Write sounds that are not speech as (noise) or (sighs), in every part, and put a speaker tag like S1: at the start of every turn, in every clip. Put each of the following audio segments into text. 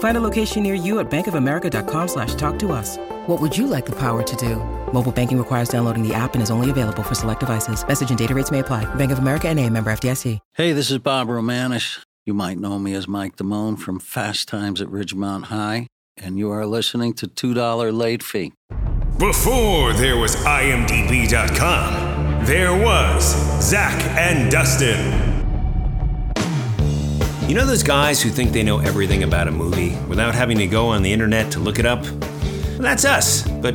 S1: Find a location near you at bankofamerica.com slash talk to us. What would you like the power to do? Mobile banking requires downloading the app and is only available for select devices. Message and data rates may apply. Bank of America and a member FDIC.
S2: Hey, this is Bob Romanis. You might know me as Mike Damone from Fast Times at Ridgemont High, and you are listening to $2 Late Fee.
S3: Before there was IMDb.com, there was Zach and Dustin. You know those guys who think they know everything about a movie without having to go on the internet to look it up? Well, that's us, but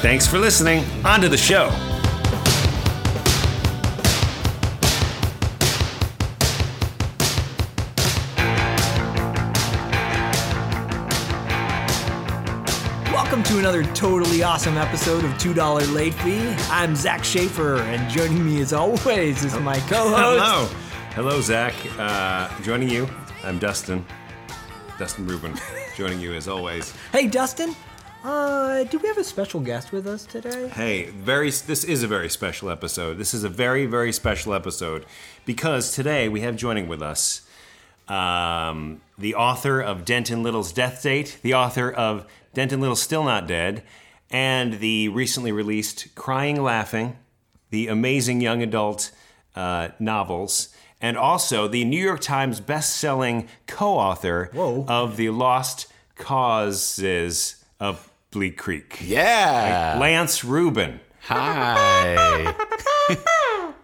S3: Thanks for listening. On to the show.
S4: Welcome to another totally awesome episode of $2 Late Fee. I'm Zach Schaefer, and joining me as always is my co host.
S3: Hello. Hello, Zach. Uh, joining you, I'm Dustin. Dustin Rubin. joining you as always.
S4: Hey, Dustin. Uh, do we have a special guest with us today?
S3: Hey, very. This is a very special episode. This is a very, very special episode because today we have joining with us um, the author of Denton Little's Death Date, the author of Denton Little Still Not Dead, and the recently released Crying Laughing, the amazing young adult uh, novels, and also the New York Times best-selling co-author
S4: Whoa.
S3: of the Lost Causes of Bleak Creek. Uh,
S5: Yeah.
S3: Lance Rubin.
S5: Hi.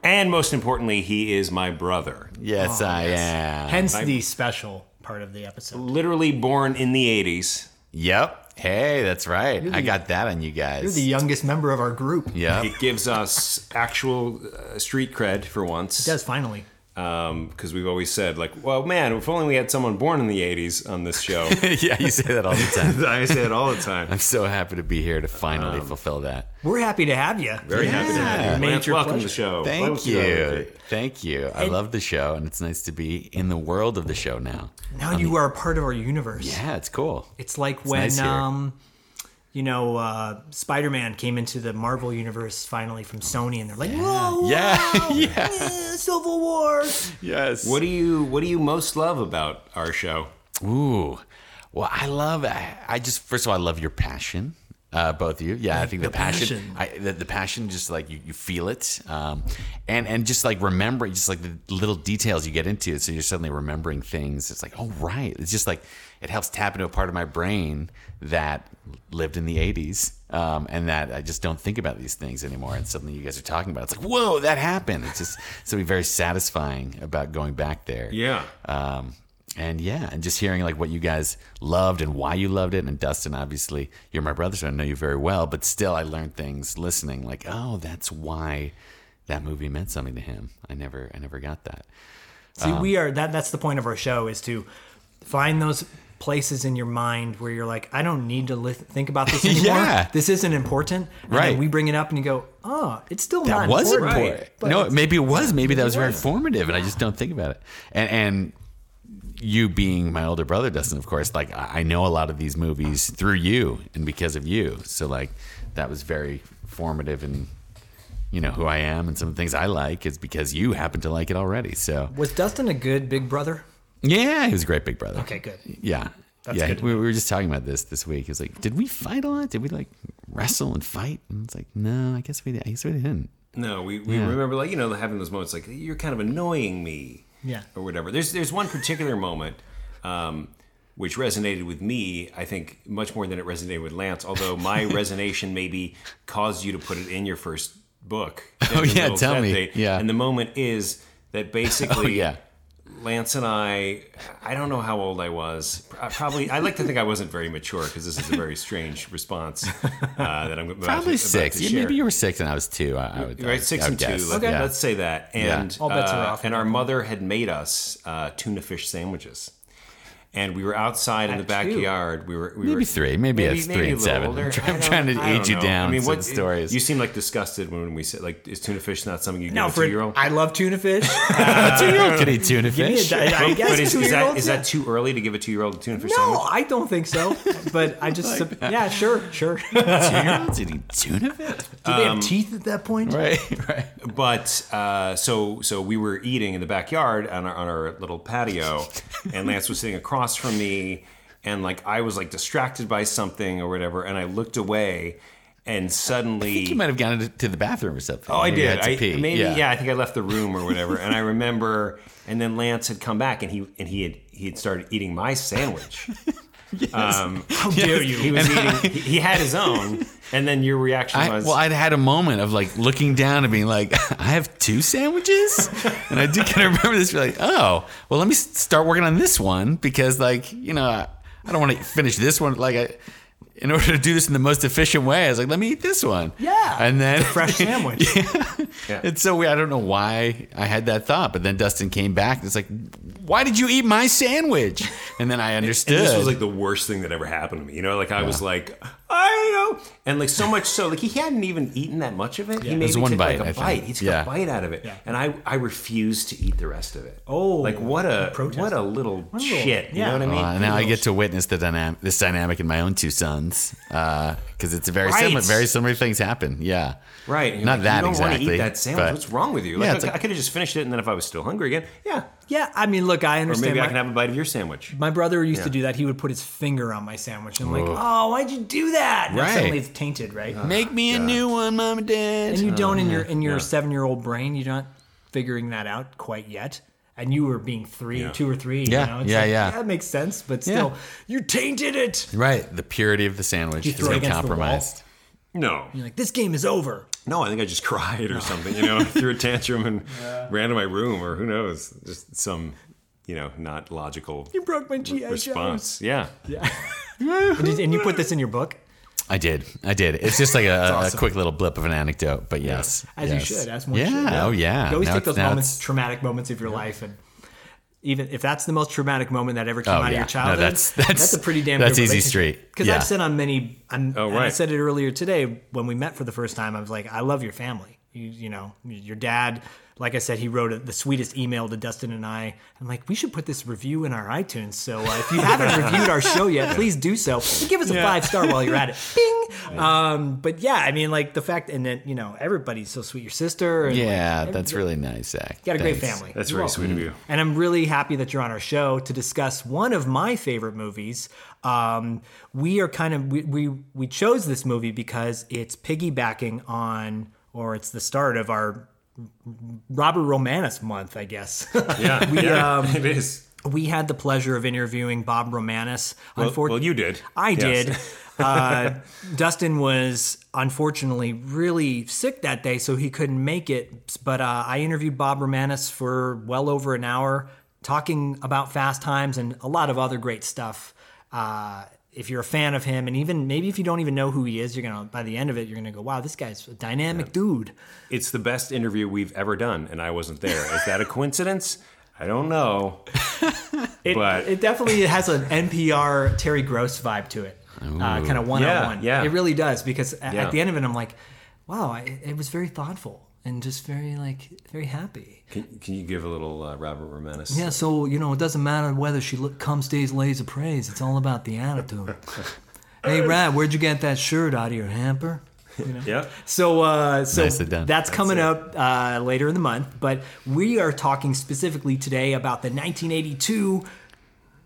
S3: And most importantly, he is my brother.
S5: Yes, I am.
S6: Hence the special part of the episode.
S3: Literally born in the 80s.
S5: Yep. Hey, that's right. I got that on you
S6: You're
S5: guys.
S6: the youngest member of our group.
S3: (laughs)
S5: yep.
S3: It gives us actual uh, street cred for once.
S6: It does finally.
S3: Because we've always said, like, well, man, if only we had someone born in the 80s on this (laughs) show.
S5: (laughs) yeah, you say that all the
S3: (laughs)
S5: time.
S3: I say it all the time.
S5: I'm so happy to be here to finally fulfill that.
S6: We're happy to have you.
S3: Very happy to have you. Lance,
S6: Major
S3: welcome to
S6: pleasure.
S3: the show. Welcome
S5: Thank
S3: to the show.
S5: you. Thank you. I love the show, and it's nice to be in the world of the show now.
S6: Now you are a part of our universe.
S5: Yeah, it's cool.
S6: It's like when
S5: nice here.
S6: um you know uh Spider-Man came into the Marvel universe finally from Sony and they're like, "Whoa,
S5: Yeah. (laughs) yeah.
S6: eh, Civil War."
S5: Yes.
S3: What do you What do you most love about our show?
S5: Ooh. Well, I love. I, I just first of all, I love your passion, uh, both of you. Yeah, I think the, passion. I, the, the passion, just like you, you feel it, um, and and just like remembering, just like the little details you get into. So you're suddenly remembering things. It's like, oh right. It's just like it helps tap into a part of my brain that lived in the '80s, um, and that I just don't think about these things anymore. And suddenly you guys are talking about. It. It's like, whoa, that happened. It's just something very satisfying about going back there
S3: Yeah.
S5: um, and yeah, and just hearing like what you guys loved and why you loved it. And Dustin, obviously, you're my brother, so I know you very well. But still, I learned things listening. Like, oh, that's why that movie meant something to him. I never, I never got that.
S6: See,
S5: Um,
S6: we are that that's the point of our show is to find those places in your mind where you're like, I don't need to li- think about this anymore.
S5: (laughs) Yeah.
S6: This isn't important. And then
S5: Right.
S6: we bring it up and you go, "Oh, it's still not
S5: That was
S6: important."
S5: important.
S6: But
S5: No,
S6: it's-
S5: maybe it was. Maybe that was very formative, and I just don't think about it. And and you being my older brother, Dustin, of course, like I I know a lot of these movies through you and because of you. So like that was very formative and you know who I am and some things I like is because you happen to like it already. So
S6: Was Dustin a good big brother?
S5: Yeah, he was a great big brother.
S6: Okay, good.
S5: Yeah. yeah,
S6: good to
S5: we we were just talking about this this week. It was like, did we fight a lot? Did we like wrestle and fight? And it's like, no, I guess we, I guess we didn't.
S3: No, we, we remember like you know having those moments like you're kind of annoying me,
S6: Yeah.
S3: or whatever. There's there's one particular moment um, which resonated with me. I think much more than it resonated with Lance. Although
S5: (laughs)
S3: my resonation maybe caused you to put it in your first book.
S5: Oh,
S3: Dead
S5: yeah,
S3: Little
S5: tell
S3: Death
S5: me.
S3: Date.
S5: Yeah.
S3: and the moment is that basically
S5: (laughs) Oh yeah,
S3: Lance and I, I don't know how old I was. I Probably, I like to think I wasn't very mature because this is a very strange
S5: (laughs)
S3: response uh, that I'm about to-
S5: probably
S3: about
S5: six.
S3: to
S5: Yeah,
S3: share.
S5: maybe you were six and I was two. I, I would I
S3: right,
S5: would-
S3: six
S5: I would
S3: and two.
S5: guess.
S3: Let's,
S5: Yeah.
S3: let's say that.
S5: Yeah.
S3: And
S6: All bets are
S3: uh,
S6: off.
S3: And our mother had made us uh, tuna fish sandwiches, and we were outside in the
S6: At two?
S3: backyard. We were we
S5: Maybe
S3: were,
S5: three. Maybe, it's
S3: maybe
S5: three
S3: a
S5: and
S3: little
S5: seven.
S3: older.
S5: I'm
S3: I
S5: trying, I'm
S3: don't-
S5: trying to
S3: I don't
S5: age you
S3: know.
S5: down.
S3: I mean, what
S5: stories?
S3: You seem like disgusted when we said like, is tuna fish not something you give
S6: Now,
S3: a
S6: for
S3: two year old?
S6: I love tuna
S5: (laughs)
S6: fish.
S5: a
S3: uh,
S5: two-year-old could eat
S3: (laughs)
S5: tuna
S6: Give me a
S5: fish.
S6: di- I
S3: But,
S6: guess
S3: but is, is that
S6: two-year-olds,
S3: is
S6: yeah.
S3: that too early to give a two year old a tuna fish
S6: No,
S3: sandwich?
S6: I don't
S3: (laughs)
S6: think so. But I just yeah, sure, sure. (laughs) Do
S5: (laughs) Two-year-olds could eat tuna fish.
S6: they
S3: Um,
S6: have teeth at that point?
S5: Right, right.
S3: But uh, so so we were eating in the backyard on our, on our little patio, and Lance was sitting across from me, and like I was like distracted by something or whatever, and I looked away, and suddenly
S5: You might have gone to- to the bathroom or something.
S3: Oh, I
S5: Maybe you
S3: did.
S5: had to
S3: I,
S5: pee.
S3: maybe yeah. I think I left the room or whatever. and I remember, and then Lance had come back, and he and he had he had started eating my
S5: (laughs)
S3: sandwich. um, How dare you? He was eating. he, he had his own, and then your reaction
S5: I,
S3: was,
S5: well, I'd had a moment of like looking down and being like, I have
S3: (laughs)
S5: two sandwiches, and I do kind of remember this. Be like, oh, well, let me s- start working on this one because, like, you know, I, I don't want to finish this one. Like, I, in order to do this in the most efficient way, I was like, let me eat this one.
S6: Yeah.
S5: and
S3: (laughs)
S5: then
S6: Fresh sandwich.
S5: it's so weird. I don't know why I had that thought, but then Dustin came back and it's like, why did you eat my sandwich? And then I understood.
S3: And this was like the worst thing that ever happened to me. You know, like I was like, I don't know, and like so much so, like he hadn't even eaten that much of it. He maybe
S5: was one
S3: took
S5: bite, I
S3: like a
S5: think.
S3: bite. He took
S5: Yeah.
S3: a bite out of it, and I I refused to eat the rest of it.
S6: Oh,
S3: like what a
S6: protest.
S3: what a little
S6: little-
S3: shit. You
S6: yeah.
S3: know what I mean?
S5: Uh, and now I get to witness the dynamic, this dynamic in my own two sons, because it's a very
S3: Right.
S5: similar, very similar things happen. Yeah,
S3: Right. and you're
S5: Not
S3: like,
S5: that
S3: you don't
S5: exactly.
S3: want to eat that sandwich.
S5: but-
S3: What's wrong with you?
S5: Yeah,
S3: Like,
S5: it's
S3: I,
S5: like-
S3: could have just finished it, and then if I was still hungry again, yeah.
S6: Yeah, I mean, look, I
S3: Or
S6: understand.
S3: maybe I
S6: my-
S3: can have a bite of your sandwich.
S6: My brother used to do that. He would put his finger on my sandwich and I'm like, oh, why'd you do that? Now
S5: Right.
S6: suddenly it's tainted, right?
S5: make me a new one, mom and dad.
S6: and you don't in your in your seven year old brain, you're not figuring that out quite yet. And you were being three, two or three.
S5: Yeah,
S6: you know? It's
S5: yeah,
S6: like,
S5: yeah.
S6: That makes sense, but still,
S5: Yeah.
S6: you tainted it.
S5: right, the purity of the sandwich
S6: You
S5: has
S6: throw it
S5: been
S6: against the wall.
S5: compromised.
S3: No.
S6: You're like, this game is over.
S3: No, I think I just (laughs) cried or something. You know, I threw a tantrum
S6: (laughs)
S3: and ran to my room, or who knows, just some, you know, not logical
S6: You broke my GI Joes.
S3: response. Yeah.
S6: And you- and you put this in your book,
S5: I did, I did. It's just like a, a quick little blip of an anecdote, but yes,
S6: as
S5: yes.
S6: you should, as one
S5: yeah,
S6: should.
S5: oh yeah.
S6: You always
S5: Now
S6: take those
S5: it's- now
S6: moments,
S5: it's-
S6: traumatic moments of your life, and even if that's the most traumatic moment that ever came
S5: Oh,
S6: out of
S5: yeah.
S6: your
S5: No,
S6: childhood,
S5: that's- that's-
S6: a pretty damn
S5: that's easy street.
S6: Because
S5: Yeah.
S6: I've said on many, I'm,
S3: Oh,
S6: and I
S3: right.
S6: said it earlier today when we met for the first time. I was like, I love your family. You, you know, your dad. Like I said, he wrote a, the sweetest email to Dustin and I. I'm like, we should put this review in our iTunes. So uh, if you haven't reviewed our show
S5: (laughs)
S6: yet, please do so. And give us a five star while you're at it. Bing. Um, but yeah, I mean, like the fact, and then you know, everybody's so sweet. Your sister, and like,
S5: yeah, that's really nice, Zach.
S6: you got a great
S5: Thanks.
S6: family.
S3: That's
S6: You're
S3: very
S6: welcome.
S3: sweet of you.
S6: And I'm really happy that you're on our show to discuss one of my favorite movies. Um, we are kind of we, we we chose this movie because it's piggybacking on, or it's the start of our Robert Romanus month, I guess. (laughs) um,
S3: Yeah. yeah. (laughs) it is.
S6: we had the pleasure of interviewing Bob Romanus. Unfor-
S3: Well, you did.
S6: I
S3: Yes. (laughs)
S6: did. uh, Dustin was unfortunately really sick that day, so he couldn't make it. But uh, I interviewed Bob Romanus for well over an hour, talking about Fast Times and a lot of other great stuff. Uh, if you're a fan of him, and even maybe if you don't even know who he is, you're gonna by the end of it, you're gonna go, "Wow, this guy's a dynamic dude."
S3: It's the best interview we've ever done, and I wasn't there. Is that a coincidence? I don't know.
S6: (laughs) It,
S3: But-
S6: it definitely has an NPR Terry Gross vibe to it, uh, kind of one on one.
S3: Yeah, yeah.
S6: It really does because a-
S3: Yeah.
S6: at the end of it, I'm like, wow, I, it was very thoughtful and just very like very happy.
S3: Can, can you give a little uh, Robert Romanus?
S6: Yeah, so you know, it doesn't matter whether she look, comes, stays, lays,
S3: (laughs)
S6: or prays. It's all about the attitude. hey, Rad, where'd you get that shirt out of your hamper?
S3: Yeah.
S6: So, uh, so
S5: Nicely done.
S6: that's coming up uh, later in the month. But we are talking specifically today about the 1982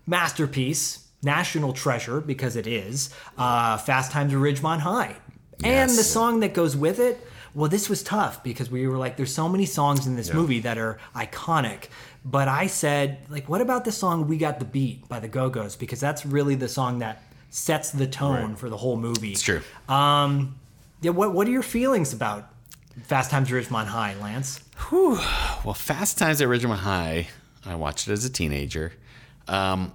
S6: masterpiece, National Treasure, because it is uh, Fast Times at Ridgemont High, and the
S5: Yes.
S6: song that goes with it. Well, this was tough because we were like, there's so many songs in this movie that are iconic. But I said, like, what about the song "We Got the Beat" by the Go Go's? Because that's really the song that sets the tone for the whole movie. Um,
S5: It's true.
S6: Yeah, what what are your feelings about Fast Times at Ridgemont High, Lance?
S5: Well, Fast Times at Ridgemont High, I watched it as a teenager. Um,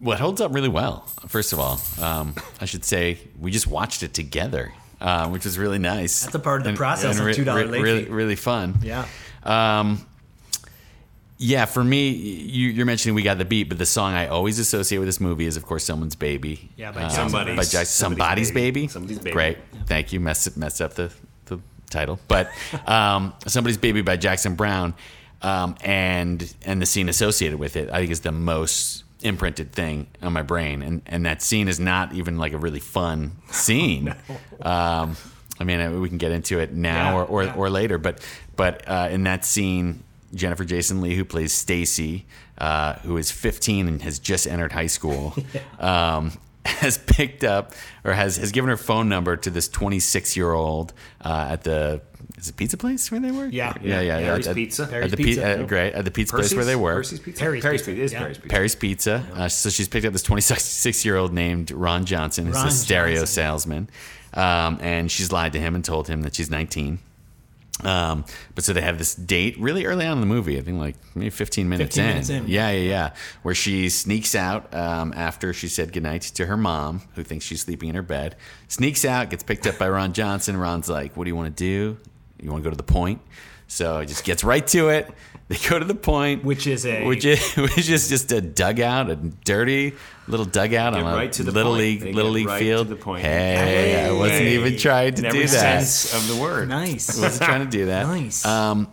S5: well, it holds up really well. First of all, um, I should say we just watched it together, uh, which was really nice.
S6: That's a part of the process of $2 late
S5: really,
S6: fee.
S5: really fun.
S6: Yeah.
S5: Um, yeah, for me, you, you're mentioning we got the beat, but the song I always associate with this movie is, of course, someone's baby.
S6: Yeah, by
S5: Um,
S3: Somebody's-
S5: by Jack-
S3: somebody's
S5: somebody's
S3: baby.
S5: baby.
S3: Somebody's baby.
S5: Great, thank you. Mess messed up the the title, but (laughs) um, somebody's baby by Jackson Brown, um, and and the scene associated with it, I think, is the most imprinted thing on my brain, and and that scene is not even like a really fun scene. um, I mean, I- we can get into it now
S6: Yeah,
S5: or or,
S6: yeah.
S5: or later, but but uh, in that scene, Jennifer Jason Lee, who plays Stacy, uh, who is 15 and has just entered high
S3: (laughs)
S5: school, um, (laughs) has picked up or has has given her phone number to this 26 year old uh, at the is it pizza place where they were?
S6: Yeah.
S5: yeah, yeah.
S3: Harry's
S5: at,
S3: Pizza.
S5: At
S3: Harry's
S5: the
S6: Pizza.
S5: Pizza. great at the pizza place where they were.
S3: Percy's Pizza.
S6: Perry's
S3: Perry's
S6: Pizza,
S3: Pizza. It is
S6: yeah.
S3: Perry's Pizza.
S5: Perry's Pizza. Uh, so she's picked up this 26 year old named Ron Johnson, who's
S6: Ron
S5: a stereo
S6: Johnson.
S5: salesman. Um, and she's lied to him and told him that she's 19. Um, but so they have this date really early on in the movie, I think like maybe 15 minutes
S6: 15
S5: in.
S6: minutes in.
S5: Yeah, yeah, yeah. Where she sneaks out um, after she said goodnight to her mom, who thinks she's sleeping in her bed. Sneaks out, gets picked up by Ron Johnson. Ron's like, What do you want to do? You want to go to the point? So he just gets right to it. They go to the point,
S6: Which is a-
S5: which is (laughs) which is just a dugout, a dirty little dugout on a
S3: right to the
S5: little
S3: point.
S5: league
S3: They
S5: little
S3: get
S5: league
S3: right to
S5: field.
S3: the point.
S5: Hey, I wasn't
S3: Hey.
S5: even trying to
S3: In every
S5: do that.
S3: sense of the word.
S6: Nice.
S5: wasn't trying to do that.
S6: Nice.
S5: Um,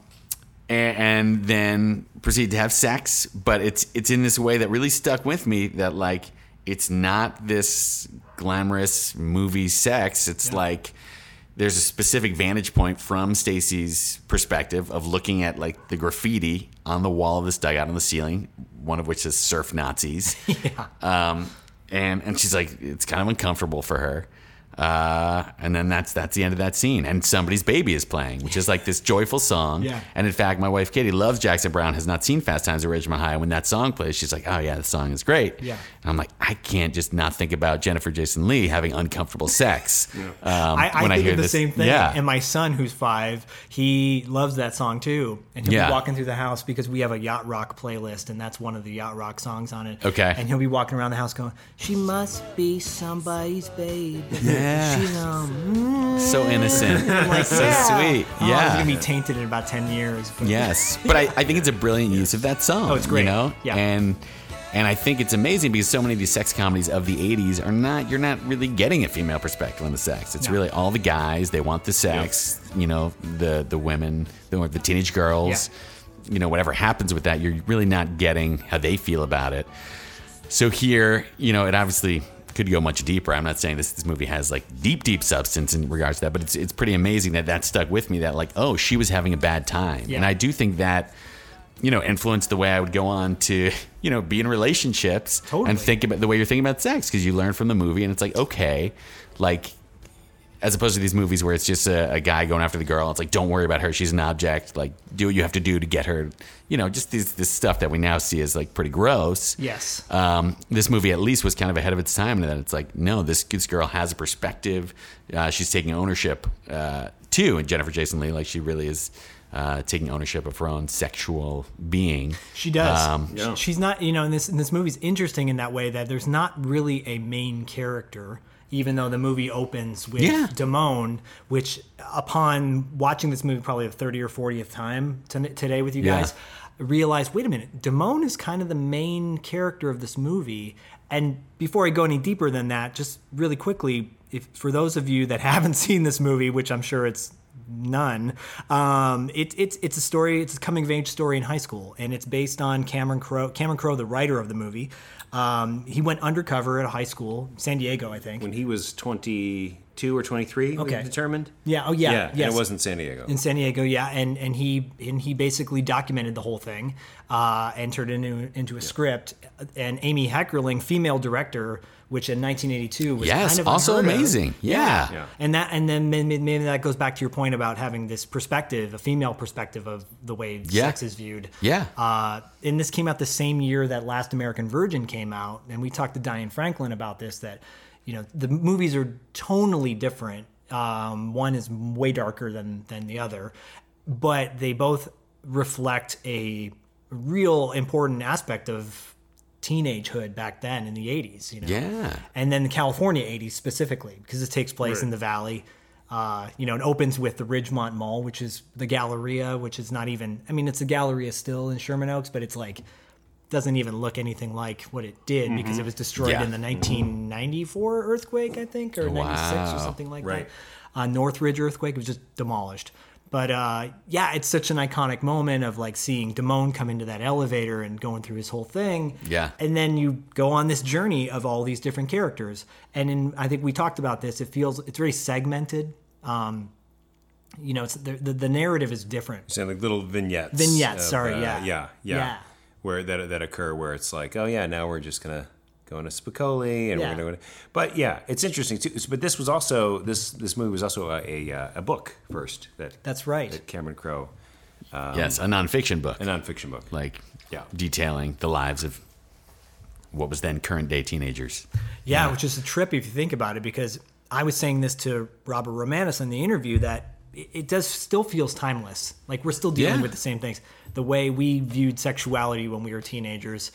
S5: a- and, then proceed to have sex, but it's it's in this way that really stuck with me. That like it's not this glamorous movie sex. It's like there's a specific vantage point from Stacy's perspective of looking at like the graffiti on the wall of this dugout on the ceiling, one of which says "Surf Nazis." um, and and she's like, it's kind of uncomfortable for her. Uh, and then that's that's the end of that scene. And somebody's baby is playing, which is like this joyful song.
S6: Yeah.
S5: And in fact, my wife Katie loves Jackson Brown. Has not seen Fast Times at Ridgemont High. When that song plays, she's like, "Oh yeah, the song is great."
S6: Yeah.
S5: And I'm like, I can't just not think about Jennifer Jason Lee having uncomfortable sex. um,
S6: I, I think of the
S5: this-
S6: same thing.
S5: Yeah.
S6: And my son, who's five, he loves that song too. And he'll
S5: Yeah.
S6: be walking through the house because we have a yacht rock playlist, and that's one of the yacht rock songs on it.
S5: Okay.
S6: And he'll be walking around the house going, "She must be somebody's baby."
S5: Yeah.
S6: She's um,
S5: so
S6: (laughs)
S5: innocent.
S6: like,
S5: so
S6: yeah.
S5: sweet.
S6: Oh,
S5: yeah.
S6: it's gonna be tainted in about ten years. But
S5: Yes, but I, I think it's a brilliant use of that song.
S6: Oh, it's great.
S5: You know,
S6: Yeah.
S5: and and I think it's amazing because so many of these sex comedies of the '80s are not you're not really getting a female perspective on the sex. It's
S6: No.
S5: really all the guys they want the sex. You know, the the women, the, the teenage girls. You know, whatever happens with that, you're really not getting how they feel about it. So here, you know, it obviously could go much deeper. I'm not saying this this movie has like deep, deep substance in regards to that, but it's it's pretty amazing that that stuck with me. That like, oh, she was having a bad time,
S6: Yeah.
S5: and I do think that you know influenced the way I would go on to you know be in relationships
S6: Totally.
S5: and think about the way you're thinking about sex because you learn from the movie, and it's like okay, like. As opposed to these movies where it's just a, a guy going after the girl, it's like don't worry about her; she's an object. Like do what you have to do to get her. You know, just these, this stuff that we now see is like pretty gross
S6: Yes.
S5: um, this movie at least was kind of ahead of its time and that it's like no this, this girl has a perspective uh, she's taking ownership uh, too and jennifer jason lee like she really is uh, taking ownership of her own sexual being
S6: She does.
S5: Um,
S6: She- She's not, you know, and this and this movie's interesting in that way that there's not really a main character, even though the movie opens with
S5: Yeah.
S6: Damone, which upon watching this movie probably the 30 or 40th time to, today with you
S5: Yeah.
S6: guys, I realized, wait a minute, Damone is kind of the main character of this movie. And before I go any deeper than that, just really quickly, if for those of you that (laughs) haven't seen this movie, which I'm sure it's none. Um, it, it's it's a story. It's a coming of age story in high school, and it's based on Cameron Crowe. Cameron Crowe, the writer of the movie, um, he went undercover at a high school, San Diego, I think.
S3: When he was 20, or 23
S6: Okay.
S3: okay. determined.
S6: Yeah. Oh, yeah.
S3: yeah and
S6: yes.
S3: it wasn't San Diego.
S6: in San Diego, yeah, and and he and he basically documented the whole thing, uh, and turned it into into a script. And Amy Heckerling, female director, which in 1982 was
S5: Yes,
S6: kind of
S5: also
S6: unheard of.
S5: amazing. Yeah.
S3: Yeah.
S6: And that and then may- may- maybe that goes back to your point about having this perspective, a female perspective of the way
S5: Yeah.
S6: sex is viewed.
S5: Yeah.
S6: Uh, and this came out the same year that Last American Virgin came out, and we talked to Diane Franklin about this. That you know the movies are tonally different. Um, one is way darker than than the other, but they both reflect a real important aspect of teenagehood back then in the 80s you know
S5: Yeah.
S6: and then the California 80s specifically, because it takes place in the valley. Uh, you know, it opens with the Ridgemont Mall, which is the Galleria, which is not even, I mean, it's a Galleria still in Sherman Oaks, but it's like, doesn't even look anything like what it did because it was destroyed
S5: Mm-hmm. Yeah.
S6: in the 1994 earthquake, I think, or 96 or
S5: Wow.
S6: something like
S3: Right.
S6: that. Uh, Northridge earthquake it was just demolished. But uh, yeah, it's such an iconic moment of like seeing Damone come into that elevator and going through his whole thing.
S5: Yeah.
S6: And then you go on this journey of all these different characters. And in, I think we talked about this. It feels it's very segmented. Um, you know, it's the, the, the narrative is different.
S3: Saying like little vignettes. uh,
S6: Vignettes, sorry, yeah.
S3: yeah, yeah,
S6: Yeah.
S3: where that that occur where it's like, oh yeah, now we're just gonna go into Spicoli and
S6: Yeah.
S3: we're gonna. Go to, but yeah, it's interesting too. But this was also this this movie was also a a, uh, a book first that
S6: That's right.
S3: that Cameron Crowe
S6: um,
S5: yes, a nonfiction book.
S3: a nonfiction book.
S5: like
S3: Yeah.
S5: detailing the lives of what was then current day teenagers.
S6: Yeah, which is a trip if you think about it, because I was saying this to Robert Romanus in the interview that it it does still feels timeless. Like we're still dealing
S5: Yeah.
S6: with the same things. The way we viewed sexuality when we were teenagers,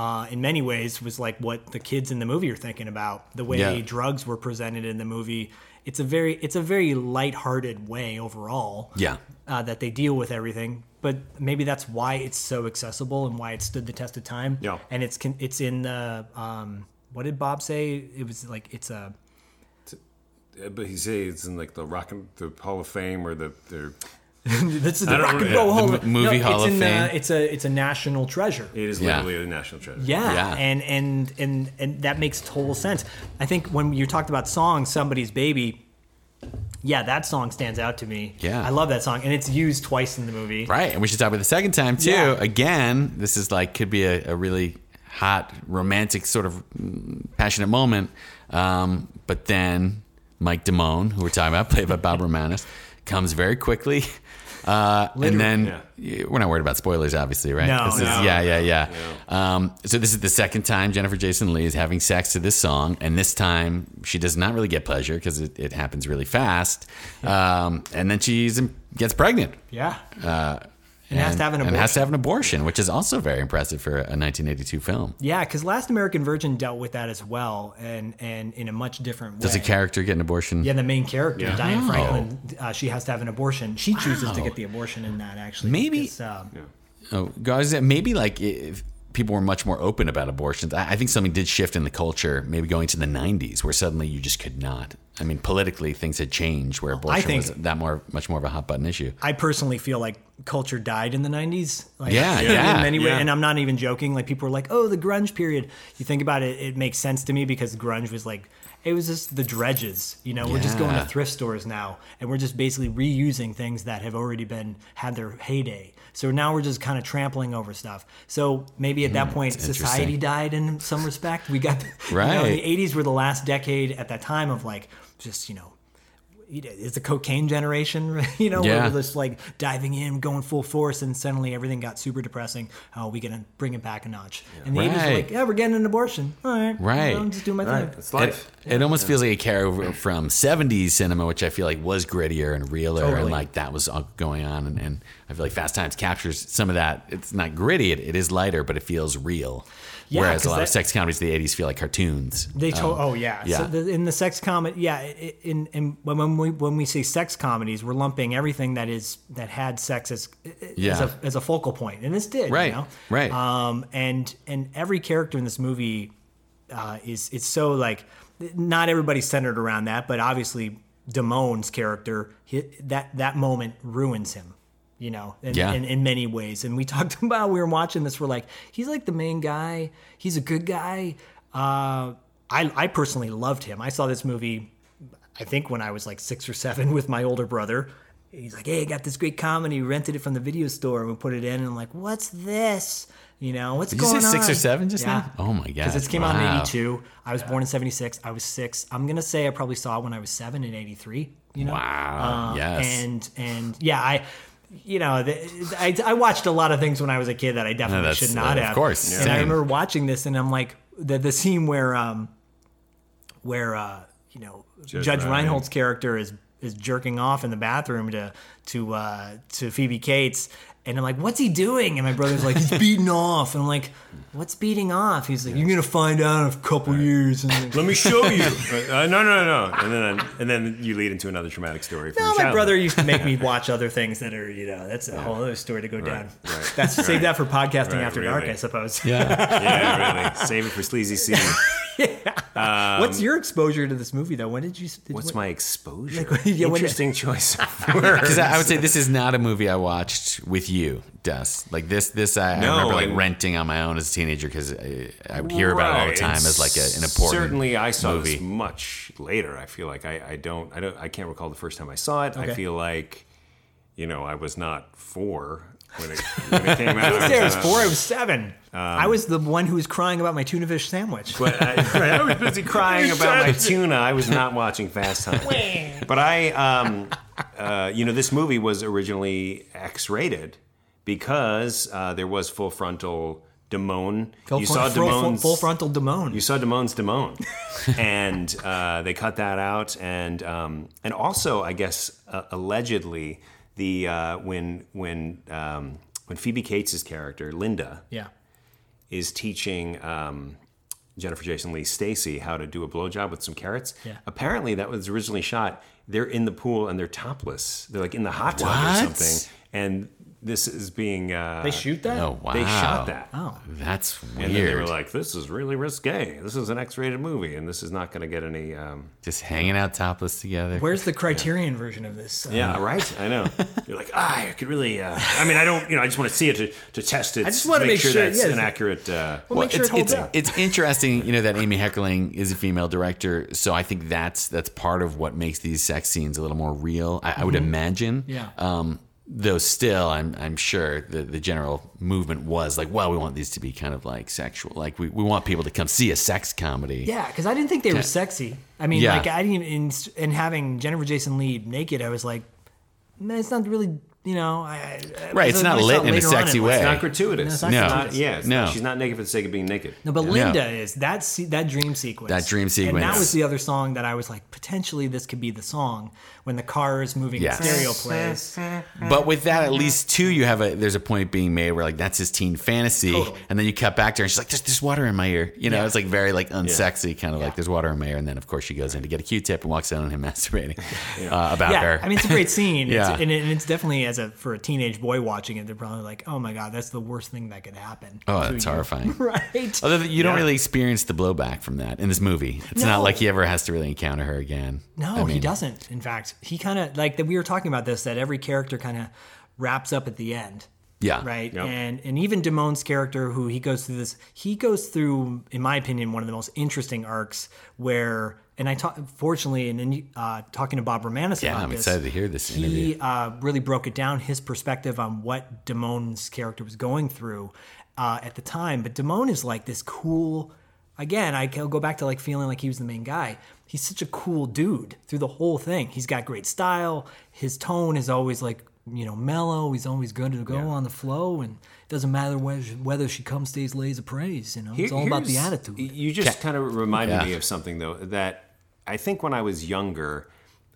S6: uh, in many ways, was like what the kids in the movie are thinking about. The way
S5: Yeah.
S6: drugs were presented in the movie, it's a very it's a very lighthearted way overall
S5: Yeah.
S6: uh, that they deal with everything. But maybe that's why it's so accessible and why it stood the test of time.
S3: Yeah.
S6: And it's con- it's in the um, what did Bob say? It was like it's a
S3: Uh, But he says it's in like the rock and the Hall of Fame or the. the
S6: this is the
S3: don't
S6: rock and
S3: know,
S6: roll
S3: yeah,
S6: hall
S5: the
S6: of-
S5: m- movie Hall
S6: it's
S5: of
S6: in the-
S5: Fame.
S6: it's a it's a national treasure.
S3: it is
S5: Yeah.
S3: literally the national treasure.
S6: Yeah.
S5: Yeah.
S6: And and and and that makes total sense. I think when you talked about songs, somebody's baby. Yeah, that song stands out to me.
S5: Yeah.
S6: I love that song, and it's used twice in the movie.
S5: Right. And we should talk about the second time too.
S6: Yeah.
S5: Again, this is like could be a, a really hot, romantic, sort of mm, passionate moment. Um, but then Mike Damone, who we're talking about, (laughs) played by Bob Romanus, comes very quickly. (laughs) Uh, and then we're not worried about spoilers, obviously, right?
S6: No,
S5: This is-
S6: no.
S5: yeah, yeah, yeah. Um, so this is the second time Jennifer Jason Lee is having sex to this song, and this time she does not really get pleasure because it, it happens really fast.
S6: (laughs)
S5: Um, and then she gets pregnant
S6: Yeah. and, has to have an
S5: Uh, and
S6: abortion.
S5: has to have an abortion, which is also very impressive for a 1982 film.
S6: Yeah, because Last American Virgin dealt with that as well, and and in a much different way.
S5: Does a character get an abortion?
S6: yeah, the main character, Diane Franklin, uh, she has to have an abortion. She chooses to get the abortion in that, actually.
S5: Maybe-
S6: because, um,
S5: Oh, guys, maybe like if people were much more open about abortions. I, I think something did shift in the culture, maybe going to the 90s, where suddenly you just could not. I mean, politically, things had changed where abortion
S6: think-
S5: was that more, much more of a hot button issue.
S6: I personally feel like culture died in the 90s. Like,
S5: Yeah,
S6: (laughs)
S5: yeah,
S6: In many ways.
S3: yeah.
S6: And I'm not even joking. Like, people were like, oh, the grunge period. You think about it, it makes sense to me because grunge was like, it was just the dredges. You know, we're just going to
S5: Yeah.
S6: thrift stores now and we're just basically reusing things that have already been had their heyday. So now we're just kind of trampling over stuff. So maybe at that point, society
S5: Hmm, interesting.
S6: died in some respect. We got, (laughs) you know,
S5: Right.
S6: the 80s were the last decade at that time of like, just, you know, it's a cocaine generation, (laughs) you know,
S5: Yeah.
S6: where we're just like diving in, going full force, and suddenly everything got super depressing. Oh, we gonna bring it back a notch. And the 80s were
S5: Right.
S6: like, yeah, we're getting an abortion. All right,
S5: Right.
S6: I'm just doing my
S3: All right,
S6: thing.
S3: that's life.
S5: It, it almost feels like a carryover from 70s cinema, which I feel like was grittier and realer, and like that was all going on. And, and I feel like Fast Times captures some of that. It's not gritty, it, it is lighter, but it feels real.
S6: Yeah,
S5: Whereas a
S6: 'cause
S5: lot of
S6: that-
S5: sex comedies of the 80s feel like cartoons.
S6: They told, oh yeah,
S5: Um, yeah.
S6: So the, in the sex comedy, yeah, i- i- in, in when when we when we say sex comedies, we're lumping everything that is that had sex as as,
S5: Yeah.
S6: a, as a focal point, and this did,
S5: Right,
S6: You know?
S5: right.
S6: Um, and and every character in this movie uh, is it's so like not everybody's centered around that, but obviously Damone's character he, that that moment ruins him, you know, in,
S5: Yeah.
S6: in, in many ways. And we (laughs) talked about we were watching this. We're like, he's like the main guy. He's a good guy. Uh, I I personally loved him. I saw this movie I think when I was like six or seven (laughs) with my older brother. He's like, hey, I got this great comedy. Rented it from the video store and we put it in. And I'm like, what's this? You know, what's
S5: Did you
S6: going
S5: say six
S6: on?
S5: or seven just
S6: Yeah.
S5: now? Oh my god!
S6: Because this came out in
S5: Wow.
S6: 82. I was born in 76. I was six. I'm going to say I probably saw it when I was seven in 83, you know?
S5: Wow.
S6: Uh,
S5: yes.
S6: And, and yeah, I, you know, the, I, I watched a lot of things when I was a kid that I
S5: No,
S6: definitely
S5: that's-
S6: should not
S5: uh, of
S6: have.
S5: course.
S6: And I
S5: Same.
S6: remember watching this and I'm like, the, the scene where, um, where, uh, you know, Judge,
S3: Reinhold.
S6: Reinhold's character is, is jerking off in the bathroom to, to, uh, to Phoebe Cates. And I'm like, what's he doing? And my brother's like, he's beating off. And I'm like, what's beating off? He's like, you're going to find out in a couple years. And I'm like,
S3: Let me show
S6: (laughs)
S3: you. uh, no, no, no, no. And then and then you lead into another traumatic story. From
S6: No, my
S3: childhood.
S6: brother used
S3: (laughs)
S6: to make me watch other things that are, you know, that's a whole other story to go down. (laughs) That's save that for podcasting
S3: Right,
S6: after dark,
S3: really.
S6: I suppose.
S5: (laughs)
S3: Yeah, really. Save it for sleazy scene.
S6: (laughs) What's your exposure to this movie though? When did you? Did
S3: um, What's
S6: when-
S3: my exposure?
S5: (laughs)
S6: yeah, when-
S3: Interesting choice of words.
S5: Because I, I would say this is not a movie I watched with you, Dust. Like this, this I,
S3: No,
S5: I remember
S3: and-
S5: like renting on my own as a teenager because I, I would hear about it all the
S3: Right,
S5: time
S3: and
S5: as like a, an important.
S3: Certainly, I saw this
S5: movie.
S3: much later. I feel like I, I don't I don't I can't recall the first time I saw it. I feel like you know I was not four when it, when
S5: (laughs)
S3: it came out. Uh,
S6: There, I
S3: (laughs)
S6: was
S3: not-
S6: four. I was seven. I
S3: Um,
S6: was the one who was crying about my tuna fish sandwich.
S3: But I, I was busy crying about my tuna. I was not watching Fast Times. but I, um, uh, you know, this movie was originally X-rated because uh, there was full frontal Damone. you saw
S6: full, full,
S3: Damone's
S6: full frontal Damone.
S3: You saw Damone's Damone, and uh, they cut that out. And um, and also, I guess uh, allegedly, the uh, when when um, when Phoebe Cates' character Linda
S6: yeah.
S3: is teaching um, Jennifer Jason Lee Stacy how to do a blowjob with some carrots. Apparently, that was originally shot. They're in the pool and they're topless. They're like in the hot tub or
S5: What?
S3: something. And this is being uh,
S6: They shoot that.
S5: Oh wow!
S3: they shot that.
S6: Oh.
S5: That's weird.
S3: And then they were like, "This is really risque. This is an X-rated movie, and this is not going to get any." Um,
S5: just hanging out topless together.
S6: Where's the Criterion version of this? Uh,
S3: yeah, right.
S5: (laughs)
S3: I know. You're like, ah, I could really. Uh, I mean, I don't. You know, I just want to see it to, to test it. I
S6: just wanna make sure,
S3: that's
S6: yes.
S3: an accurate. Uh,
S6: Well, make sure it
S5: it's,
S6: holds
S5: it's,
S6: up.
S5: it's interesting, you know, that Amy Heckerling is a female director, so I think that's that's part of what makes these sex scenes a little more real. I, I would imagine.
S6: Mm-hmm. Yeah.
S5: Um, though still, I'm I'm sure the the general movement was like, well, we want these to be kind of like sexual, like we, we want people to come see a sex comedy.
S6: Yeah, because I didn't think they were sexy. I mean,
S5: Yeah.
S6: like I didn't. And, and having Jennifer Jason Lee naked, I was like, man, it's not really. You know, I, I-
S5: Right, it's
S6: I
S5: not
S6: really
S5: lit
S6: saw it
S5: in a
S6: later on
S5: sexy
S6: life.
S5: way.
S3: not gratuitous.
S6: No,
S3: It's
S6: it's not
S3: not-
S6: gratuitous.
S3: yeah, it's
S5: No.
S3: not- she's not naked for the sake of being naked.
S6: No, but Linda is that se- that dream sequence.
S5: That dream
S6: And that
S5: sequence.
S6: was the other song that I was like, potentially this could be the song when the car is moving
S5: Yes.
S6: and stereo plays.
S5: But with that, at least two, you have a there's a point being made where like that's his teen fantasy,
S6: Oh.
S5: and then you cut back to her and she's like, "There's there's water in my ear," you know. It's like very like unsexy, kind of like there's water in my ear, and then of course she goes in to get a Q-tip and walks in on him (laughs) masturbating uh,
S6: (laughs)
S5: about
S6: Yeah,
S5: her.
S6: I mean it's a great scene.
S5: Yeah.
S6: it's, and, it- and it's definitely as a for a teenage boy watching it, they're probably like, oh my god, that's the worst thing that could happen.
S5: (laughs) oh,
S6: to
S5: that's
S6: you.
S5: horrifying.
S6: (laughs) Right.
S5: Although you don't really experience the blowback from that in this movie, it's
S6: No.
S5: not like he ever has to really encounter her again.
S6: No, he doesn't. In fact, he kind of like that. We were talking about this that every character kind of wraps up at the end.
S5: Yeah,
S6: right and and even Damone's character who he goes through this he goes through in my opinion one of the most interesting arcs where and I talk fortunately and then uh, talking to Bob Romanis
S5: Yeah,
S6: about
S5: I'm
S6: this,
S5: excited to hear this
S6: he
S5: interview.
S6: uh, really broke it down his perspective on what Damone's character was going through uh, at the time but Damone is like this cool again I can go back to like feeling like he was the main guy he's such a cool dude through the whole thing he's got great style his tone is always like you know, mellow. He's always good to go on the flow, and it doesn't matter whether she, whether she comes, stays, lays, or prays. You know, it's all about the
S3: Here's-
S6: attitude.
S3: You just kind of reminded
S5: Yeah.
S3: me of something though that I think when I was younger,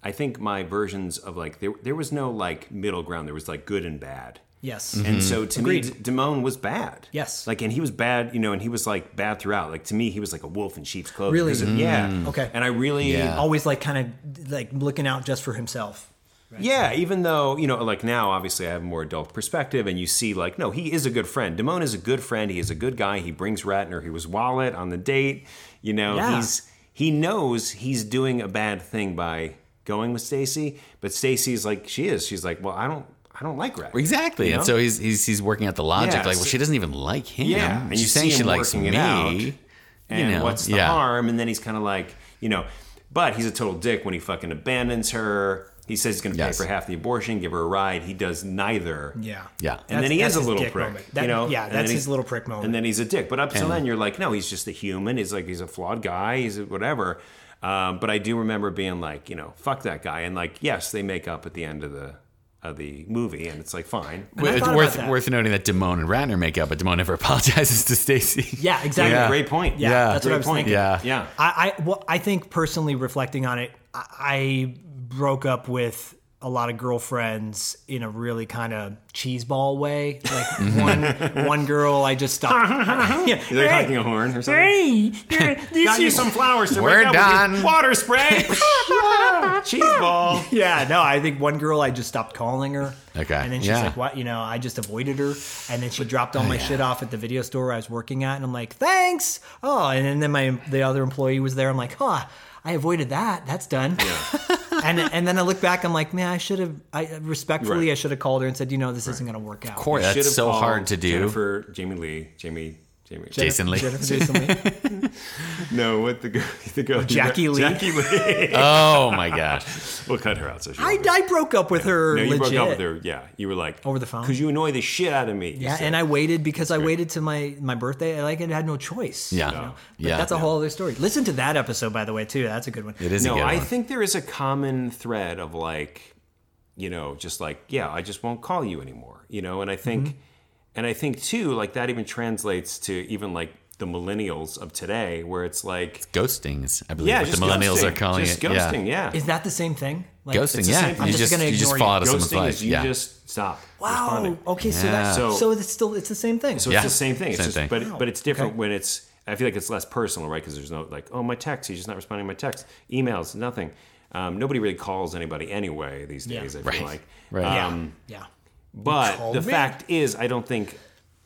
S3: I think my versions of like there there was no like middle ground. There was like good and bad.
S6: yes,
S3: And so to me, D- Damone was bad.
S6: Mm-hmm. Yes.
S3: Like, and he was bad, you know, and he was like bad throughout. Like to me, he was like a wolf in sheep's clothing.
S6: Really? Mm.
S3: Because of- Yeah.
S6: Okay.
S3: And I really,
S5: Yeah.
S6: always like kind of like looking out just for himself.
S3: yeah, even though, you know, like now, obviously, I have a more adult perspective, and you see, like, no, he is a good friend. Damone is a good friend. He is a good guy. He brings Ratner. He was Wallet on the date. You know,
S6: Yeah.
S3: he's he knows he's doing a bad thing by going with Stacy, but Stacy's like, she is. She's like, well, I don't, I don't like Ratner.
S5: Exactly,
S3: You know?
S5: and so he's, he's he's working out the logic,
S3: Yeah,
S5: like, well,
S3: so-
S5: she doesn't even like him.
S3: Yeah, and you
S5: She's
S3: see
S5: saying she
S3: him
S5: likes
S3: working
S5: me.
S3: it out, and
S5: know,
S3: what's the
S5: yeah.
S3: harm? And then he's kind of like, you know, But he's a total dick when he fucking abandons her. He says he's going to
S5: Yes.
S3: pay for half the abortion, give her a ride. He does neither.
S6: Yeah.
S5: Yeah.
S3: And then
S6: That's-
S3: he
S6: that's
S3: is a
S6: his
S3: little
S6: dick
S3: prick.
S6: moment. That-
S3: you know?
S6: yeah,
S3: And
S6: that's
S3: then
S6: his little prick moment.
S3: And then he's a dick. But up till then, you're like, no, he's just a human. He's like, he's a flawed guy. He's a whatever. Um, but I do remember being like, you know, fuck that guy. And like, yes, they make up at the end of the of the movie, and it's like, fine.
S6: I
S5: it's
S6: thought about
S5: worth
S6: that.
S5: worth noting that Damone and Ratner make up, but Damone never (laughs) apologizes to Stacy.
S6: Yeah, exactly.
S5: Yeah.
S3: Great point.
S6: Yeah,
S5: Yeah.
S6: that's
S3: Great
S6: what I was
S3: point.
S6: thinking.
S5: Yeah.
S3: Yeah.
S6: I, I, well, I think personally reflecting on it, I, I broke up with a lot of girlfriends in a really kind of cheeseball way. (laughs) Like one, one girl, I just stopped. (laughs) yeah.
S3: They're honking a horn or something.
S6: Hey, you're- this
S3: Got you
S6: is-
S3: some flowers to
S5: We're
S3: break up with
S5: done.
S3: your water spray.
S6: (laughs)
S3: Cheese ball.
S6: yeah, no, I think one girl, I just stopped calling her.
S5: Okay,
S6: And then she's
S5: yeah.
S6: like, what? You know, I just avoided her. And then she dropped
S3: Oh,
S6: all my shit off at the video store I was working at. And I'm like, thanks. Oh, and then- then my the other employee was there. I'm like, huh, I avoided that. That's done. (laughs) and and then I look back, I'm like, man, I should have, I respectfully, I should have called her and said, you know, this isn't going to work out.
S3: (laughs)
S5: Of course,
S3: Should
S5: that's
S3: have
S5: so
S3: called
S5: hard to do.
S3: Jennifer, Jamie Lee, Jamie, Jamie.
S5: Jason Lee.
S6: Jennifer Jason Lee.
S3: (laughs) no, what the girl? (laughs) The girl
S6: Jackie Lee.
S3: Jackie Lee. (laughs)
S5: Oh my gosh.
S3: we'll cut her out. So she
S6: I,
S3: won't-
S6: I broke up with her
S3: No, you
S6: legit.
S3: broke up with her. Yeah, you were like
S6: Over the phone?
S3: because you annoy the shit out of me.
S6: Yeah, and I waited because I waited to my my birthday. I like I had no choice.
S5: Yeah.
S6: you know? But
S5: Yeah.
S6: That's a
S5: Yeah.
S6: whole other story. Listen to that episode, by the way, too. That's a good one.
S5: It is
S3: no,
S5: a good
S3: I
S5: one.
S3: think there is a common thread of like, you know, just like yeah, I just won't call you anymore. You know, and I think, and I think too, like that even translates to even like the millennials of today, where it's like.
S5: Ghostings, I believe
S3: Yeah,
S5: what the
S3: just
S5: millennials
S3: ghosting.
S5: are calling
S3: just
S5: it.
S3: Ghosting,
S5: yeah.
S3: yeah.
S6: Is that the same thing? Like,
S5: Ghosting,
S3: the
S5: yeah.
S3: same thing. I'm
S5: You
S3: just
S5: just,
S6: gonna
S5: you just
S6: ignore
S5: fall
S6: you.
S5: out of someone's
S3: Ghosting
S5: life.
S3: is you
S5: yeah.
S3: just stop
S6: Wow.
S3: responding.
S6: Okay, so that's
S3: So-
S6: so, it's still it's the same thing.
S3: So
S5: Yeah.
S3: it's the same thing. It's
S5: Same
S3: just,
S5: thing.
S3: But but it's different when it's. I feel like it's less personal, right? Because there's no like, oh my text, he's just not responding to my text, emails, nothing. Um, nobody really calls anybody anyway these days. I feel
S5: Right.
S3: like.
S5: Right.
S3: Um,
S5: Yeah.
S6: yeah.
S3: But
S6: call
S3: the
S6: me.
S3: fact is, I don't think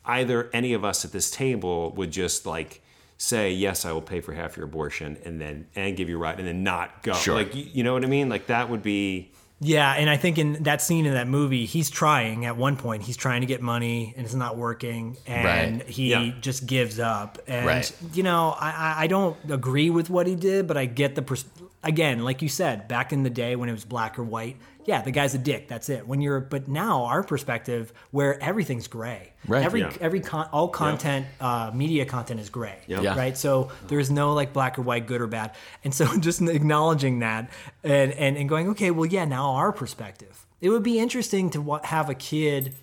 S3: either any of us at this table would just like say yes, I will pay for half your abortion, and then and give you a ride, and then not go.
S5: Sure.
S3: Like you, you know what I mean? Like that would be.
S6: Yeah, and I think in that scene in that movie, he's trying at one point, he's trying to get money and it's not working and
S5: Right.
S6: he
S3: Yeah.
S6: just gives up. And
S5: Right.
S6: you know, I- I, I don't agree with what he did, but I get the pers- again, like you said, back in the day when it was black or white, yeah, the guy's a dick, that's it. When you're but now our perspective where everything's gray.
S5: Right.
S6: Every
S3: Yeah.
S6: every con- all content uh, media content is gray,
S5: Yeah.
S6: right? So there's no like black or white, good or bad. And so (laughs) just acknowledging that and, and, and going, okay, well, yeah, now our perspective. It would be interesting to wa- have a kid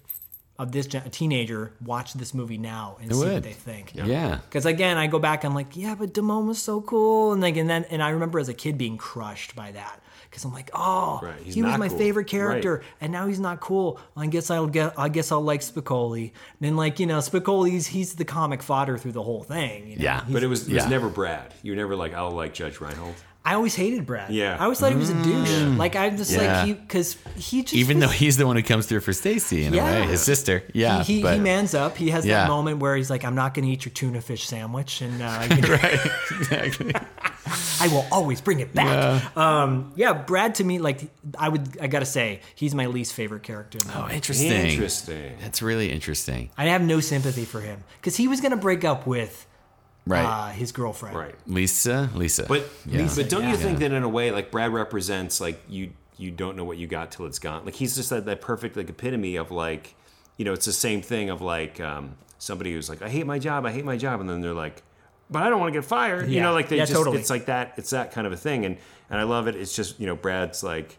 S6: of this gen- a teenager watch this movie now and see what
S5: would.
S6: they think.
S5: Yeah.
S6: Because again, I go back, I'm like, yeah, but Damone was so cool, and like, and then, and I remember as a kid being crushed by that, because I'm like, oh,
S3: Right, he's
S6: he was
S3: not
S6: my
S3: cool.
S6: favorite character,
S3: Right.
S6: and now he's not cool. I guess I'll get, I guess I'll like Spicoli. Then like, you know, Spicoli's he's the comic fodder through the whole thing. you know?
S5: Yeah.
S3: But it was, it was
S5: Yeah.
S3: never Brad. You were never like I'll like Judge Reinhold.
S6: I always hated Brad.
S3: Yeah.
S6: I always thought he was a douche. Like I'm just
S5: Mm. Yeah.
S6: like he, because he just
S5: Even though
S6: was-
S5: he's the one who comes through for Stacy in
S6: Yeah.
S5: a way, his sister. Yeah.
S6: he, he,
S5: but,
S6: he mans up. He has
S5: Yeah.
S6: that moment where he's like, "I'm not going to eat your tuna fish sandwich," and
S5: (laughs)
S6: uh, you know,
S5: Right. Exactly.
S6: (laughs) I will always bring it back. Yeah. Um, yeah, Brad to me, like I would, I gotta say, he's my least favorite character. in the
S5: Oh,
S6: movie.
S5: interesting.
S3: Interesting.
S5: That's really interesting.
S6: I have no sympathy for him because he was gonna break up with
S5: Right.
S6: uh, his girlfriend.
S3: Right.
S5: Lisa. Lisa.
S3: But
S5: Yeah.
S3: but don't you think that in a way like Brad represents like you you don't know what you got till it's gone. Like he's just that, that perfect like epitome of like you know it's the same thing of like um, somebody who's like I hate my job I hate my job and then they're like but I don't want to get fired. You
S6: Yeah.
S3: know like they
S6: Yeah,
S3: just
S6: totally.
S3: it's like that it's that kind of a thing and and I love it. It's just you know Brad's like.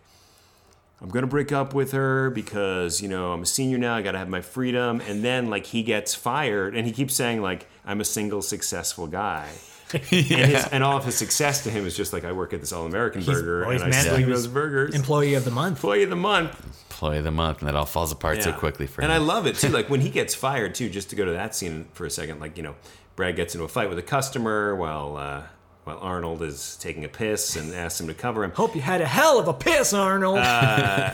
S3: I'm gonna break up with her because you know I'm a senior now. I gotta have my freedom, and then like he gets fired, and he keeps saying like I'm a single successful guy, and, his, and all of his success to him is just like I work at this All American Burger
S6: always
S3: and I
S6: mad that he
S3: sling
S6: was
S3: those burgers.
S6: Employee of the month.
S3: Employee of the month.
S5: Employee of the month, and that all falls apart so
S3: Yeah.
S5: quickly for
S3: and
S5: him.
S3: I love
S5: (laughs)
S3: it too. Like when he gets fired too. Just to go to that scene for a second, like you know, Brad gets into a fight with a customer while uh, while Arnold is taking a piss and asks him to cover him.
S6: Hope you had a hell of a piss, Arnold.
S3: Uh,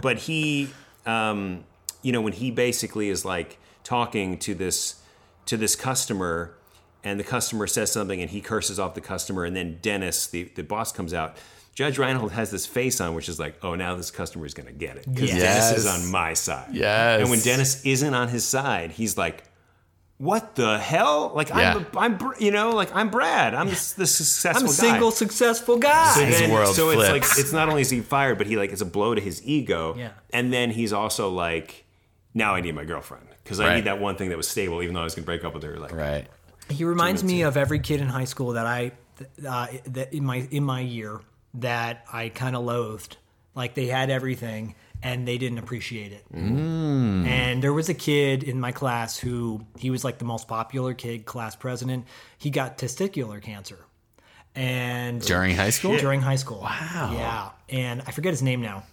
S3: but he um, you know when he basically is like talking to this to this customer and the customer says something and he curses off the customer and then dennis the, the boss comes out judge reinhold has this face on which is like oh now this customer is going to get it because dennis
S5: Yes.
S3: is on my side
S5: Yes.
S3: and when dennis isn't on his side he's like what the hell? Like
S5: Yeah.
S3: I'm, I'm, Br- you know, like I'm Brad. I'm s- the successful.
S6: I'm a
S3: guy.
S6: single, successful guy.
S5: Sing- His
S3: And
S5: world
S3: so it's
S5: flips.
S3: like it's not only is he fired, but he like it's a blow to his ego.
S6: Yeah.
S3: And then he's also like, now I need my girlfriend because I
S5: Right.
S3: need that one thing that was stable, even though I was gonna break up with her. Like,
S5: Right.
S6: He reminds me of every kid in high school that I uh, that in my in my year that I kind of loathed. Like they had everything and they didn't appreciate it.
S5: Mm.
S6: And there was a kid in my class who he was like the most popular kid, class president. He got testicular cancer. And
S5: During high school?
S6: during high school. Wow. Yeah. And I forget his name now.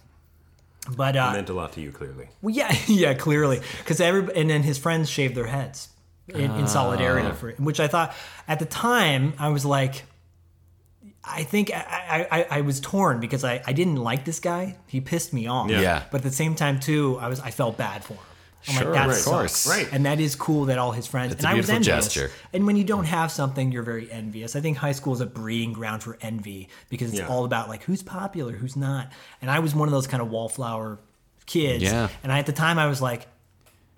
S6: But uh,
S3: it meant a lot to you, clearly.
S6: well, yeah, (laughs) yeah, clearly, because every and then his friends shaved their heads in, in solidarity
S5: Ah.
S6: for which I thought at the time I was like, I think I I, I- I was torn because I, I didn't like this guy. He pissed me off.
S5: Yeah.
S6: But at the same time too, I was I felt bad for him. I'm
S5: Sure,
S6: like, that
S5: right, of
S6: sucks.
S5: course. Right.
S6: And that is cool that all his friends
S5: It's
S6: and
S5: a
S6: I was
S5: beautiful
S6: envious.
S5: gesture.
S6: And when you don't have something, you're very envious. I think high school is a breeding ground for envy because it's
S3: Yeah.
S6: all about like who's popular, who's not. And I was one of those kind of wallflower kids.
S5: Yeah.
S6: And I, at the time, I was like,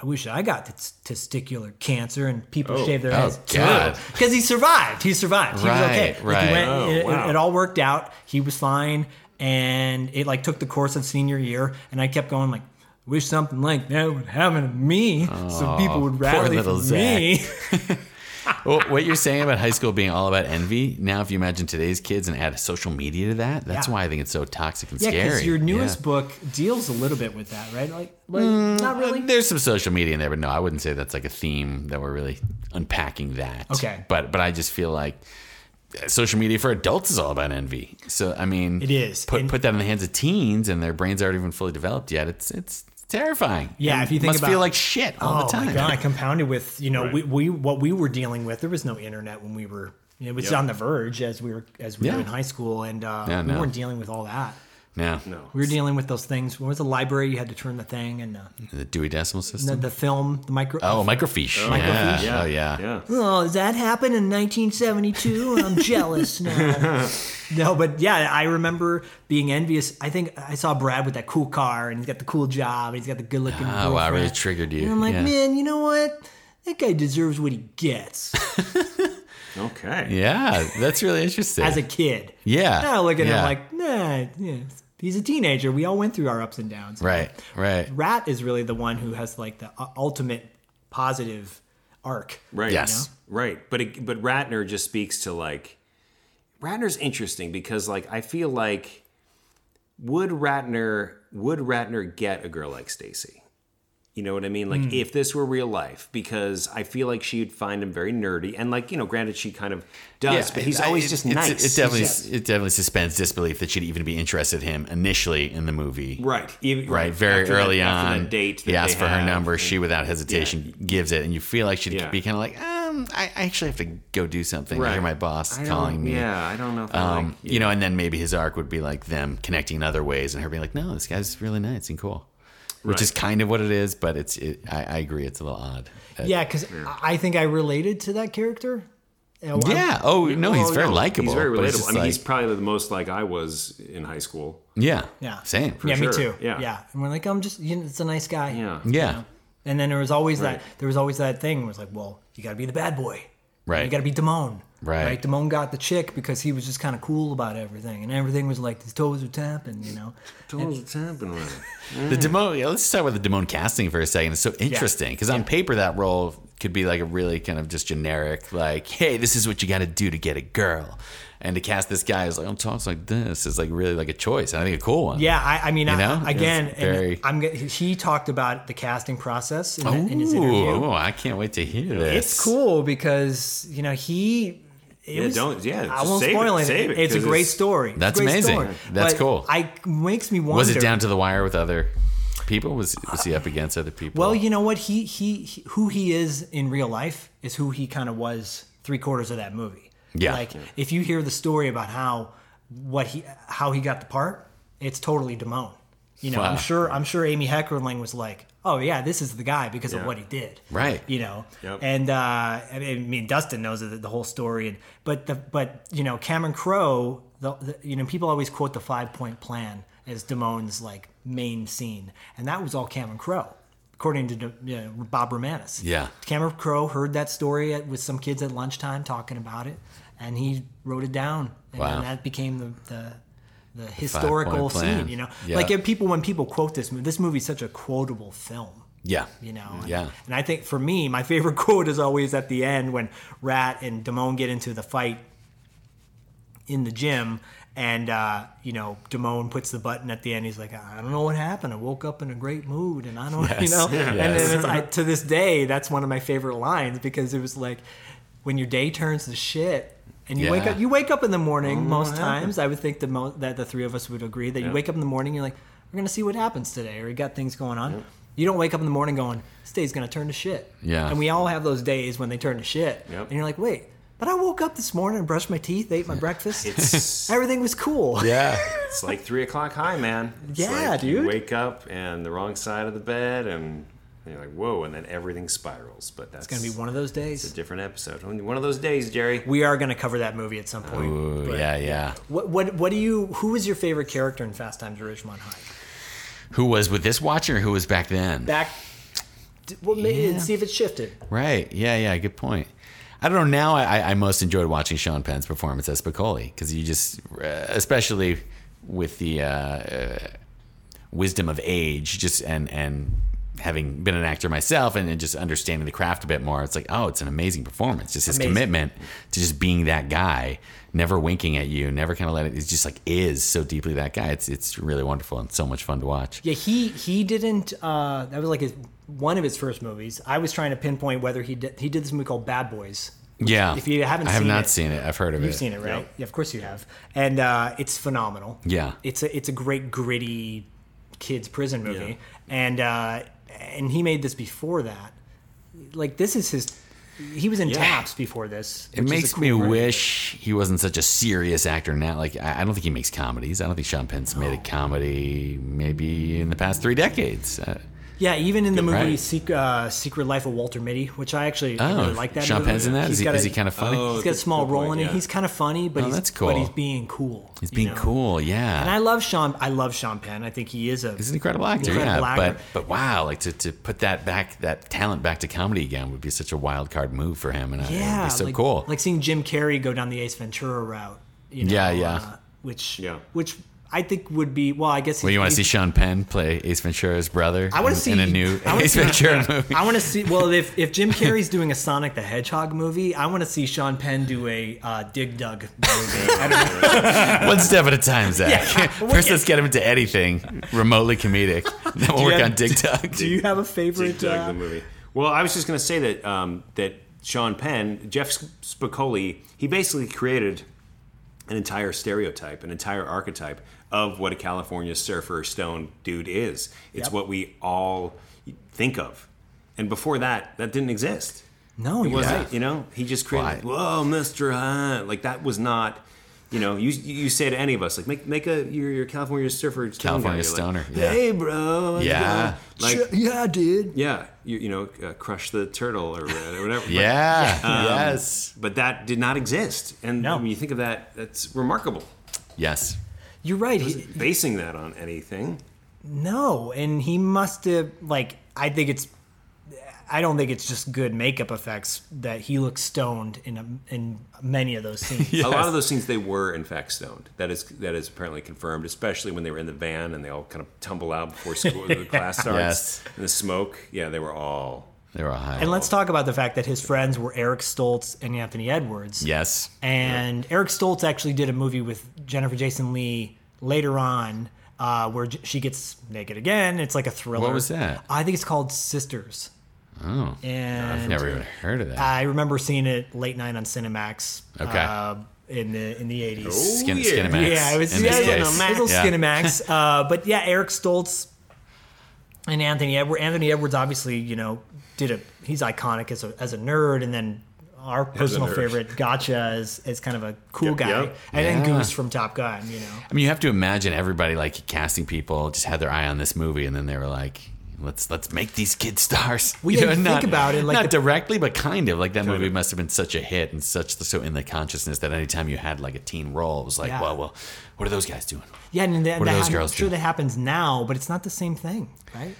S6: I wish I got t- testicular cancer and people shaved their
S5: Oh,
S6: heads (laughs)
S5: God.
S6: because he survived. He survived. He was okay.
S5: Right,
S6: Like, he
S5: right.
S6: went-
S3: Oh,
S6: it,
S3: wow.
S6: it all worked out. He was fine, and it like took the course of senior year, and I kept going like. Wish something like that would happen to me, so people would rally
S5: little
S6: for me.
S5: Well, what you're saying about high school being all about envy, now if you imagine today's kids and add social media to that, that's
S6: Yeah.
S5: why I think it's so toxic
S6: (laughs)
S5: and
S6: Yeah,
S5: scary.
S6: because your newest
S5: Yeah. Mm,
S6: book deals a little bit with that, right? Like, like not really.
S5: There's some social media in there, but no, I wouldn't say that's like a theme that we're really unpacking that.
S6: Okay.
S5: But but I just feel like social media for adults is all about envy. So I mean,
S6: It is.
S5: Put
S6: And-
S5: put that in the hands of teens, and their brains aren't even fully developed yet. It's it's terrifying.
S6: Yeah,
S5: And
S6: if you think
S5: must
S6: about- Oh
S5: feel like shit all the time.
S6: my god! Compounded with you know we, we what we were dealing with. There was no internet when we were. It was on the verge as we were as we
S5: Yeah.
S6: were in high school, and uh,
S5: Yeah,
S6: we
S5: no.
S6: weren't dealing with all that.
S5: No, no,
S6: We were dealing with those things. When was the library? You had to turn the thing and uh,
S5: the Dewey Decimal System.
S6: the, the film, the micro.
S5: Oh, microfiche. Yeah. Oh, yeah.
S3: Yeah.
S6: Oh, does that happen in 1972? (laughs) I'm jealous now. No, but yeah, I remember being envious. I think I saw Brad with that cool car, and he's got the cool job, and he's got the good looking.
S5: Oh, wow, it really triggered you.
S6: And I'm like,
S5: Yeah.
S6: man, you know what? That guy deserves what he
S5: (laughs)
S6: gets
S3: Okay.
S5: Yeah, that's really interesting.
S6: as a kid.
S5: yeah.
S6: Now I look at
S5: yeah.
S6: him like, nah, yeah, he's a teenager. We all went through our ups and downs.
S5: right, right.
S6: Rat is really the one who has like the u- ultimate positive arc.
S3: Right.
S5: Yes.
S3: Right. But it, but Ratner just speaks to like Ratner's interesting because like I feel like would Ratner would Ratner get a girl like Stacy? You know what I mean? Like
S5: Hmm.
S3: if this were real life, because I feel like she'd find him very nerdy and like you know, granted she kind of does, but he's
S5: I-
S3: always
S5: it-
S3: just
S5: it's-
S3: nice.
S5: It definitely, it definitely suspends disbelief that she'd even be interested in him initially in the movie.
S3: right. Even-
S5: Right, very
S3: after that-
S5: early
S3: after that
S5: on,
S3: date. that
S5: he asked
S3: they
S5: for her
S3: have.
S5: number. She, without hesitation, gives it, and you feel like she'd
S3: Yeah.
S5: be kind of like, um, I, I actually have to go do something. I hear
S3: Right.
S5: my boss
S3: I don't-
S5: calling me.
S3: Yeah, I don't know if I
S5: Um,
S3: like,
S5: you know, and then maybe his arc would be like them connecting in other ways, and her being like, "No, this guy's really nice and cool," which is kind of what it is. But it's, it, I, I agree, it's a little odd. Uh,
S6: Yeah, because I think I related to that character. Yeah.
S5: yeah. Oh no, he's very likable.
S3: He's very
S5: but it's
S3: relatable.
S5: just
S3: I mean,
S5: like-
S3: he's probably the most like I was in high school.
S5: yeah,
S6: Yeah.
S5: same.
S6: yeah,
S3: sure.
S6: me too.
S3: Yeah.
S6: yeah. And we're like, I'm just, you know, it's a nice guy.
S3: Yeah.
S5: Yeah.
S6: And then there was always that there was always that thing was like, well, you got to be the bad boy.
S5: Right.
S6: You got to be Damone.
S5: Right.
S6: Damone got the chick because he was just kind of cool about everything, and everything was like his toes were tapping, you know.
S5: The Demone, yeah, let's talk about the Demone casting for a second. It's so interesting because on paper, that role could be like a really kind of just generic, like, hey, this is what you got to do to get a girl. And to cast this guy who's like, oh, talks like this is like really like a choice. And I think a cool one.
S6: Yeah, I, I mean, I,
S5: know?
S6: again,
S5: It's
S6: and
S5: very-
S6: I'm g- he talked about the casting process in, the- in his
S5: Ooh,
S6: interview.
S5: oh, I can't wait to hear this.
S6: It's cool because you know he. It
S3: Yeah,
S6: was-
S3: don't- yeah,
S6: I
S3: just
S6: won't
S3: save it,
S6: spoil it.
S3: save it,
S6: It's a
S3: 'cause
S6: great
S3: it's-
S6: story. It's a
S5: That's
S6: great
S5: amazing.
S6: story.
S5: That's
S6: But
S5: cool.
S6: I makes me wonder.
S5: Was it down to the wire with other people? Was was he up against other people?
S6: Well, you know what? He, he he who he is in real life is who he kind of was three quarters of that movie.
S5: Yeah.
S6: Like if you hear the story about how what he how he got the part, it's totally Damone. You know,
S5: Wow.
S6: I'm sure I'm sure Amy Heckerling was like, oh yeah, this is the guy because of what he did.
S5: Right.
S6: You know. And uh, I mean- I mean, Dustin knows the, the whole story, and but the but you know Cameron Crowe, the, the, you know people always quote the five point plan as Damone's like main scene, and that was all Cameron Crowe. according to you know, Bob Romanis.
S5: Yeah.
S6: Cameron Crowe heard that story at, with some kids at lunchtime talking about it, and he wrote it down, and
S5: Wow.
S6: then that became the the, the historical
S5: plan.
S6: scene. You know,
S5: Yeah.
S6: like if people when people quote this movie, this movie's such a quotable film.
S5: Yeah.
S6: You know, and,
S5: Yeah.
S6: And I think for me, my favorite (laughs) quote is always at the end when Rat and Damone get into the fight in the gym and uh, you know Damone puts the button at the end he's like I don't know what happened I woke up in a great mood and I don't (laughs) you know and then it's, I, to this day that's one of my favorite lines because it was like when your day turns to shit and you wake
S5: Yeah.
S6: up you wake up in the morning most times I would think the mo- that the three of us would agree that you wake up in the morning you're like we're gonna see what happens today or you got things going on you don't wake up in the morning going this day's gonna turn to shit
S5: Yeah.
S6: and we all have those days when they turn to shit
S3: Yep.
S6: and you're like wait but I woke up this morning and brushed my teeth ate my breakfast
S3: It's,
S5: (laughs)
S6: Everything was cool.
S5: Yeah.
S3: it's like three o'clock high, man. It's
S6: Yeah,
S3: like You
S6: dude.
S3: wake up and the wrong side of the bed, and you're like, whoa, and then everything spirals. But that's
S6: It's gonna be one of those
S3: a
S6: days.
S3: different episode. One of those days, Jerry.
S6: We are gonna cover that movie at some point.
S5: Ooh, yeah, yeah.
S6: What what what do you? Who was your favorite character in Fast Times at Ridgemont High?
S5: Who was with this watcher? Who was back then?
S6: Back. d- Well, maybe and see if it shifted.
S5: Right. Yeah. Yeah. Good point. I don't know. Now I, I most enjoyed watching Sean Penn's performance as Spicoli because you just, uh, especially with the uh, uh, wisdom of age, just and and having been an actor myself and, and just understanding the craft a bit more, it's like, oh, it's an amazing performance. Just his
S6: Amazing.
S5: commitment to just being that guy, never winking at you, never kind of letting. It's just like is so deeply that guy. It's it's really wonderful and so much fun to watch.
S6: Yeah, he he didn't. Uh, that was like his one of his first movies. I was trying to pinpoint whether he did he did this movie called Bad Boys.
S5: Yeah.
S6: If you haven't
S5: I have
S6: seen
S5: not
S6: it-
S5: seen it. I've heard of it.
S6: You've seen it, right? Yeah, of course you have. And uh, it's phenomenal.
S5: Yeah.
S6: it's a it's a great gritty kids prison movie, and uh, and he made this before that. Like this is his. He was in Taps before this.
S5: It
S6: which is a
S5: makes
S6: cool
S5: me
S6: movie.
S5: wish he wasn't such a serious actor now. Like, I, I don't think he makes comedies. I don't think Sean Penn's made a comedy maybe in the past three decades. Uh,
S6: Yeah, even in the movie
S5: right.
S6: Sec- uh, Secret Life of Walter Mitty, which I actually I
S5: oh,
S6: really like that.
S5: Sean
S6: movie.
S5: Penn's in that?
S6: He's
S5: Is he,
S6: got
S5: is
S6: a-
S5: he kind of funny?
S3: Oh,
S6: He's got a small
S3: Good
S6: role
S3: point,
S6: in it.
S3: yeah.
S6: He's kind of funny, but
S5: Oh,
S6: he's
S5: that's
S6: but
S5: cool.
S6: he's being cool.
S5: He's being cool, yeah.
S6: And I love Sean. I love Sean Penn. I think he is a
S5: He's an incredible actor,
S6: incredible
S5: yeah.
S6: actor.
S5: But but wow, like to, to put that back, that talent back to comedy again would be such a wild card move for him, and I-
S6: yeah,
S5: it'd be so
S6: like,
S5: cool.
S6: Like seeing Jim Carrey go down the Ace Ventura route. You know,
S5: Yeah, yeah.
S6: uh, which
S3: Yeah.
S6: which I think would be well. I guess.
S5: well,
S6: he's-
S5: you want to see
S6: he's-
S5: Sean Penn play Ace Ventura's brother?
S6: I want
S5: in-
S6: to see
S5: in a new
S6: I wanna
S5: Ace
S6: see- (laughs)
S5: Ventura movie.
S6: I want to see. Well, if if Jim Carrey's doing a Sonic the Hedgehog movie, I want to see Sean Penn do a uh, Dig
S3: (laughs)
S6: Dug movie. I don't know.
S5: One step at a time, Zach.
S6: (laughs) Yeah.
S5: (laughs) First, let's get him into anything
S6: (laughs)
S5: remotely comedic. Then we'll work
S6: have-
S5: on Dig Dug.
S6: Do you have a favorite?
S3: Dig Dug,
S6: uh,
S3: the movie. Well, I was just going to say that um, that Sean Penn, Jeff Spicoli, he basically created an entire stereotype, an entire archetype of what a California surfer stone dude is. It's what we all think of, and before that, that didn't exist.
S6: no,
S5: Oh,
S3: It
S6: you
S3: wasn't. You know, he just created. Whoa, Mister Hunt! Like that was not. You know, you you say to any of us, like make make a your, your California surfer stone
S5: California
S3: guy. You're
S5: stoner,
S3: Like,
S5: yeah.
S3: Hey, bro. how's it
S5: Yeah.
S3: going?" Like,
S6: yeah, dude.
S3: yeah, you, you know, uh, crush the turtle or uh, whatever.
S5: Yeah.
S6: Um,
S5: yes.
S3: But, but that did not exist. And
S6: No.
S3: when you think of that, that's remarkable.
S5: Yes.
S6: You're right. He,
S3: Basing that on anything.
S6: no, and he must have like. I think it's. I don't think it's just good makeup effects that he looks stoned in a, in many of those
S5: (laughs)
S6: scenes.
S3: A lot of those scenes, they were in fact stoned. That is that is apparently confirmed, especially when they were in the van and they all kind of tumble out before school,
S5: (laughs)
S3: the class starts.
S5: Yes.
S3: And the smoke. Yeah, they were all.
S5: They were all high.
S6: And let's talk about the fact that his friends were Eric Stoltz and Anthony Edwards.
S5: yes.
S6: And Eric Stoltz actually did a movie with Jennifer Jason Lee later on uh, where j- she gets naked again. It's like a thriller.
S5: What was that?
S6: I think it's called Sisters.
S5: Oh.
S6: And
S5: I've never even heard of that.
S6: I remember seeing it late night on Cinemax.
S5: Okay.
S6: Uh, in the in the eighties.
S5: Skin,
S3: yeah.
S5: Skinemax.
S6: Oh, Yeah, it was
S5: in
S6: yeah, yeah,
S5: this
S6: it
S5: case.
S6: was little
S5: Yeah. (laughs)
S6: Skinemax. Uh, but yeah, Eric Stoltz and Anthony Edwards. Anthony Edwards obviously, you know, did a he's iconic as a as a nerd, and then our personal
S3: nerd.
S6: favorite, Gotcha, is is kind of a cool
S3: Yep,
S6: guy,
S3: yep.
S6: and then
S5: Yeah.
S6: Goose from Top Gun. You know,
S5: I mean, you have to imagine everybody like casting people just had their eye on this movie, and then they were like, "Let's let's make these kids stars."
S6: Well,
S5: You
S6: yeah, you think
S5: not,
S6: about it, like
S5: not
S6: the-
S5: directly, but kind of like that movie must have been such a hit and such so in the consciousness that anytime you had like a teen role, it was like,
S6: Yeah.
S5: "Well, well, what are those guys doing?"
S6: yeah, and then
S5: What do
S6: that-
S5: those
S6: I'm
S5: girls
S6: sure
S5: do?
S6: that happens now, but it's not the same thing, right?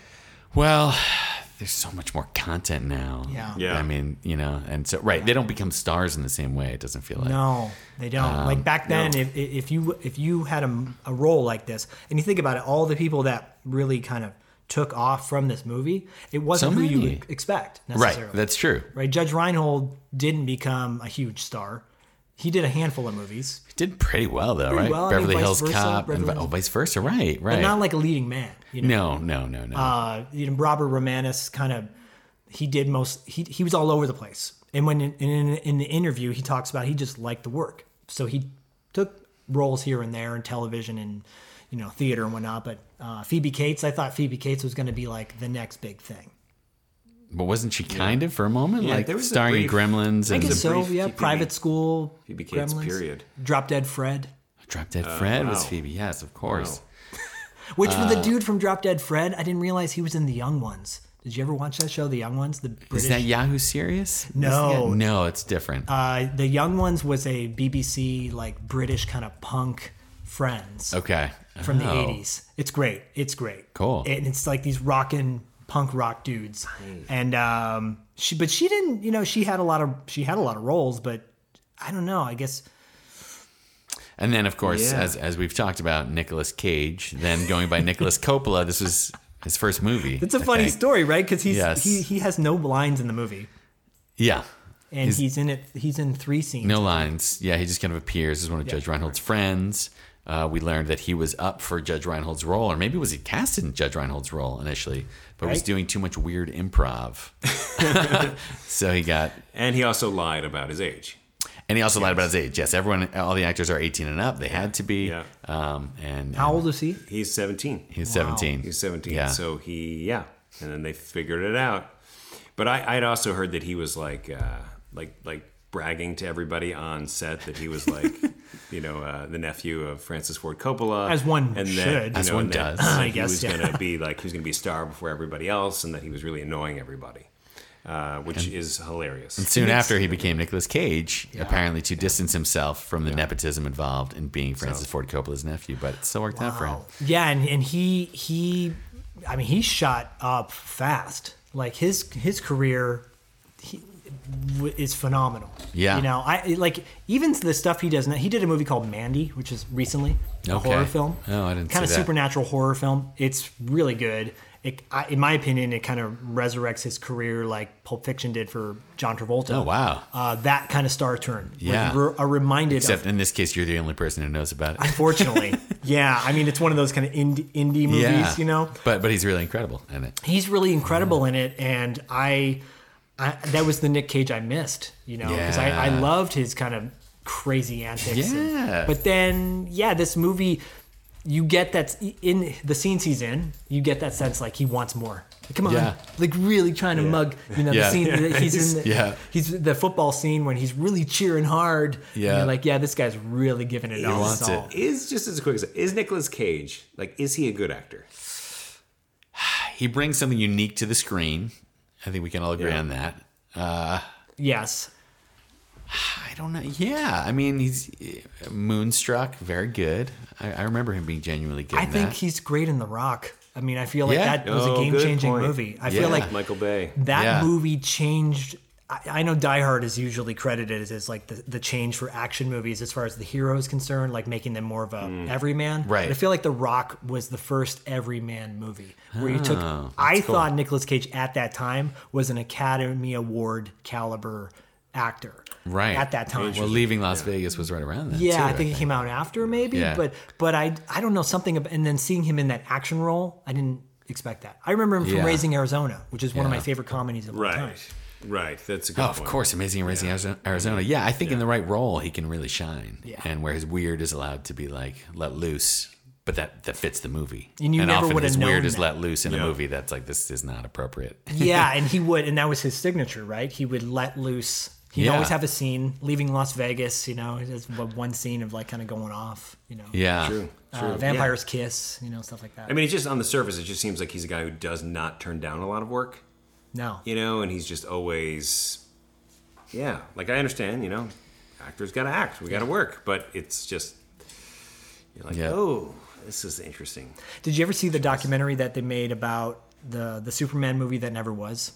S5: Well, (sighs) there's so much more content now.
S6: Yeah.
S3: Yeah.
S5: I mean, you know, and so right, they don't become stars in the same way. It doesn't feel like.
S6: No, they don't. like
S5: um,
S6: back then, if, if you if you had a, a role like this, and you think about it, all the people that really kind of took off from this movie, it wasn't
S5: So
S6: who you
S5: many.
S6: would expect
S5: Right.
S6: necessarily.
S5: That's true.
S6: right. Judge Reinhold didn't become a huge star. He did a handful of movies,
S5: It did pretty well though, right?
S6: well, I mean,
S5: Beverly
S6: vice
S5: Hills
S6: versa,
S5: Cop and
S6: Beverly-
S5: oh, vice versa. Right.
S6: but
S5: Right.
S6: not like a leading man. You know,
S5: no, no, no, no.
S6: uh, you know Robert Romanus kind of he did most. He he was all over the place. And when in, in in the interview, he talks about he just liked the work, so he took roles here and there in television and you know theater and whatnot. But uh, Phoebe Cates, I thought Phoebe Cates was going to be like the next big thing.
S5: but wasn't she kind of for a moment
S3: Yeah,
S5: like
S3: there was a
S5: starring in
S3: brief-
S5: Gremlins
S6: I
S5: and
S6: guess
S5: the
S6: so.
S3: brief
S6: Yeah,
S3: Phoebe-
S6: private school.
S3: Phoebe Cates,
S6: Gremlins,
S3: period.
S6: Drop Dead Fred,
S5: Drop Dead Fred was
S3: Uh, wow.
S5: Phoebe? Yes, of course.
S6: which
S3: Uh,
S6: for the dude from Drop Dead Fred, I didn't realize he was in The Young Ones. Did you ever watch that show, The Young Ones? The British
S5: Is that Yahoo Serious?
S6: No.
S5: no, it's different.
S6: Uh, the Young Ones was a BBC like British kind of punk friends
S5: okay.
S6: from the
S5: Oh.
S6: eighties. It's great. It's great.
S5: Cool.
S6: And it's like these rockin' punk rock dudes. And um, she, but she didn't. You know, she had a lot of she had a lot of roles, but I don't know. I guess
S5: And then, of course,
S3: Yeah.
S5: as as we've talked about, Nicolas Cage, then going by Nicolas Coppola, this was his first movie.
S6: it's a
S5: I
S6: funny
S5: think.
S6: story, right? Because he's
S5: Yes.
S6: he he has no lines in the movie,
S5: Yeah.
S6: and he's in it. He's in three scenes.
S5: No lines. Yeah, he just kind of appears as one of Judge Reinhold's friends. Uh, we learned that he was up for Judge Reinhold's role, or maybe was he casted in Judge Reinhold's role initially, but was
S6: Right.
S5: doing too much weird improv. (laughs) so he got,
S3: And he also lied about his age.
S5: and he also lied about his age. Yes, everyone, all the actors are 18 and up. They had to be.
S3: Yeah.
S5: Um, and
S6: How old is he?
S3: He's 17.
S5: He's 17.
S3: He's 17.
S5: Yeah.
S3: So he, yeah. And then they figured it out. But I, I'd also heard that he was like, uh, like, like bragging to everybody on set that he was
S5: (laughs)
S3: like, you know, uh, the nephew of Francis Ford Coppola.
S6: As one
S3: and
S6: should.
S3: you
S5: As
S3: know,
S5: one
S3: and that
S5: does.
S3: he
S6: (laughs) I guess,
S3: was
S6: yeah.
S3: going to be like, he was going to be a star before everybody else and that he was really annoying everybody, uh, which is hilarious.
S5: Soon after he became Nicolas Cage, apparently to distance himself from the nepotism involved in being Francis Ford Coppola's nephew, but it still worked out for him.
S6: Yeah, and, and he he, I mean, he shot up fast. Like his his career, he w- is phenomenal.
S5: Yeah.
S6: you know, I like even the stuff he does. Now, he did a movie called Mandy, which is recently a
S5: Okay.
S6: horror film.
S5: Oh, I didn't
S6: Kind of
S5: see that.
S6: supernatural horror film. It's really good. It, I, in my opinion, it kind of resurrects his career like Pulp Fiction did for John Travolta.
S5: Oh, wow.
S6: Uh, that kind of star turn. Like,
S5: Yeah.
S6: we're, are reminded of
S5: Except in this case, you're the only person who knows about it.
S6: (laughs) Unfortunately, yeah. I mean, it's one of those kind of indie, indie movies,
S5: yeah.
S6: you know.
S5: But but he's really incredible in it.
S6: He's really incredible in it, and I, I that was the Nick Cage I missed, you know, because I, I
S5: Yeah.
S6: loved his kind of crazy antics. and-
S5: Yeah.
S6: but then, yeah, this movie, you get that in the scenes he's in, you get that sense like he wants more. Like, come on,
S5: Yeah.
S6: like really trying to mug, you know,
S5: Yeah.
S6: the scene (laughs) that he's in. The,
S5: Yeah.
S6: he's the football scene when he's really cheering hard. and
S5: Yeah.
S6: you're like yeah, this guy's really giving it all.
S5: wants
S6: his all.
S5: it.
S3: Is just as a quick as is Nicolas Cage like is he a good actor?
S5: He brings something unique to the screen. I think we can all agree on that.
S6: Yes,
S5: I don't know. Yeah, I mean, he's eh, Moonstruck, very good. I, I remember him being genuinely good.
S6: I
S5: in
S6: think
S5: that.
S6: he's great in The Rock. I mean, I feel like
S5: Yeah.
S6: that was
S3: Oh,
S6: a
S3: good
S6: game changing
S3: point.
S6: movie. I
S5: Yeah.
S6: feel like
S3: Michael Bay.
S6: that
S5: Yeah.
S6: movie changed. I, I know Die Hard is usually credited as, as like the, the change for action movies as far as the hero is concerned, like making them more of a
S3: Mm.
S6: everyman.
S5: Right.
S6: But I feel like The Rock was the first everyman movie where you took.
S5: Oh,
S6: I thought Nicolas Cage at that time was an Academy Award caliber actor.
S5: right
S6: At that time.
S5: Well, leaving Las Vegas was right around then.
S6: Yeah,
S5: too,
S6: I think it came out after maybe,
S5: Yeah.
S6: but but I I don't know something about, and then seeing him in that action role, I didn't expect that. I remember him from
S5: Yeah.
S6: Raising Arizona, which is one of my favorite comedies of all
S3: (laughs)
S6: time.
S3: Right. Right. That's a good
S5: Oh,
S3: point.
S5: of course, Amazing Raising Arizo- Arizona. Yeah, I think in the right role he can really shine.
S6: Yeah.
S5: And where his weird is allowed to be like let loose, but that that fits the movie.
S6: And you never
S5: often
S6: would've
S5: his weird
S6: known
S5: is
S6: that.
S5: let loose in a movie that's like this is not appropriate.
S6: yeah, and he would, and that was his signature, right? He would let loose. He'd
S5: Yeah.
S6: always have a scene leaving Las Vegas, you know, just one scene of like kind of going off, you know,
S5: Yeah.
S6: uh, Vampire's Kiss, you know, stuff like that.
S3: I mean, it's just on the surface, it just seems like he's a guy who does not turn down a lot of work,
S6: no,
S3: you know, and he's just always, yeah. Like I understand, you know, actors got to act, we got to work, but it's just you're like,
S5: Yeah.
S3: oh, this is interesting.
S6: Did you ever see the documentary that they made about the the Superman movie that never was